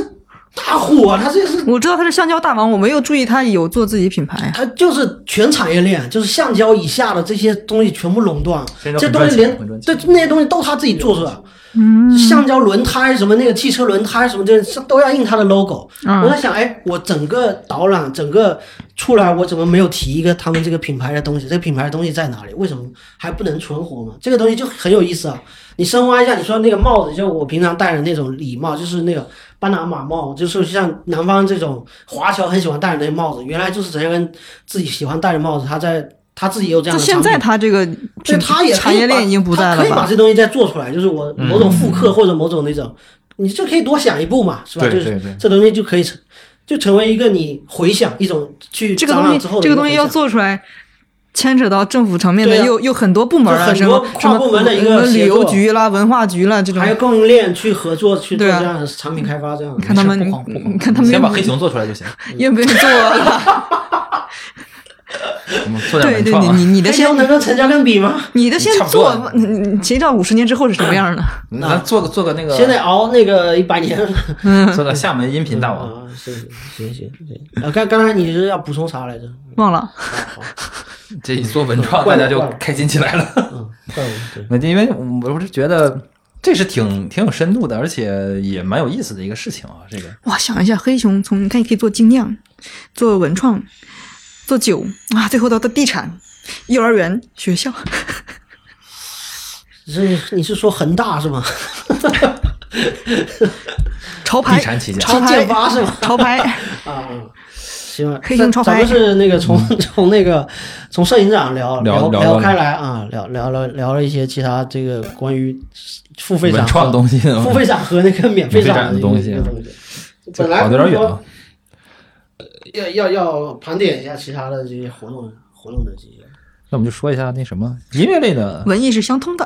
[SPEAKER 2] 大火，他这是
[SPEAKER 5] 我知道他是橡胶大王，我没有注意他有做自己品牌呀。
[SPEAKER 2] 他就是全产业链，就是橡胶以下的这些东西全部垄断
[SPEAKER 3] 现在，
[SPEAKER 2] 这
[SPEAKER 3] 很
[SPEAKER 2] 东
[SPEAKER 3] 赚
[SPEAKER 2] 西
[SPEAKER 3] 钱
[SPEAKER 2] 连
[SPEAKER 3] 很赚钱
[SPEAKER 2] 对那些东西都他自己做出来。
[SPEAKER 5] 嗯
[SPEAKER 2] 橡胶轮胎什么那个汽车轮胎什么这都要印他的 logo。我
[SPEAKER 5] 嗯
[SPEAKER 2] 在想，哎，我整个导览整个出来，我怎么没有提一个他们这个品牌的东西？这个品牌的东西在哪里？为什么还不能存活嘛？这个东西就很有意思啊。你深挖一下，你说那个帽子，就我平常戴的那种礼帽，就是那个巴拿马帽，就是像南方这种华侨很喜欢戴的那帽子，原来就是陈跟自己喜欢戴的帽子，他在他自己也有
[SPEAKER 5] 就
[SPEAKER 2] 这样的
[SPEAKER 5] 现
[SPEAKER 2] 产品。
[SPEAKER 5] 在他这个
[SPEAKER 2] 对，
[SPEAKER 5] 品
[SPEAKER 2] 他也可以
[SPEAKER 5] 产业链已经不在
[SPEAKER 2] 把他
[SPEAKER 5] 了
[SPEAKER 2] 可以把
[SPEAKER 5] 吧？
[SPEAKER 2] 这东西再做出来，就是我
[SPEAKER 3] 嗯
[SPEAKER 2] 某种复刻或者某种那种，你这可以多想一步嘛，是吧？
[SPEAKER 3] 对
[SPEAKER 2] 就是
[SPEAKER 3] 对对
[SPEAKER 2] 这东西就可以成，就成为一个你回想一种去
[SPEAKER 5] 这个
[SPEAKER 2] 展
[SPEAKER 5] 东
[SPEAKER 2] 览
[SPEAKER 5] 西
[SPEAKER 2] 之后的，
[SPEAKER 5] 这
[SPEAKER 2] 一
[SPEAKER 5] 个东西
[SPEAKER 2] 回
[SPEAKER 5] 要
[SPEAKER 2] 想。
[SPEAKER 5] 做出来，牵扯到政府层面的，
[SPEAKER 2] 对啊
[SPEAKER 5] 又又很多部门啊，
[SPEAKER 2] 就很
[SPEAKER 5] 什
[SPEAKER 2] 多
[SPEAKER 5] 么什
[SPEAKER 2] 跨
[SPEAKER 5] 么
[SPEAKER 2] 部门的一个
[SPEAKER 5] 什么
[SPEAKER 2] 协
[SPEAKER 5] 旅
[SPEAKER 2] 作
[SPEAKER 5] 游局啦、文化局啦这种
[SPEAKER 2] 还。有供应链去合作去做
[SPEAKER 5] 对啊
[SPEAKER 2] 这样的产品开发，这样
[SPEAKER 5] 看他们
[SPEAKER 2] 不
[SPEAKER 3] 嗯
[SPEAKER 2] 慌不慌
[SPEAKER 5] 你看他们
[SPEAKER 3] 先把黑熊做出来就行，
[SPEAKER 5] 愿不愿意做啊？
[SPEAKER 3] 我们 做点
[SPEAKER 5] 对对，
[SPEAKER 3] 文创
[SPEAKER 5] 你
[SPEAKER 3] 啊。
[SPEAKER 5] 你你的
[SPEAKER 2] 黑熊
[SPEAKER 5] 先
[SPEAKER 2] 能跟陈嘉庚比吗？
[SPEAKER 5] 你的先
[SPEAKER 3] 差不多
[SPEAKER 5] 做，你你谁知道五十年之后是什么样的？
[SPEAKER 3] 咱做个做个那个，
[SPEAKER 2] 先得熬那个一百年。
[SPEAKER 3] 做个厦门音频大王。
[SPEAKER 2] 啊，行行行行。啊，刚刚才你是要补充啥来着？
[SPEAKER 5] 忘了。
[SPEAKER 2] 好好，
[SPEAKER 3] 这一做文创，
[SPEAKER 2] 怪
[SPEAKER 3] 大
[SPEAKER 2] 了
[SPEAKER 3] 家就
[SPEAKER 2] 怪了
[SPEAKER 3] 开心起来了。
[SPEAKER 2] 嗯，怪我对。
[SPEAKER 3] 那因为我是觉得这是挺挺有深度的，而且也蛮有意思的一个事情啊。这个
[SPEAKER 5] 哇，想一下，黑熊从你看，你可以做精酿，做文创，做酒啊，最后到到地产、幼儿园、学校，
[SPEAKER 2] 是你是说恒大是吗？
[SPEAKER 5] 潮牌
[SPEAKER 3] 地产起家
[SPEAKER 5] 潮牌
[SPEAKER 2] 建发是吗
[SPEAKER 5] 潮牌，
[SPEAKER 2] 啊，行，
[SPEAKER 5] 黑熊超
[SPEAKER 2] 咱咱
[SPEAKER 5] 拍
[SPEAKER 2] 们是那个从 从那个从摄影展聊
[SPEAKER 3] 嗯聊
[SPEAKER 2] 聊
[SPEAKER 3] 聊到
[SPEAKER 2] 开来啊，聊聊聊聊了一些其他这个关于付费展
[SPEAKER 3] 文
[SPEAKER 2] 和
[SPEAKER 3] 创东西呢，
[SPEAKER 2] 付费展和那个免费展一个
[SPEAKER 3] 免费展的东西啊
[SPEAKER 2] 一个东西，
[SPEAKER 3] 这
[SPEAKER 2] 本来
[SPEAKER 3] 跑得有点远
[SPEAKER 2] 说
[SPEAKER 3] 啊。
[SPEAKER 2] 要要要盘点一下其他的这些活动活动的这些。
[SPEAKER 3] 那我们就说一下那什么音乐类的，
[SPEAKER 5] 文艺是相通的。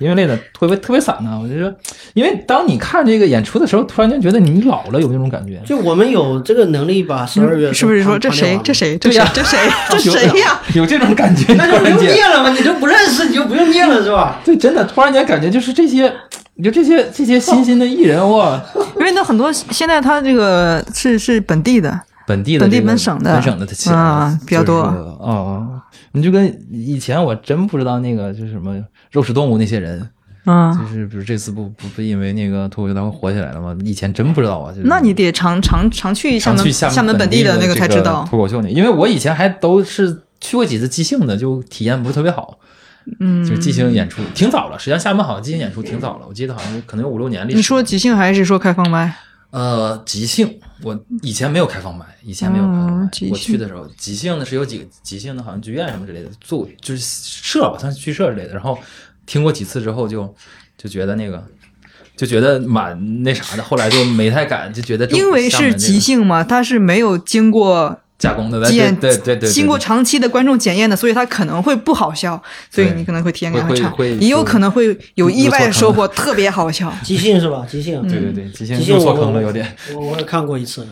[SPEAKER 3] 音乐类的特别特别散呢、我就说，因为当你看这个演出的时候，突然间觉得你老了，有那种感觉。
[SPEAKER 2] 就我们有这个能力把十二月
[SPEAKER 5] 嗯是不是说
[SPEAKER 2] 盘
[SPEAKER 5] 这谁这？谁这
[SPEAKER 3] 啊对呀
[SPEAKER 5] 谁这 谁这
[SPEAKER 3] 有
[SPEAKER 5] 谁呀？？
[SPEAKER 3] 有这种感觉，
[SPEAKER 2] 盘点完了那就不用
[SPEAKER 3] 突然间，
[SPEAKER 2] 念了嘛，你就不认识，你就不用念了是吧？
[SPEAKER 3] 对，真的突然间感觉就是这些，你就这些这些
[SPEAKER 5] 哦
[SPEAKER 3] 新兴的艺人哇，
[SPEAKER 5] 因为那很多现在他这个是是本地的，
[SPEAKER 3] 本地的
[SPEAKER 5] 本地
[SPEAKER 3] 这个
[SPEAKER 5] 本省的
[SPEAKER 3] 本省的他起来
[SPEAKER 5] 啊比较多
[SPEAKER 3] 就是说哦，你就跟以前我真不知道那个就是什么肉食动物那些人，
[SPEAKER 5] 嗯
[SPEAKER 3] 就，是比如这次不不不因为那个脱口秀大会火起来了吗？以前真不知道啊。就是
[SPEAKER 5] 那你得常常常去厦
[SPEAKER 3] 常
[SPEAKER 5] 门
[SPEAKER 3] 去厦
[SPEAKER 5] 门本
[SPEAKER 3] 地
[SPEAKER 5] 的
[SPEAKER 3] 那
[SPEAKER 5] 那
[SPEAKER 3] 个
[SPEAKER 5] 才知道。
[SPEAKER 3] 脱口秀呢，因为我以前还都是去过几次即兴的，就体验不是特别好。嗯，就是即兴演出挺早了，实际上厦门好像即兴演出挺早了，我记得好像可能有五六年历史。
[SPEAKER 5] 你说即兴还是说开放麦？
[SPEAKER 3] 呃，即兴，我以前没有开放麦，以前没有开放麦
[SPEAKER 5] 哦即。兴
[SPEAKER 3] 我去的时候，即兴的是有几个即兴的，好像剧院什么之类的，做就是社吧，算是剧社之类的。然后听过几次之后就，就觉得那个，就觉得蛮那啥的。后来就没太敢，就觉得这
[SPEAKER 5] 因为
[SPEAKER 3] 厦门
[SPEAKER 5] 是
[SPEAKER 3] 这个
[SPEAKER 5] 即兴嘛，它是没有经过
[SPEAKER 3] 加工的，呃对
[SPEAKER 5] 检
[SPEAKER 3] 对对对对，
[SPEAKER 5] 经过长期的观众检验的，所以它可能会不好笑，所以
[SPEAKER 3] 对
[SPEAKER 5] 你可能会体验感
[SPEAKER 3] 会
[SPEAKER 5] 差
[SPEAKER 3] 会会，
[SPEAKER 5] 也有可能会有意外的收
[SPEAKER 3] 入
[SPEAKER 5] 获，特别好 笑。
[SPEAKER 2] 即兴是吧？即兴，
[SPEAKER 3] 对对对，即兴
[SPEAKER 2] 即兴
[SPEAKER 3] 又
[SPEAKER 2] 嗯我
[SPEAKER 3] 错坑了，有点。
[SPEAKER 2] 我我也看过一次，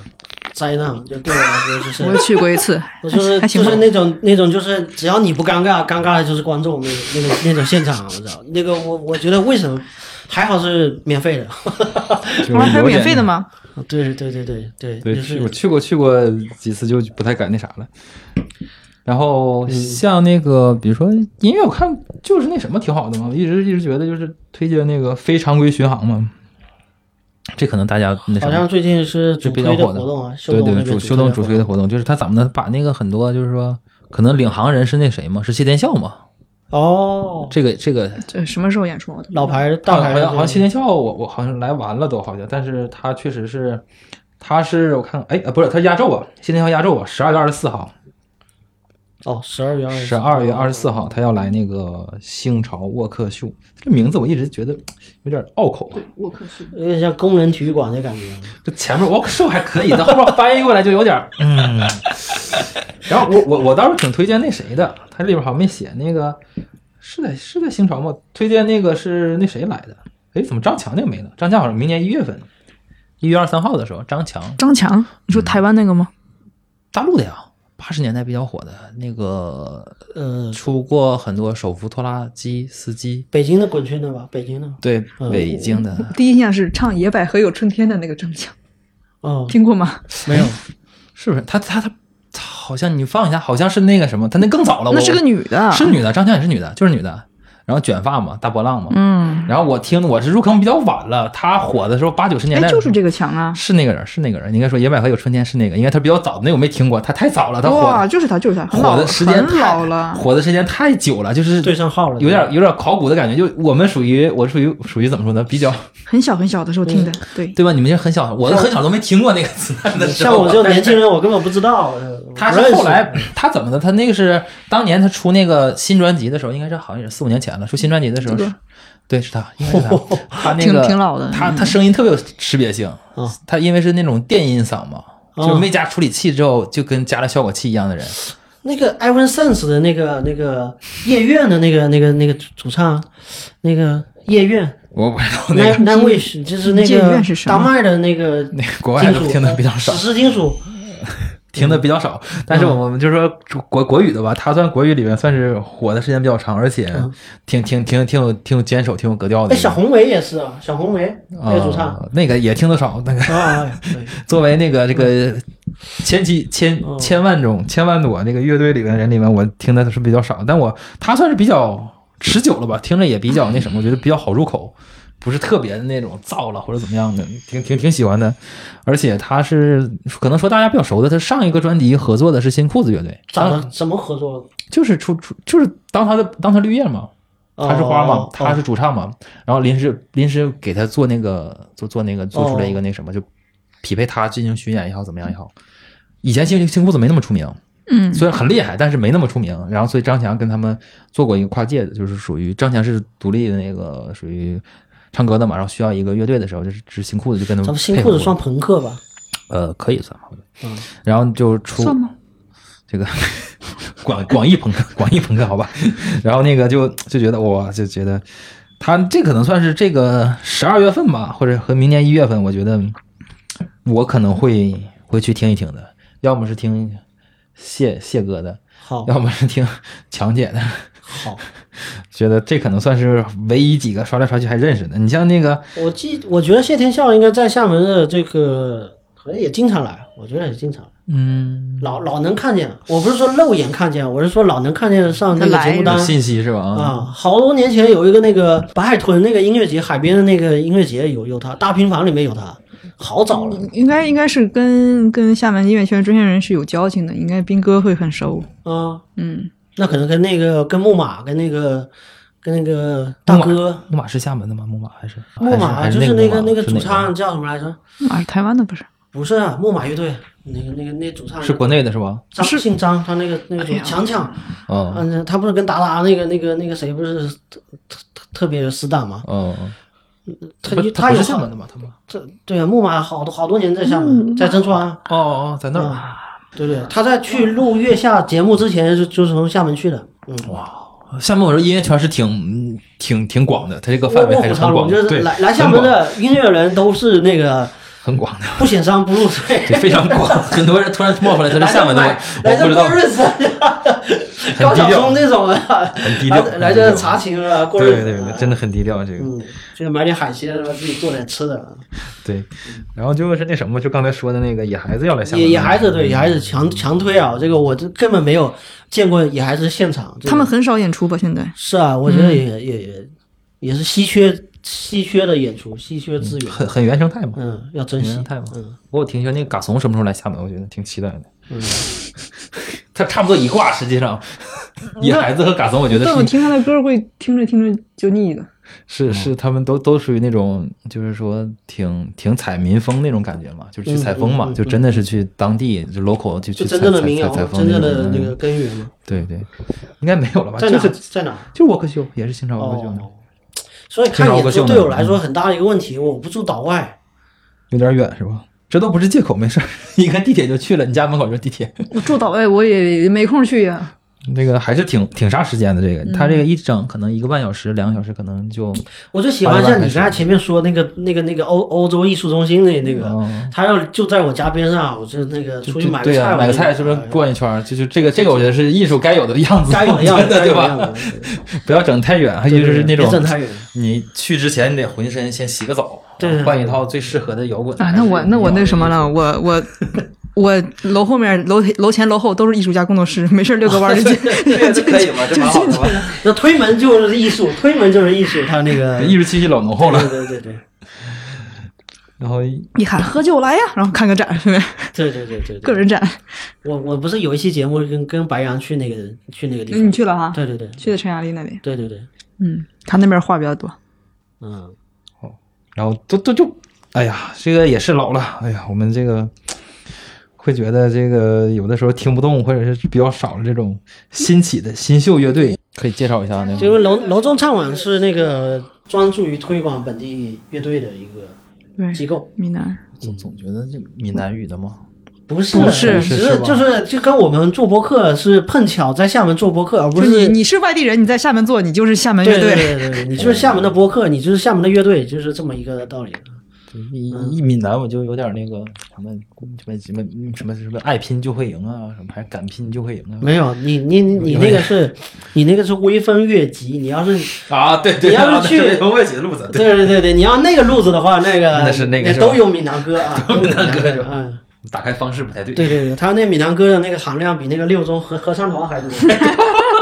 [SPEAKER 2] 灾难，就对我来说就是
[SPEAKER 5] 我也去过一次，
[SPEAKER 2] 我就是
[SPEAKER 5] 还
[SPEAKER 2] 就
[SPEAKER 5] 行吧
[SPEAKER 2] 是。那种那种，就是只要你不尴尬，尴尬的就是观众那种那种那种现场，我知道那个我我觉得为什么还好是免费的，
[SPEAKER 3] 就是
[SPEAKER 5] 我还
[SPEAKER 3] 有
[SPEAKER 5] 有免
[SPEAKER 3] 点
[SPEAKER 5] 费的？吗？
[SPEAKER 2] 对对对对对
[SPEAKER 3] 对，
[SPEAKER 2] 就
[SPEAKER 3] 去我
[SPEAKER 2] 是
[SPEAKER 3] 去过去过几次，就不太敢那啥了。然
[SPEAKER 2] 嗯
[SPEAKER 3] 后像那个，比如说音乐，我看就是那什么挺好的嘛，我一直一直觉得就是推荐那个非常规巡航嘛，这可能大家那
[SPEAKER 2] 好
[SPEAKER 3] 啥
[SPEAKER 2] 像。最近是主
[SPEAKER 3] 就比
[SPEAKER 2] 推
[SPEAKER 3] 较
[SPEAKER 2] 的
[SPEAKER 3] 火
[SPEAKER 2] 活
[SPEAKER 3] 的
[SPEAKER 2] 动啊，修
[SPEAKER 3] 对
[SPEAKER 2] 动那
[SPEAKER 3] 对，
[SPEAKER 2] 边
[SPEAKER 3] 主
[SPEAKER 2] 主
[SPEAKER 3] 修动主
[SPEAKER 2] 推
[SPEAKER 3] 推
[SPEAKER 2] 的
[SPEAKER 3] 的
[SPEAKER 2] 活动
[SPEAKER 3] 活动，就是他怎么能把那个很多就是说，可能领航人是那谁嘛，是谢天笑嘛，
[SPEAKER 2] 哦，
[SPEAKER 3] 这个这个
[SPEAKER 5] 这什么时候演出？我啊都
[SPEAKER 2] 老牌
[SPEAKER 3] 好
[SPEAKER 2] 大
[SPEAKER 3] 像
[SPEAKER 2] 牌
[SPEAKER 3] 好
[SPEAKER 2] 的
[SPEAKER 3] 像好像谢
[SPEAKER 2] 这种
[SPEAKER 3] 天笑，我我好像来完了都好像，但是他确实是，他是我看哎啊不是他压轴啊，谢天笑压轴啊，十二月二十四号，
[SPEAKER 2] 哦，十二月二
[SPEAKER 3] 十二月二十四号他要来那个星潮沃克秀，这名字我一直觉得有点拗口啊，
[SPEAKER 2] 有点像工人体育馆的感觉，
[SPEAKER 3] 就前面沃克秀还可以，但后边翻译过来就有点儿嗯。然后我我我倒是挺推荐那谁的，他里边好像没写那个是在是在星潮吗？推荐那个是那谁来的？哎，怎么张强那个没呢？张强好像明年一月份，一月二三号的时候，张强嗯
[SPEAKER 5] 张强，你说台湾那个吗？
[SPEAKER 3] 大陆的呀，八十年代比较火的那个，
[SPEAKER 2] 呃，
[SPEAKER 3] 出过很多手扶拖拉机司机，
[SPEAKER 2] 北京的滚圈的吧，北京的，
[SPEAKER 3] 对
[SPEAKER 2] 嗯
[SPEAKER 3] 北京的，
[SPEAKER 5] 第一印象是唱《野百合有春天》的那个郑强，
[SPEAKER 2] 哦，
[SPEAKER 5] 听过吗？
[SPEAKER 2] 没有，
[SPEAKER 3] 是不是？他他他他好像你放一下，好像是那个什么，他那更早
[SPEAKER 5] 那
[SPEAKER 3] 了，哦我
[SPEAKER 5] 是个女的，
[SPEAKER 3] 是女的，张强也是女的，就是女的，然后卷发嘛，大波浪嘛，
[SPEAKER 5] 嗯，
[SPEAKER 3] 然后我听我是入坑比较晚了，他火的时候八九十年
[SPEAKER 5] 哎
[SPEAKER 3] 代，的时候
[SPEAKER 5] 就是这个强啊，
[SPEAKER 3] 是那个人，是那个人。你应该说《野百合有春天》是那个，应该他比较早的，那我没听过，他太早了，他火
[SPEAKER 5] 哇，
[SPEAKER 3] 的
[SPEAKER 5] 就是他，就是他，很
[SPEAKER 3] 火
[SPEAKER 5] 老
[SPEAKER 3] 的时间
[SPEAKER 5] 很
[SPEAKER 3] 太
[SPEAKER 5] 老了，
[SPEAKER 3] 火的时间太久了，就是
[SPEAKER 2] 对上号了，
[SPEAKER 3] 有点有点考古的感觉。就我们属于我属于属于怎么说呢？比较
[SPEAKER 5] 很小很小的时候听的，
[SPEAKER 2] 嗯
[SPEAKER 5] 对，
[SPEAKER 3] 对吧？你们这很小，我都很小都没听过那个词。那时
[SPEAKER 2] 像
[SPEAKER 3] 候
[SPEAKER 2] 我这种年 轻人，我根本不知道。呃
[SPEAKER 3] 他
[SPEAKER 2] 不认
[SPEAKER 3] 是
[SPEAKER 2] 识
[SPEAKER 3] 后来他怎么的？他那个是当年他出那个新专辑的时候，应该是好像也是四五年前了。出新专辑的时候
[SPEAKER 5] 这
[SPEAKER 3] 是
[SPEAKER 5] 个，
[SPEAKER 3] 对，是他，应该是他。
[SPEAKER 2] 哦
[SPEAKER 3] 他那个
[SPEAKER 5] 挺挺老的嗯
[SPEAKER 3] 他他声音特别有识别性
[SPEAKER 2] 嗯。
[SPEAKER 3] 他因为是那种电音嗓嘛，
[SPEAKER 2] 嗯
[SPEAKER 3] 就没加处理器之后，就跟加了效果器一样的人。
[SPEAKER 2] 那个 Ivan Sense 的那个那个夜愿的那个那个那个主唱，那个夜愿
[SPEAKER 3] 我不知道 那个
[SPEAKER 2] ，Nan Nan Wish 就是那
[SPEAKER 5] 夜
[SPEAKER 2] 个
[SPEAKER 5] 愿是什么
[SPEAKER 2] 丹麦的那个
[SPEAKER 3] 那个国外都听的比较少嗯
[SPEAKER 2] 史，诗金属，
[SPEAKER 3] 听的比较少。但是我们就说国国语的吧，他算国语里面算是火的时间比较长，而且
[SPEAKER 2] 嗯
[SPEAKER 3] 挺挺挺挺有挺有坚守、挺有格调的
[SPEAKER 2] 哎，
[SPEAKER 3] 一个。
[SPEAKER 2] 小红梅也是啊，小红梅那个主唱
[SPEAKER 3] 啊那个也听得少，那个
[SPEAKER 2] 啊，对，
[SPEAKER 3] 作为那个这个千几千
[SPEAKER 2] 嗯
[SPEAKER 3] 千万种千万朵那个乐队里面的人里面，我听的是比较少，但我他算是比较持久了吧，听着也比较那什么，我觉得比较好入口，不是特别的那种燥了或者怎么样的，挺挺挺喜欢的。而且他是可能说大家比较熟的，他上一个专辑合作的是新裤子乐队，
[SPEAKER 2] 怎么
[SPEAKER 3] 当
[SPEAKER 2] 怎么合作？
[SPEAKER 3] 就是出出就是当他的当他绿叶嘛，
[SPEAKER 2] 哦
[SPEAKER 3] 他是花嘛
[SPEAKER 2] 哦，
[SPEAKER 3] 他是主唱嘛，然后临时临时给他做那个做做那个做出来一个那
[SPEAKER 2] 哦
[SPEAKER 3] 什么，就匹配他进行巡演也好，怎么样也好。以前新新裤子没那么出名，
[SPEAKER 5] 嗯，
[SPEAKER 3] 虽然很厉害，但是没那么出名。然后所以张强跟他们做过一个跨界的，就是属于张强是独立的那个属于唱歌的嘛，然后需要一个乐队的时候，就是是新裤子就跟他
[SPEAKER 2] 咱
[SPEAKER 3] 们
[SPEAKER 2] 们新
[SPEAKER 3] 配合
[SPEAKER 2] 裤子
[SPEAKER 3] 过
[SPEAKER 2] 算朋克吧？
[SPEAKER 3] 呃可以算吧，我觉得
[SPEAKER 2] 嗯
[SPEAKER 3] 然后就出
[SPEAKER 5] 算吗？
[SPEAKER 3] 这个 广广义朋克， 广义朋克，好吧。然后那个就就觉得哇，就觉得他这可能算是这个十二月份吧，或者和明年一月份，我觉得我可能会会去听一听的，要么是听谢谢哥的，哦
[SPEAKER 2] 好，
[SPEAKER 3] 要么是听强姐的。
[SPEAKER 2] 好，
[SPEAKER 3] 觉得这可能算是唯一几个刷来刷去还认识的。你像那个
[SPEAKER 2] 我记，我觉得谢天笑应该在厦门的这个，好像也经常来，我觉得也经常来。
[SPEAKER 3] 嗯，
[SPEAKER 2] 老老能看见，我不是说肉眼看见，我是说老能看见上那个节目单
[SPEAKER 3] 信息是吧？
[SPEAKER 2] 啊。好多年前有一个那个白海豚那个音乐节，海边的那个音乐节有有他，大平房里面有他，好早了。
[SPEAKER 5] 应该应该是跟跟厦门音乐圈这些人是有交情的，应该斌哥会很熟，
[SPEAKER 2] 啊，
[SPEAKER 5] 嗯，
[SPEAKER 2] 那可能跟那个跟木马跟那个跟那个大哥
[SPEAKER 3] 木马是厦门的吗？木马还是
[SPEAKER 2] 木马
[SPEAKER 3] 还
[SPEAKER 2] 就
[SPEAKER 3] 是
[SPEAKER 2] 是
[SPEAKER 3] 还是
[SPEAKER 2] 那个
[SPEAKER 3] 个木马
[SPEAKER 2] 那个
[SPEAKER 3] 是
[SPEAKER 2] 主
[SPEAKER 3] 哪
[SPEAKER 2] 唱叫什么来着？
[SPEAKER 5] 啊，是台湾的不是？
[SPEAKER 2] 不是啊木马乐队，那个那个那主唱
[SPEAKER 3] 是国内的是吧？
[SPEAKER 2] 张姓张，他那个那个主强强，
[SPEAKER 3] 嗯嗯
[SPEAKER 2] 嗯，他不是跟达达那个那个那个谁不是特特特特别死党吗？
[SPEAKER 3] 嗯。嗯
[SPEAKER 2] 他
[SPEAKER 3] 不
[SPEAKER 2] 他有
[SPEAKER 3] 不是厦门的吗？他们
[SPEAKER 2] 这对啊，木马好多好多年在厦门，在真川，啊
[SPEAKER 3] 哦哦，在那儿
[SPEAKER 2] 对对，他在去录月下节目之前就就是从厦门去的，嗯，
[SPEAKER 3] 厦门，我说音乐圈是挺挺挺广的，它这个
[SPEAKER 2] 卧
[SPEAKER 3] 范围
[SPEAKER 2] 卧
[SPEAKER 3] 还
[SPEAKER 2] 虎
[SPEAKER 3] 是
[SPEAKER 2] 藏
[SPEAKER 3] 很
[SPEAKER 2] 龙
[SPEAKER 3] 广
[SPEAKER 2] 就
[SPEAKER 3] 的，
[SPEAKER 2] 是
[SPEAKER 3] 对，
[SPEAKER 2] 来来厦门的音乐人都是那个
[SPEAKER 3] 很广很广的，
[SPEAKER 2] 不显山不露水，
[SPEAKER 3] 对，非常广。 很多人突然冒出来，他是厦门的，我
[SPEAKER 2] 来
[SPEAKER 3] 我
[SPEAKER 2] 这
[SPEAKER 3] 不知道
[SPEAKER 2] 过，日子，高晓松这种的，
[SPEAKER 3] 很低调
[SPEAKER 2] 来来这查情啊，过
[SPEAKER 3] 对
[SPEAKER 2] 日
[SPEAKER 3] 对
[SPEAKER 2] 子，
[SPEAKER 3] 对，真的很低调这个。
[SPEAKER 2] 嗯，就买点海鲜，然后自己做点吃的，啊
[SPEAKER 3] 对，然后就是那什么，就刚才说的那个野孩子要来厦门
[SPEAKER 2] 野
[SPEAKER 3] 了，
[SPEAKER 2] 野孩子对野孩子强强推啊，这个我这根本没有见过野孩子现场，这个
[SPEAKER 5] 他们很少演出吧？现在
[SPEAKER 2] 是啊，我觉
[SPEAKER 3] 嗯
[SPEAKER 2] 得也、也也也是稀缺稀缺的演出，稀缺资源，
[SPEAKER 3] 很很原生态嘛。
[SPEAKER 2] 嗯，要珍惜
[SPEAKER 3] 原。态嘛
[SPEAKER 2] 嗯
[SPEAKER 3] 我有听说那个嘎怂什么时候来厦门，我觉得挺期待的。
[SPEAKER 2] 嗯，
[SPEAKER 3] 他差不多一挂，实际上
[SPEAKER 2] 嗯
[SPEAKER 3] 野孩子和嘎怂，我觉得
[SPEAKER 5] 但我
[SPEAKER 3] 是嗯
[SPEAKER 5] 听他的歌会听着听着就腻了。
[SPEAKER 3] 是是，他们都都属于那种，就是说挺挺采民风那种感觉嘛，就是去采风嘛，
[SPEAKER 2] 嗯嗯嗯
[SPEAKER 3] 就真的是去当地就 local 就去
[SPEAKER 2] 就
[SPEAKER 3] 采
[SPEAKER 2] 真正的
[SPEAKER 3] 采
[SPEAKER 2] 民谣
[SPEAKER 3] 采采，风
[SPEAKER 2] 真正
[SPEAKER 3] 种
[SPEAKER 2] 的那
[SPEAKER 3] 嗯
[SPEAKER 2] 个根源嘛，
[SPEAKER 3] 对对，应该没有了吧？
[SPEAKER 2] 在
[SPEAKER 3] 就
[SPEAKER 2] 哪？
[SPEAKER 3] 是
[SPEAKER 2] 在 哪？
[SPEAKER 3] 就沃克秀也是新潮沃克秀呢，
[SPEAKER 2] 哦，所以看
[SPEAKER 3] 听饶
[SPEAKER 2] 演
[SPEAKER 3] 过
[SPEAKER 2] 出
[SPEAKER 3] 秀呢嗯
[SPEAKER 2] 对我来说很大的一个问题，我不住岛外，
[SPEAKER 3] 有点远是吧？这都不 是借口，没事儿，一看地铁就去了，你家门口就是地铁。
[SPEAKER 5] 我住岛外我也没空去呀、
[SPEAKER 3] 这个还是挺挺杀时间的。
[SPEAKER 2] 嗯
[SPEAKER 3] 这个他这个一整可能一个半小时、两个小时，可能就
[SPEAKER 2] 我就喜欢像你刚才前面说那个那个那个欧欧洲艺术中心那那个，
[SPEAKER 3] 嗯
[SPEAKER 2] 他要就在我家边上，我就那个
[SPEAKER 3] 就
[SPEAKER 2] 出去买个
[SPEAKER 3] 对
[SPEAKER 2] 菜，
[SPEAKER 3] 啊，买个菜是不是
[SPEAKER 2] 过
[SPEAKER 3] 逛一圈儿？就就这个这个，我觉得是艺术该有的样子，
[SPEAKER 2] 该有的 样子，
[SPEAKER 3] 对
[SPEAKER 2] 该有的
[SPEAKER 3] 吧
[SPEAKER 2] 样？子？
[SPEAKER 3] 不要整太远，还
[SPEAKER 2] 对
[SPEAKER 3] 有就是
[SPEAKER 2] 别
[SPEAKER 3] 那
[SPEAKER 2] 整
[SPEAKER 3] 种
[SPEAKER 2] 太远。
[SPEAKER 3] 你去之前你得浑身先洗个澡，啊
[SPEAKER 2] 对对对
[SPEAKER 3] 换一套最适合的摇滚
[SPEAKER 5] 啊，那我那我那什么了，
[SPEAKER 3] 了，
[SPEAKER 5] 我我我楼后面楼楼前楼后都是艺术家工作室，没事儿遛个弯儿就进
[SPEAKER 3] 对，这可以 嘛？这蛮好的嘛，
[SPEAKER 2] 那推门就是艺术，推门就是艺术，他那个
[SPEAKER 3] 艺术气息老浓厚了。
[SPEAKER 2] 对对对对
[SPEAKER 3] 然后
[SPEAKER 5] 一喊喝酒来呀，然后看个展，是不是
[SPEAKER 2] 对对对对
[SPEAKER 5] 个
[SPEAKER 2] 对。
[SPEAKER 5] 人展。
[SPEAKER 3] 嗯
[SPEAKER 2] 我我不是有一期节目跟跟白杨去那个去那个地
[SPEAKER 5] 嗯，你
[SPEAKER 2] 方，
[SPEAKER 5] 去了哈？
[SPEAKER 2] 对对对
[SPEAKER 5] 去的匈牙利那里。
[SPEAKER 2] 对对对，
[SPEAKER 5] 嗯，他那边话比较多。
[SPEAKER 2] 嗯，
[SPEAKER 3] 然后都都就，哎呀，这个也是老了，哎呀，我们这个会觉得这个有的时候听不动，或者是比较少的这种新起的新秀乐队，可以介绍一下那
[SPEAKER 2] 因
[SPEAKER 3] 个。
[SPEAKER 2] 为楼楼中唱网是那个专注于推广本地乐队的一个
[SPEAKER 5] 对，
[SPEAKER 2] 机构，
[SPEAKER 5] 闽南。
[SPEAKER 3] 总总觉得这闽南语的嘛，
[SPEAKER 2] 不是，
[SPEAKER 5] 不是
[SPEAKER 2] 只
[SPEAKER 3] 是
[SPEAKER 2] 是
[SPEAKER 3] 吧
[SPEAKER 2] 就是就跟我们做播客是碰巧在厦门做播客，而不
[SPEAKER 5] 就是你你是外地人，你在厦门做，你就是厦门乐队。
[SPEAKER 2] 对对对对，你就是厦门的播客，你就是厦门的乐队，就是这么一个道理。
[SPEAKER 3] 一
[SPEAKER 2] 嗯
[SPEAKER 3] 一闽南我就有点那个什么什么什么什么什么爱拼就会赢啊，什么还敢拼就会赢啊。
[SPEAKER 2] 没有，你你你那个是，你那个是微风越级，你要 是
[SPEAKER 3] 啊，对
[SPEAKER 2] 你要是
[SPEAKER 3] 啊
[SPEAKER 2] 去
[SPEAKER 3] 对我也觉得路子，
[SPEAKER 2] 对对对对，你要那个路子的话，那个
[SPEAKER 3] 那是那个是吧
[SPEAKER 2] 都有闽南歌 啊，都有闽南歌，嗯，
[SPEAKER 3] 打开方式不太对
[SPEAKER 2] 对对对，他那闽南歌的那个含量比那个六中合合唱团还多。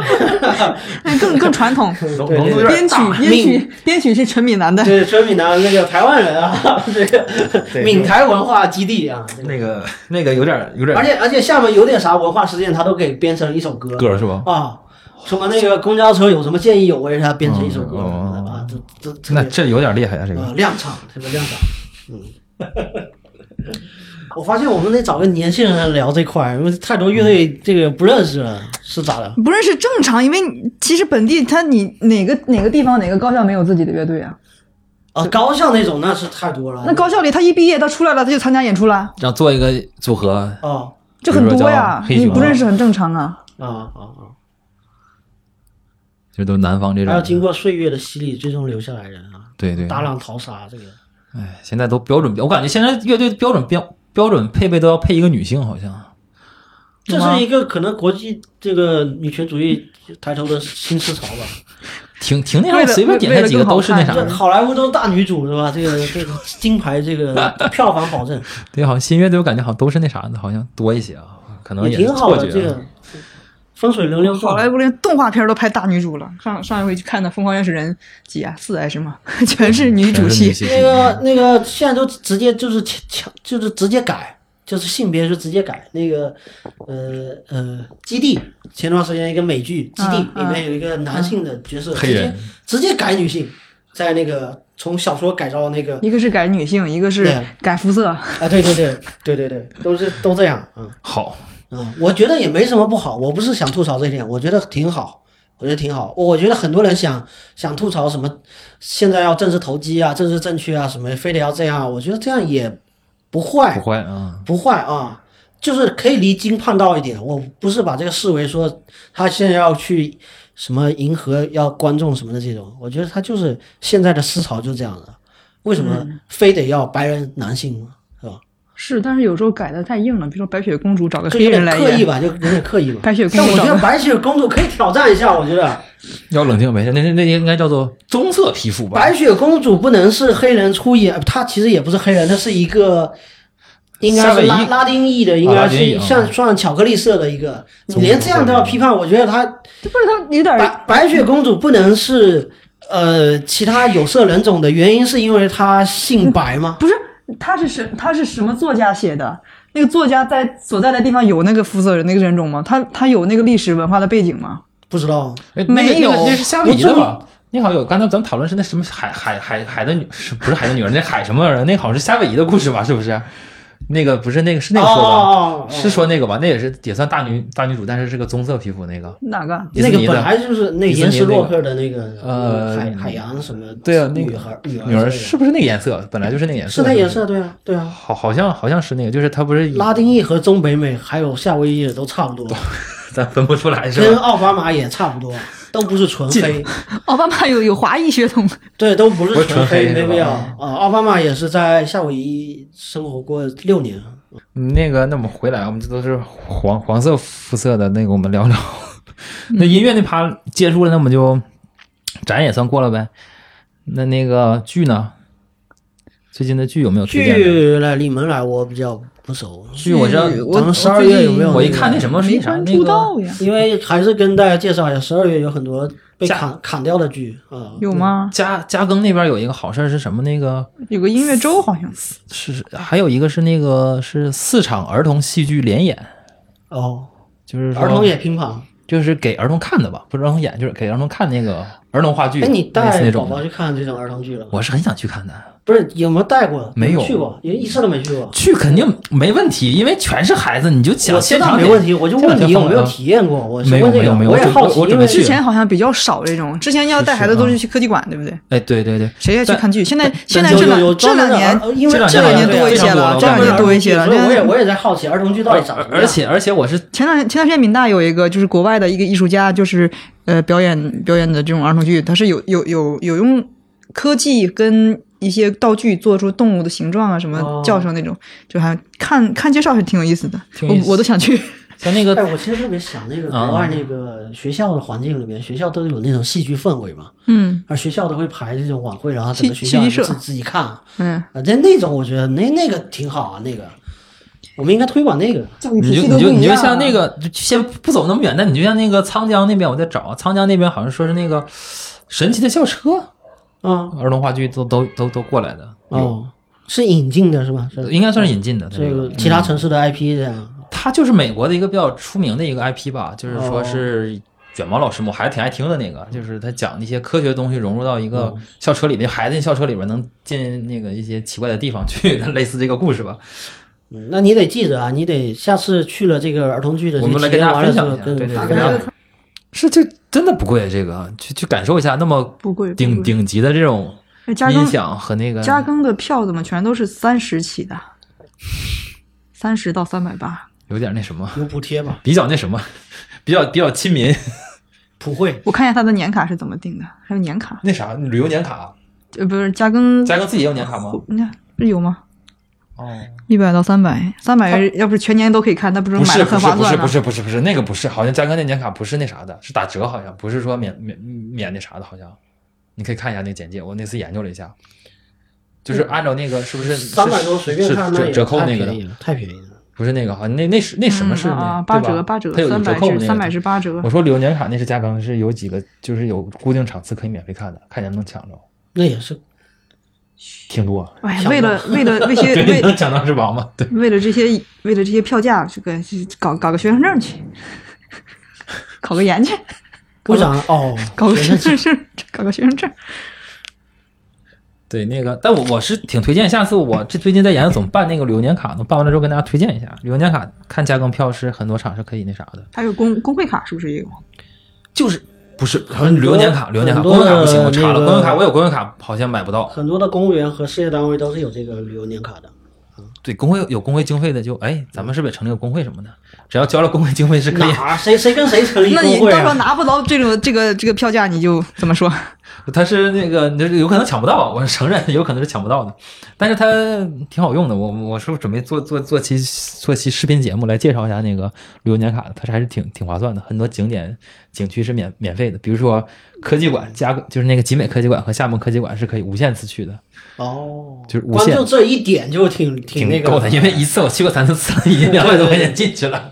[SPEAKER 5] 那哎更更传统。
[SPEAKER 3] 浓
[SPEAKER 2] 对
[SPEAKER 3] 浓度有
[SPEAKER 5] 编
[SPEAKER 3] 点
[SPEAKER 5] 曲
[SPEAKER 3] 大。
[SPEAKER 5] 编曲编曲是纯闽南的。
[SPEAKER 2] 对，说闽南那个台湾人啊，这个
[SPEAKER 3] 对
[SPEAKER 2] 闽台文化基地啊，这个
[SPEAKER 3] 那个那个有点有点
[SPEAKER 2] 而且而且厦门有点啥文化实践，他都给编成一首歌
[SPEAKER 3] 歌是吧？
[SPEAKER 2] 啊，什么那个公交车有什么建议有为，他编成一首歌
[SPEAKER 3] 嗯哦哦哦
[SPEAKER 2] 啊，这这这
[SPEAKER 3] 那
[SPEAKER 2] 个
[SPEAKER 3] 这有点厉害啊，这个
[SPEAKER 2] 呃亮唱，特别亮唱，嗯。 我发现我们得找个年轻人来聊这块儿，因为太多乐队
[SPEAKER 3] 嗯
[SPEAKER 2] 这个不认识了，是咋的？
[SPEAKER 5] 不认识正常，因为你其实本地他你哪个哪个地方哪个高校没有自己的乐队啊？
[SPEAKER 2] 啊，高校那种那是太多了。
[SPEAKER 5] 那高校里他一毕业他出来了他就参加演出了，
[SPEAKER 3] 然后做一个组合，
[SPEAKER 2] 哦
[SPEAKER 5] 这很多呀，
[SPEAKER 3] 比如说叫黑
[SPEAKER 5] 你
[SPEAKER 3] 熊
[SPEAKER 5] 不认识很正常啊。
[SPEAKER 2] 啊啊啊！
[SPEAKER 3] 这都是南方这种。
[SPEAKER 2] 还有经过岁月的洗礼，最终留下来人啊，
[SPEAKER 3] 对对，
[SPEAKER 2] 大浪淘沙这个。
[SPEAKER 3] 哎，现在都标准，我感觉现在乐队标准标标准配备都要配一个女性，好像。
[SPEAKER 2] 这是一个可能国际这个女权主义抬头的新思潮吧？
[SPEAKER 3] 挺挺那
[SPEAKER 5] 为了
[SPEAKER 3] 啥，随便点开几个都是那啥
[SPEAKER 2] 这
[SPEAKER 3] 的。
[SPEAKER 2] 好莱坞都是大女主是吧？这个这个金牌这个票房保证
[SPEAKER 3] 对，好像新乐队我感觉好像都是那啥的，好像多一些啊，可 能
[SPEAKER 2] 也
[SPEAKER 3] 是
[SPEAKER 2] 挺好
[SPEAKER 3] 错
[SPEAKER 2] 的，这
[SPEAKER 3] 觉。啊
[SPEAKER 2] 个风水轮流
[SPEAKER 5] 好莱
[SPEAKER 2] 转。
[SPEAKER 5] 坞连动画片都拍大女主了，上上一回去看的《疯狂原始人》几啊四还是什么， 全是女主戏。
[SPEAKER 2] 那
[SPEAKER 3] 嗯
[SPEAKER 2] 个那个现在都直接就是强强就是直接改，就是性别就直接改。那个呃呃，基地前段时间一个美剧《基
[SPEAKER 5] 嗯》
[SPEAKER 2] 地里
[SPEAKER 5] 嗯
[SPEAKER 2] 面有一个男性的角色，
[SPEAKER 3] 黑人
[SPEAKER 2] 直接直接改女性，在那个从小说改到 那个
[SPEAKER 5] 一个是改女性，一个是
[SPEAKER 2] 对
[SPEAKER 5] 改肤色，
[SPEAKER 2] 啊，对对对对对对，都是都这样，嗯
[SPEAKER 3] 好，
[SPEAKER 2] 嗯，我觉得也没什么不好，我不是想吐槽这一点，我觉得挺好，我觉得挺好，我觉得很多人想想吐槽什么，现在要政治投机啊，政治正确啊，什么非得要这样，我觉得这样也不坏
[SPEAKER 3] 不，坏啊，
[SPEAKER 2] 不坏啊，就是可以离经叛道一点。我不是把这个视为说他现在要去什么迎合要观众什么的这种，我觉得他就是现在的思潮就这样的，为什么非得要白人男性呢？是吧？
[SPEAKER 5] 是，但是有时候改的太硬了，比如说白雪公主找个
[SPEAKER 2] 就
[SPEAKER 5] 黑
[SPEAKER 2] 有
[SPEAKER 5] 人
[SPEAKER 2] 点
[SPEAKER 5] 来
[SPEAKER 2] 刻意
[SPEAKER 5] 演，
[SPEAKER 2] 吧，就有点刻意吧。
[SPEAKER 5] 白雪公
[SPEAKER 2] 但
[SPEAKER 5] 主
[SPEAKER 2] 我觉
[SPEAKER 5] 找
[SPEAKER 2] 得
[SPEAKER 5] 个
[SPEAKER 2] 白雪公主可以挑战一下，我觉得
[SPEAKER 3] 要冷静没事，那那那应该叫做棕色皮肤吧哎
[SPEAKER 2] 白？雪公主不能是黑人出演，她其实也不是黑人，她是一个。应该
[SPEAKER 3] 夏
[SPEAKER 2] 是
[SPEAKER 3] 威夷
[SPEAKER 2] 拉拉丁裔的，应
[SPEAKER 3] 啊
[SPEAKER 2] 该
[SPEAKER 3] 拉丁裔
[SPEAKER 2] 是
[SPEAKER 3] 啊
[SPEAKER 2] 像算巧克力色的一个，你连这样都要批判，我觉得她
[SPEAKER 5] 这不是他有点
[SPEAKER 2] 白白雪公主不能是呃其他有色人种的原因，是因为她姓白吗？
[SPEAKER 5] 不是，他是什他是什么作家写的？那个作家在所在的地方有那个肤色人那个人种吗？他他有那个历史文化的背景吗？
[SPEAKER 2] 不知道，
[SPEAKER 3] 哎那个
[SPEAKER 5] 没有
[SPEAKER 3] 那个那是夏威夷的吧？那好像有，刚才咱们讨论是那什么海海海海的女，是不是海的女儿？那海什么人？那好像是夏威夷的故事吧？是不是？那个不是那个是那个说吧？
[SPEAKER 2] 哦哦哦哦
[SPEAKER 3] 是说那个吧？那也是也算大女大女主，但是是个棕色皮肤那个。
[SPEAKER 5] 哪个？
[SPEAKER 3] 迪士
[SPEAKER 2] 那个
[SPEAKER 3] 尼的
[SPEAKER 2] 本来就是那
[SPEAKER 3] 迪士尼
[SPEAKER 2] 岩石
[SPEAKER 3] 那个
[SPEAKER 2] 洛克的那个
[SPEAKER 3] 呃
[SPEAKER 2] 海海洋什么
[SPEAKER 3] 对啊，那
[SPEAKER 2] 女
[SPEAKER 3] 个
[SPEAKER 2] 孩
[SPEAKER 3] 女儿是不是那个颜色？本来就是那个颜色。
[SPEAKER 2] 是那颜。色，对啊对啊，
[SPEAKER 3] 好，好像好像是那个，就是她不是
[SPEAKER 2] 拉丁裔和中北美还有夏威夷的都差不多，
[SPEAKER 3] 咱分不出来是
[SPEAKER 2] 跟
[SPEAKER 3] 吧？
[SPEAKER 2] 奥巴马也差不多，都不是纯黑，
[SPEAKER 5] 奥巴马有有华裔血统，
[SPEAKER 2] 对，都不是
[SPEAKER 3] 不是纯黑
[SPEAKER 2] 黑，没
[SPEAKER 3] 是吧
[SPEAKER 2] 必要啊。奥巴马也是在夏威夷生活过六年，
[SPEAKER 3] 嗯那个，那我们回来，我们这都是黄黄色肤色的，那个我们聊聊。 那音乐那趴结束了，那我们就展也算过了呗。那那个剧呢？最近的剧有没有推荐的？
[SPEAKER 2] 剧来你们来我比较不熟，嗯
[SPEAKER 3] 剧我知道，
[SPEAKER 2] 咱们十二月有没有？
[SPEAKER 3] 我一看那什么是
[SPEAKER 5] 没
[SPEAKER 3] 啥
[SPEAKER 5] 关
[SPEAKER 3] 那
[SPEAKER 5] 注
[SPEAKER 3] 个
[SPEAKER 5] 到呀？
[SPEAKER 2] 因为还是跟大家介绍一下，十二月有很多被砍砍掉的剧啊，
[SPEAKER 5] 有吗？
[SPEAKER 3] 加加更那边有一个好事儿是什么？那个
[SPEAKER 5] 有个音乐周好像是
[SPEAKER 3] 是还有一个是那个是四场儿童戏剧联演，
[SPEAKER 2] 哦，
[SPEAKER 3] 就是说
[SPEAKER 2] 儿童也乒乓。
[SPEAKER 3] 就是给儿童看的吧，不是儿童演，就是给儿童看那个儿童话剧，
[SPEAKER 2] 哎，你
[SPEAKER 3] 类似
[SPEAKER 2] 带
[SPEAKER 3] 那
[SPEAKER 2] 宝
[SPEAKER 3] 种
[SPEAKER 2] 宝
[SPEAKER 3] 的。
[SPEAKER 2] 去看这种儿童剧了吗？
[SPEAKER 3] 我是很想去看的，
[SPEAKER 2] 不是有没有带过？
[SPEAKER 3] 没有
[SPEAKER 2] 去过，连一次都没去过。
[SPEAKER 3] 去肯定没问题，因为全是孩子，你就
[SPEAKER 2] 我
[SPEAKER 3] 讲
[SPEAKER 2] 知
[SPEAKER 3] 现
[SPEAKER 2] 道
[SPEAKER 3] 场
[SPEAKER 2] 没
[SPEAKER 3] 给
[SPEAKER 2] 问题，我就问
[SPEAKER 3] 现
[SPEAKER 2] 你
[SPEAKER 3] 场
[SPEAKER 2] 有啊
[SPEAKER 3] 放啊
[SPEAKER 2] 没有
[SPEAKER 3] 的
[SPEAKER 2] 体验过？我是
[SPEAKER 3] 没有
[SPEAKER 2] 问这
[SPEAKER 3] 没有
[SPEAKER 2] 个
[SPEAKER 3] 没有
[SPEAKER 2] 我也
[SPEAKER 3] 我
[SPEAKER 2] 好奇，
[SPEAKER 3] 我我
[SPEAKER 2] 因
[SPEAKER 3] 准
[SPEAKER 2] 为
[SPEAKER 3] 备
[SPEAKER 5] 之
[SPEAKER 3] 去
[SPEAKER 5] 前好像比较少这种，之前要带孩子都是去科技馆，对不对？
[SPEAKER 3] 哎，对对对，
[SPEAKER 5] 谁也去
[SPEAKER 3] 但
[SPEAKER 5] 看剧？现在现在
[SPEAKER 2] 有
[SPEAKER 5] 这
[SPEAKER 2] 有
[SPEAKER 5] 两这
[SPEAKER 2] 专门
[SPEAKER 5] 两
[SPEAKER 2] 的
[SPEAKER 5] 年
[SPEAKER 2] 儿，因为
[SPEAKER 3] 这两
[SPEAKER 2] 这
[SPEAKER 3] 年
[SPEAKER 2] 年
[SPEAKER 5] 好像多一些了
[SPEAKER 3] 这两年
[SPEAKER 5] 多一些了
[SPEAKER 2] 所以我也
[SPEAKER 5] 这
[SPEAKER 2] 我也在好奇儿童剧到底长什么样。
[SPEAKER 3] 而且而且我是
[SPEAKER 5] 前两前段时间，闽大有一个就是国外的一个艺术家，就是呃表演表演的这种儿童剧，他是有有有有用科技跟一些道具做出动物的形状啊，什
[SPEAKER 3] 哦
[SPEAKER 5] 么叫声那种，就还看看介绍还挺有意思的，
[SPEAKER 3] 挺有意思
[SPEAKER 5] 我我都想 去。
[SPEAKER 3] 像那个
[SPEAKER 2] 哎，我其实特别想那个国外那个学校的环境里面，学校都有那种戏剧氛围嘛，
[SPEAKER 5] 嗯
[SPEAKER 2] 而学校都会排这种晚会，然后整个
[SPEAKER 5] 戏
[SPEAKER 2] 学校
[SPEAKER 5] 戏
[SPEAKER 2] 你
[SPEAKER 5] 剧社
[SPEAKER 2] 自自己看啊，
[SPEAKER 5] 嗯，
[SPEAKER 2] 那那种我觉得那那个挺好啊，那个我们应该推广那个。
[SPEAKER 5] 教育
[SPEAKER 3] 你就你就你就
[SPEAKER 5] 啊
[SPEAKER 3] 像那个，就先不走那么远，但你就像那个沧江那边，我在找沧江那边好像说是那个神奇的校车
[SPEAKER 2] 啊
[SPEAKER 3] 儿童话剧都都都都过来的，
[SPEAKER 2] 哦，是引进的是吧？是
[SPEAKER 3] 应该算是引进的。
[SPEAKER 2] 这
[SPEAKER 3] 个
[SPEAKER 2] 个其他城市的 IP 这样。
[SPEAKER 3] 它就是美国的一个比较出名的一个 IP 吧，就是说是卷毛老师嘛，我还挺爱听的那个，就是他讲一些科学的东西融入到一个校车里面，孩子校车里边能进那个一些奇怪的地方去，类似这个故事吧。
[SPEAKER 2] 嗯那你得记着啊，你得下次去了这个儿童剧的
[SPEAKER 3] 我
[SPEAKER 2] 这个
[SPEAKER 3] 们来
[SPEAKER 2] 体
[SPEAKER 3] 跟
[SPEAKER 2] 验
[SPEAKER 3] 大家
[SPEAKER 2] 完了
[SPEAKER 3] 分
[SPEAKER 2] 之
[SPEAKER 3] 享
[SPEAKER 2] 后跟跟大
[SPEAKER 3] 一下，对对对，
[SPEAKER 2] 家
[SPEAKER 5] 哎
[SPEAKER 3] 跟大家是就真的不贵，这个去去感受一下那么
[SPEAKER 5] 不贵不
[SPEAKER 3] 顶
[SPEAKER 5] 贵
[SPEAKER 3] 顶级的这种
[SPEAKER 5] 哎加
[SPEAKER 3] 音
[SPEAKER 5] 更
[SPEAKER 3] 响和那个
[SPEAKER 5] 加更的票怎么全都是三十起的？三十到三百八，
[SPEAKER 3] 有点那什么，
[SPEAKER 2] 有补贴吧，
[SPEAKER 3] 比较那什么， 比较比较亲民。
[SPEAKER 2] 普惠。
[SPEAKER 5] 我看一下他的年卡是怎么定的，还有年卡，
[SPEAKER 3] 那啥，旅游年卡，
[SPEAKER 5] 呃，不是加更，
[SPEAKER 3] 加哥自己也有年卡吗？
[SPEAKER 5] 那这有吗？
[SPEAKER 3] 哦。
[SPEAKER 5] 一百到三百，三百要不是全年都可以看，那不是
[SPEAKER 3] 不
[SPEAKER 5] 买
[SPEAKER 3] 是
[SPEAKER 5] 的
[SPEAKER 3] 不
[SPEAKER 5] 很
[SPEAKER 3] 是
[SPEAKER 5] 划
[SPEAKER 3] 不
[SPEAKER 5] 算
[SPEAKER 3] 是
[SPEAKER 5] 吗？
[SPEAKER 3] 不是不是不是那个不是，好像嘉哥那年卡不是那啥的，是打折，好像不是说免免免那啥的，好像你可以看一下那个简介，我那次研究了一下，就是按照那个是不是
[SPEAKER 2] 三百多随便看，
[SPEAKER 3] 是
[SPEAKER 2] 那
[SPEAKER 3] 折
[SPEAKER 2] 也
[SPEAKER 3] 折扣
[SPEAKER 2] 太
[SPEAKER 3] 那个
[SPEAKER 2] 便
[SPEAKER 3] 的
[SPEAKER 2] 宜，了，太便宜了。
[SPEAKER 3] 不是那个好像那那是那什么是
[SPEAKER 5] 嗯
[SPEAKER 3] 那
[SPEAKER 5] 啊？
[SPEAKER 3] 对
[SPEAKER 5] 八
[SPEAKER 3] 吧
[SPEAKER 5] 折八折
[SPEAKER 3] 它，有
[SPEAKER 5] 三
[SPEAKER 3] 折
[SPEAKER 5] 百
[SPEAKER 3] 扣
[SPEAKER 5] 是
[SPEAKER 3] 那
[SPEAKER 5] 三
[SPEAKER 3] 个
[SPEAKER 5] 百是八折
[SPEAKER 3] 我，说旅游年卡那是加更，是有几个就是有固定场次可以免费看的，看你能不能抢着，
[SPEAKER 2] 那也是
[SPEAKER 3] 挺多，
[SPEAKER 5] 哎呀，为了为了为些
[SPEAKER 3] 对，你
[SPEAKER 5] 为
[SPEAKER 3] 能抢到是王吗？对，
[SPEAKER 5] 为了这些为了这些票价，去给去搞搞个学生证去，考个研去，
[SPEAKER 2] 为
[SPEAKER 3] 嗯
[SPEAKER 2] 啥？ 哦，
[SPEAKER 5] 搞个学
[SPEAKER 2] 学生
[SPEAKER 5] 生证，搞个学生证。
[SPEAKER 3] 对那个，但我我是挺推荐，下次我这最近在研究怎么办那个旅游年卡呢，办完了之后跟大家推荐一下，旅游年卡看加更票是很多场是可以那啥的，
[SPEAKER 5] 还有工工会卡是不是也有？
[SPEAKER 3] 就是不是好像
[SPEAKER 2] 很
[SPEAKER 3] 旅游
[SPEAKER 2] 多
[SPEAKER 3] 年卡，旅游年卡，
[SPEAKER 2] 很
[SPEAKER 3] 公
[SPEAKER 2] 多
[SPEAKER 3] 用卡
[SPEAKER 2] 的
[SPEAKER 3] 不行，我
[SPEAKER 2] 那
[SPEAKER 3] 查了，
[SPEAKER 2] 个
[SPEAKER 3] 公用卡我有公用卡，好像买不到。
[SPEAKER 2] 很多的公务员和事业单位都是有这个旅游年卡的。
[SPEAKER 3] 对，工会有工会经费的就哎，咱们是不是也成立个工会什么的？只要交了工会经费是可以。
[SPEAKER 2] 哪儿谁谁跟谁成 立
[SPEAKER 5] 那你
[SPEAKER 2] 工
[SPEAKER 5] 到
[SPEAKER 2] 会
[SPEAKER 5] 时候
[SPEAKER 2] 啊？
[SPEAKER 5] 拿不到这种这个这个票价，你就怎么说？
[SPEAKER 3] 他是那个，你就是有可能抢不到，我承认有可能是抢不到的，但是它挺好用的。我我是准备做做做期做期视频节目来介绍一下那个旅游年卡的，它是还是挺挺划算的。很多景点景区是免免费的，比如说科技馆加就是那个集美科技馆和厦门科技馆是可以无限次去的，
[SPEAKER 2] 哦，
[SPEAKER 3] 就是无
[SPEAKER 2] 光
[SPEAKER 3] 限
[SPEAKER 2] 就这一点就挺
[SPEAKER 3] 挺
[SPEAKER 2] 那
[SPEAKER 3] 够
[SPEAKER 2] 个
[SPEAKER 3] 的，因为一次我去过三四次，已经两百多块钱进去了。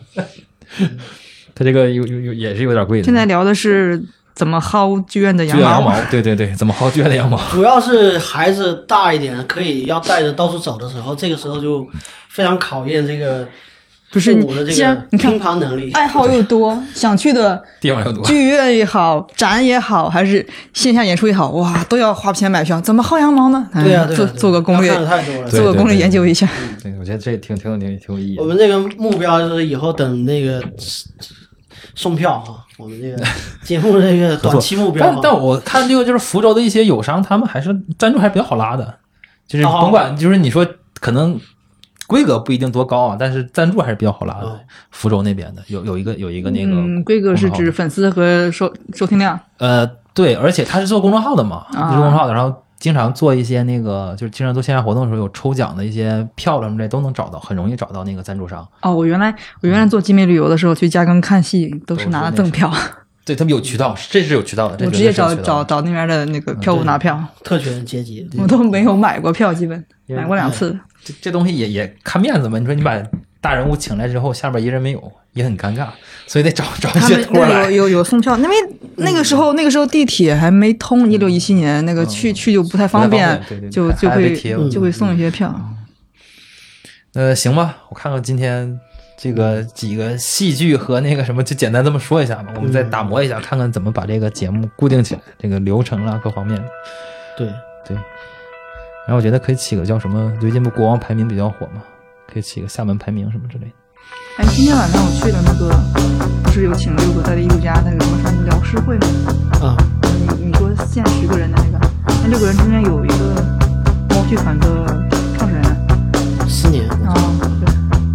[SPEAKER 3] 他这个有有有也是有点贵的，
[SPEAKER 5] 现在聊的是怎么薅剧院的
[SPEAKER 3] 撅
[SPEAKER 5] 羊
[SPEAKER 3] 羊
[SPEAKER 5] 毛。
[SPEAKER 3] 毛，对对对，怎么薅撅的羊毛？
[SPEAKER 2] 主要是孩子大一点，可以要带着到处走的时候，这个时候就非常考验这个
[SPEAKER 5] 不是
[SPEAKER 2] 父母的
[SPEAKER 5] 你
[SPEAKER 2] 这
[SPEAKER 5] 既
[SPEAKER 2] 个
[SPEAKER 5] 然你看
[SPEAKER 2] 乒乓能力。
[SPEAKER 5] 爱好又多，想去的
[SPEAKER 3] 地方 有多？
[SPEAKER 5] 剧院也好，展也好，还是线下演出也好，哇，都要花钱买票，怎么薅羊毛呢？哎
[SPEAKER 2] 对呀、啊对呀、
[SPEAKER 5] 做
[SPEAKER 2] 对呀
[SPEAKER 5] 做个攻
[SPEAKER 2] 要看的
[SPEAKER 5] 略，
[SPEAKER 2] 太多了。
[SPEAKER 3] 对
[SPEAKER 5] 做个攻略研究一下。
[SPEAKER 3] 对，我觉得这挺挺有挺挺有意义
[SPEAKER 2] 我
[SPEAKER 3] 的。
[SPEAKER 2] 们这个目标就是以后等那个呃送票哈，我们这个节目这个短期目标啊
[SPEAKER 3] 但
[SPEAKER 5] 啊
[SPEAKER 2] 哈。
[SPEAKER 3] 但我看这个就是福州的一些
[SPEAKER 5] 哦
[SPEAKER 3] 友商，他们还是赞助还是比较好拉的，就是甭管就是你说可能。规格不一定多高啊，但是赞助还是比较好拉
[SPEAKER 2] 哦
[SPEAKER 3] 的。福州那边的有有一个有一个那个
[SPEAKER 5] 嗯，规格是
[SPEAKER 3] 公众号
[SPEAKER 5] 指粉丝和收收听量，
[SPEAKER 3] 呃，对，而且他是做公众号的嘛，
[SPEAKER 5] 啊
[SPEAKER 3] 是公众号的，然后经常做一些那个，就是经常做线下活动的时候有抽奖的一些票了什么之类都能找到，很容易找到那个赞助商。
[SPEAKER 5] 哦，我原来我原来做集美旅游的时候去嘉庚看戏，都是拿的赠票，
[SPEAKER 3] 对他们有渠道，这是有渠道的，这
[SPEAKER 5] 我直
[SPEAKER 3] 绝
[SPEAKER 5] 接
[SPEAKER 3] 对是有
[SPEAKER 5] 找
[SPEAKER 3] 渠道
[SPEAKER 5] 找
[SPEAKER 3] 的
[SPEAKER 5] 找那边的嗯那个票务
[SPEAKER 2] 对
[SPEAKER 5] 拿票，
[SPEAKER 2] 特权阶级，
[SPEAKER 5] 我都没有买过票，基本买过两 次。
[SPEAKER 3] 这这东西也也看面子嘛。你说你把大人物请来之后，下边一人没有，也很尴尬，所以得找找一
[SPEAKER 1] 他
[SPEAKER 3] 些
[SPEAKER 1] 们
[SPEAKER 3] 托儿
[SPEAKER 1] 对有
[SPEAKER 3] 来。
[SPEAKER 1] 有有送票，因为
[SPEAKER 3] 嗯
[SPEAKER 5] 那个时候，那个时候地铁还没通，一六一七年那个去去就不太方
[SPEAKER 3] 嗯不太
[SPEAKER 5] 便
[SPEAKER 3] 方便对对，对
[SPEAKER 5] 就就
[SPEAKER 3] 还得
[SPEAKER 5] 会
[SPEAKER 3] 贴嗯吧
[SPEAKER 5] 就会送一些票。
[SPEAKER 3] 呃，行吧，我看看今天。这个几个戏剧和那个什么，就简单这么说一下吧。我们
[SPEAKER 1] 嗯
[SPEAKER 3] 再打磨一下，看看怎么把这个节目固定起来，这个流程啊啦各方面。
[SPEAKER 2] 对，
[SPEAKER 3] 然后我觉得可以起个叫什么？最近不国王排名比较火嘛，可以起个厦门排名什么之类的。
[SPEAKER 5] 哎，今天晚上我去了那个，不是有请了六个在的艺术家那个什么什么聊诗会吗？
[SPEAKER 2] 啊，
[SPEAKER 5] 你你说限十个人的那个，那六个人中间有一个猫剧团的创始人
[SPEAKER 2] 四年，
[SPEAKER 5] 啊，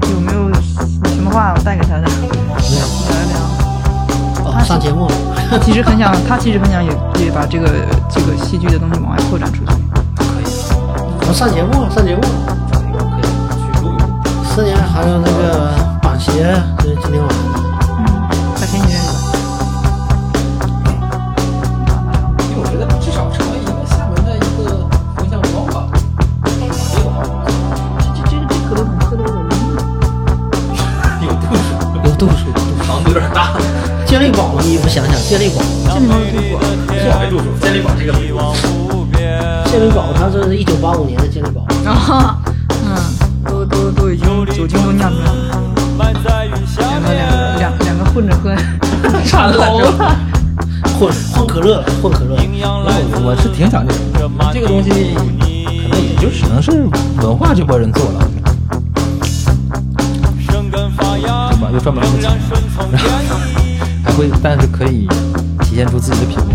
[SPEAKER 5] 对，有没有什么话带给他的？ 聊一聊。
[SPEAKER 2] 哦，上节目了，
[SPEAKER 5] 他其实很想，他其实很想也也把这个这个戏剧的东西往外扩展出去。
[SPEAKER 2] 我哦上节目了，上节目了，四年还有那个板鞋，就是今天晚上，
[SPEAKER 5] 在天津这
[SPEAKER 3] 因为我觉得至少成为一个厦门的一个风向标吧。
[SPEAKER 5] 这这这可乐粉喝多了，
[SPEAKER 3] 有度数，
[SPEAKER 2] 有度数，有度数
[SPEAKER 3] 糖度有点大，
[SPEAKER 2] 健力宝你也不想想，健力宝，
[SPEAKER 5] 这里面有中国。
[SPEAKER 3] 这没度数，健力宝这个没度数。
[SPEAKER 2] 健力宝它这是一九八五年的健力宝，
[SPEAKER 5] 然后，嗯，都都都已经酒精都酿出来了，两个两个两两个混着喝，
[SPEAKER 3] 馋头了。
[SPEAKER 2] 混混可乐，混可乐，
[SPEAKER 3] 我是挺想这个，这个东西可能也就只能是文化这波人做了，对吧？又赚不了什么钱，然后还会，但是可以体现出自己的品味。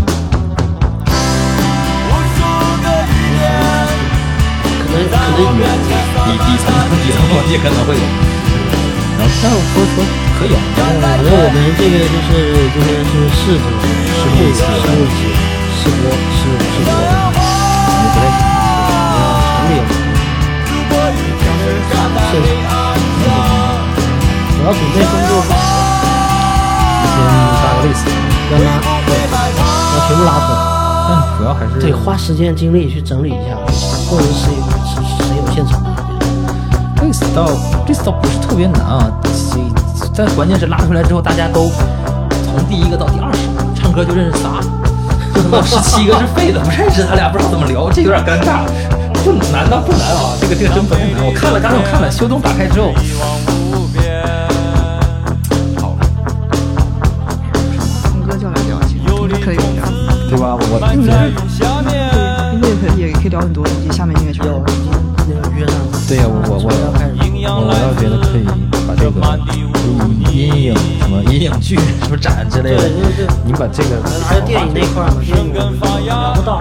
[SPEAKER 2] 可能可能
[SPEAKER 3] 底底层底层逻辑可能会有。然后，但是说说可以啊，
[SPEAKER 2] 反正我们这个就是今天是试播，试播期，试播期，试播试试播，
[SPEAKER 3] 你不太
[SPEAKER 2] 厂里有，现场，我要准备工作，
[SPEAKER 3] 先拉个 list，
[SPEAKER 2] 要拉，要全部拉出来，
[SPEAKER 3] 但主要还是
[SPEAKER 2] 对，花时间精力去整理一下，或者谁有谁有现场的，
[SPEAKER 3] list 倒 list 倒不是特别难啊，这但关键是拉出来之后，大家都从第一个到第二十个，唱歌就认识仨，就他妈十七个是废的，不认识他俩不知道怎么聊，这有点尴尬。不难倒不难啊，这个这个真不太难。我看了，刚才我看了，修动打开之后，好了，
[SPEAKER 5] 红哥叫来聊一下，红哥可以聊，
[SPEAKER 3] 对吧？我我觉得
[SPEAKER 5] 音乐可以也可以聊很多，以及下面音乐圈
[SPEAKER 2] 要那个约上，
[SPEAKER 3] 对呀、我我我
[SPEAKER 2] 要开始，
[SPEAKER 3] 我我倒觉得可以把这个阴影什么阴影剧什么展之类
[SPEAKER 2] 对
[SPEAKER 3] 的，
[SPEAKER 2] 对对。
[SPEAKER 3] 你把这个
[SPEAKER 2] 还有电影那块儿嘛，电影我们聊不到，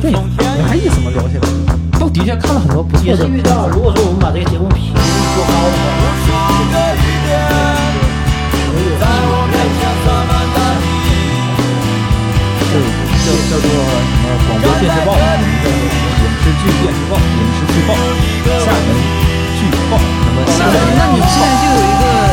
[SPEAKER 3] 电影没啥意思嘛，聊起来，倒的确看了很多不
[SPEAKER 2] 也
[SPEAKER 3] 错
[SPEAKER 2] 是
[SPEAKER 3] 的。
[SPEAKER 2] 遇到。如果说我们把这个节目频率做高的话，我有
[SPEAKER 3] 对，叫叫做什么广播电视报、影视剧电视报、影视剧报、厦门剧报，什么厦
[SPEAKER 5] 那你
[SPEAKER 3] 门
[SPEAKER 5] 现在就有一个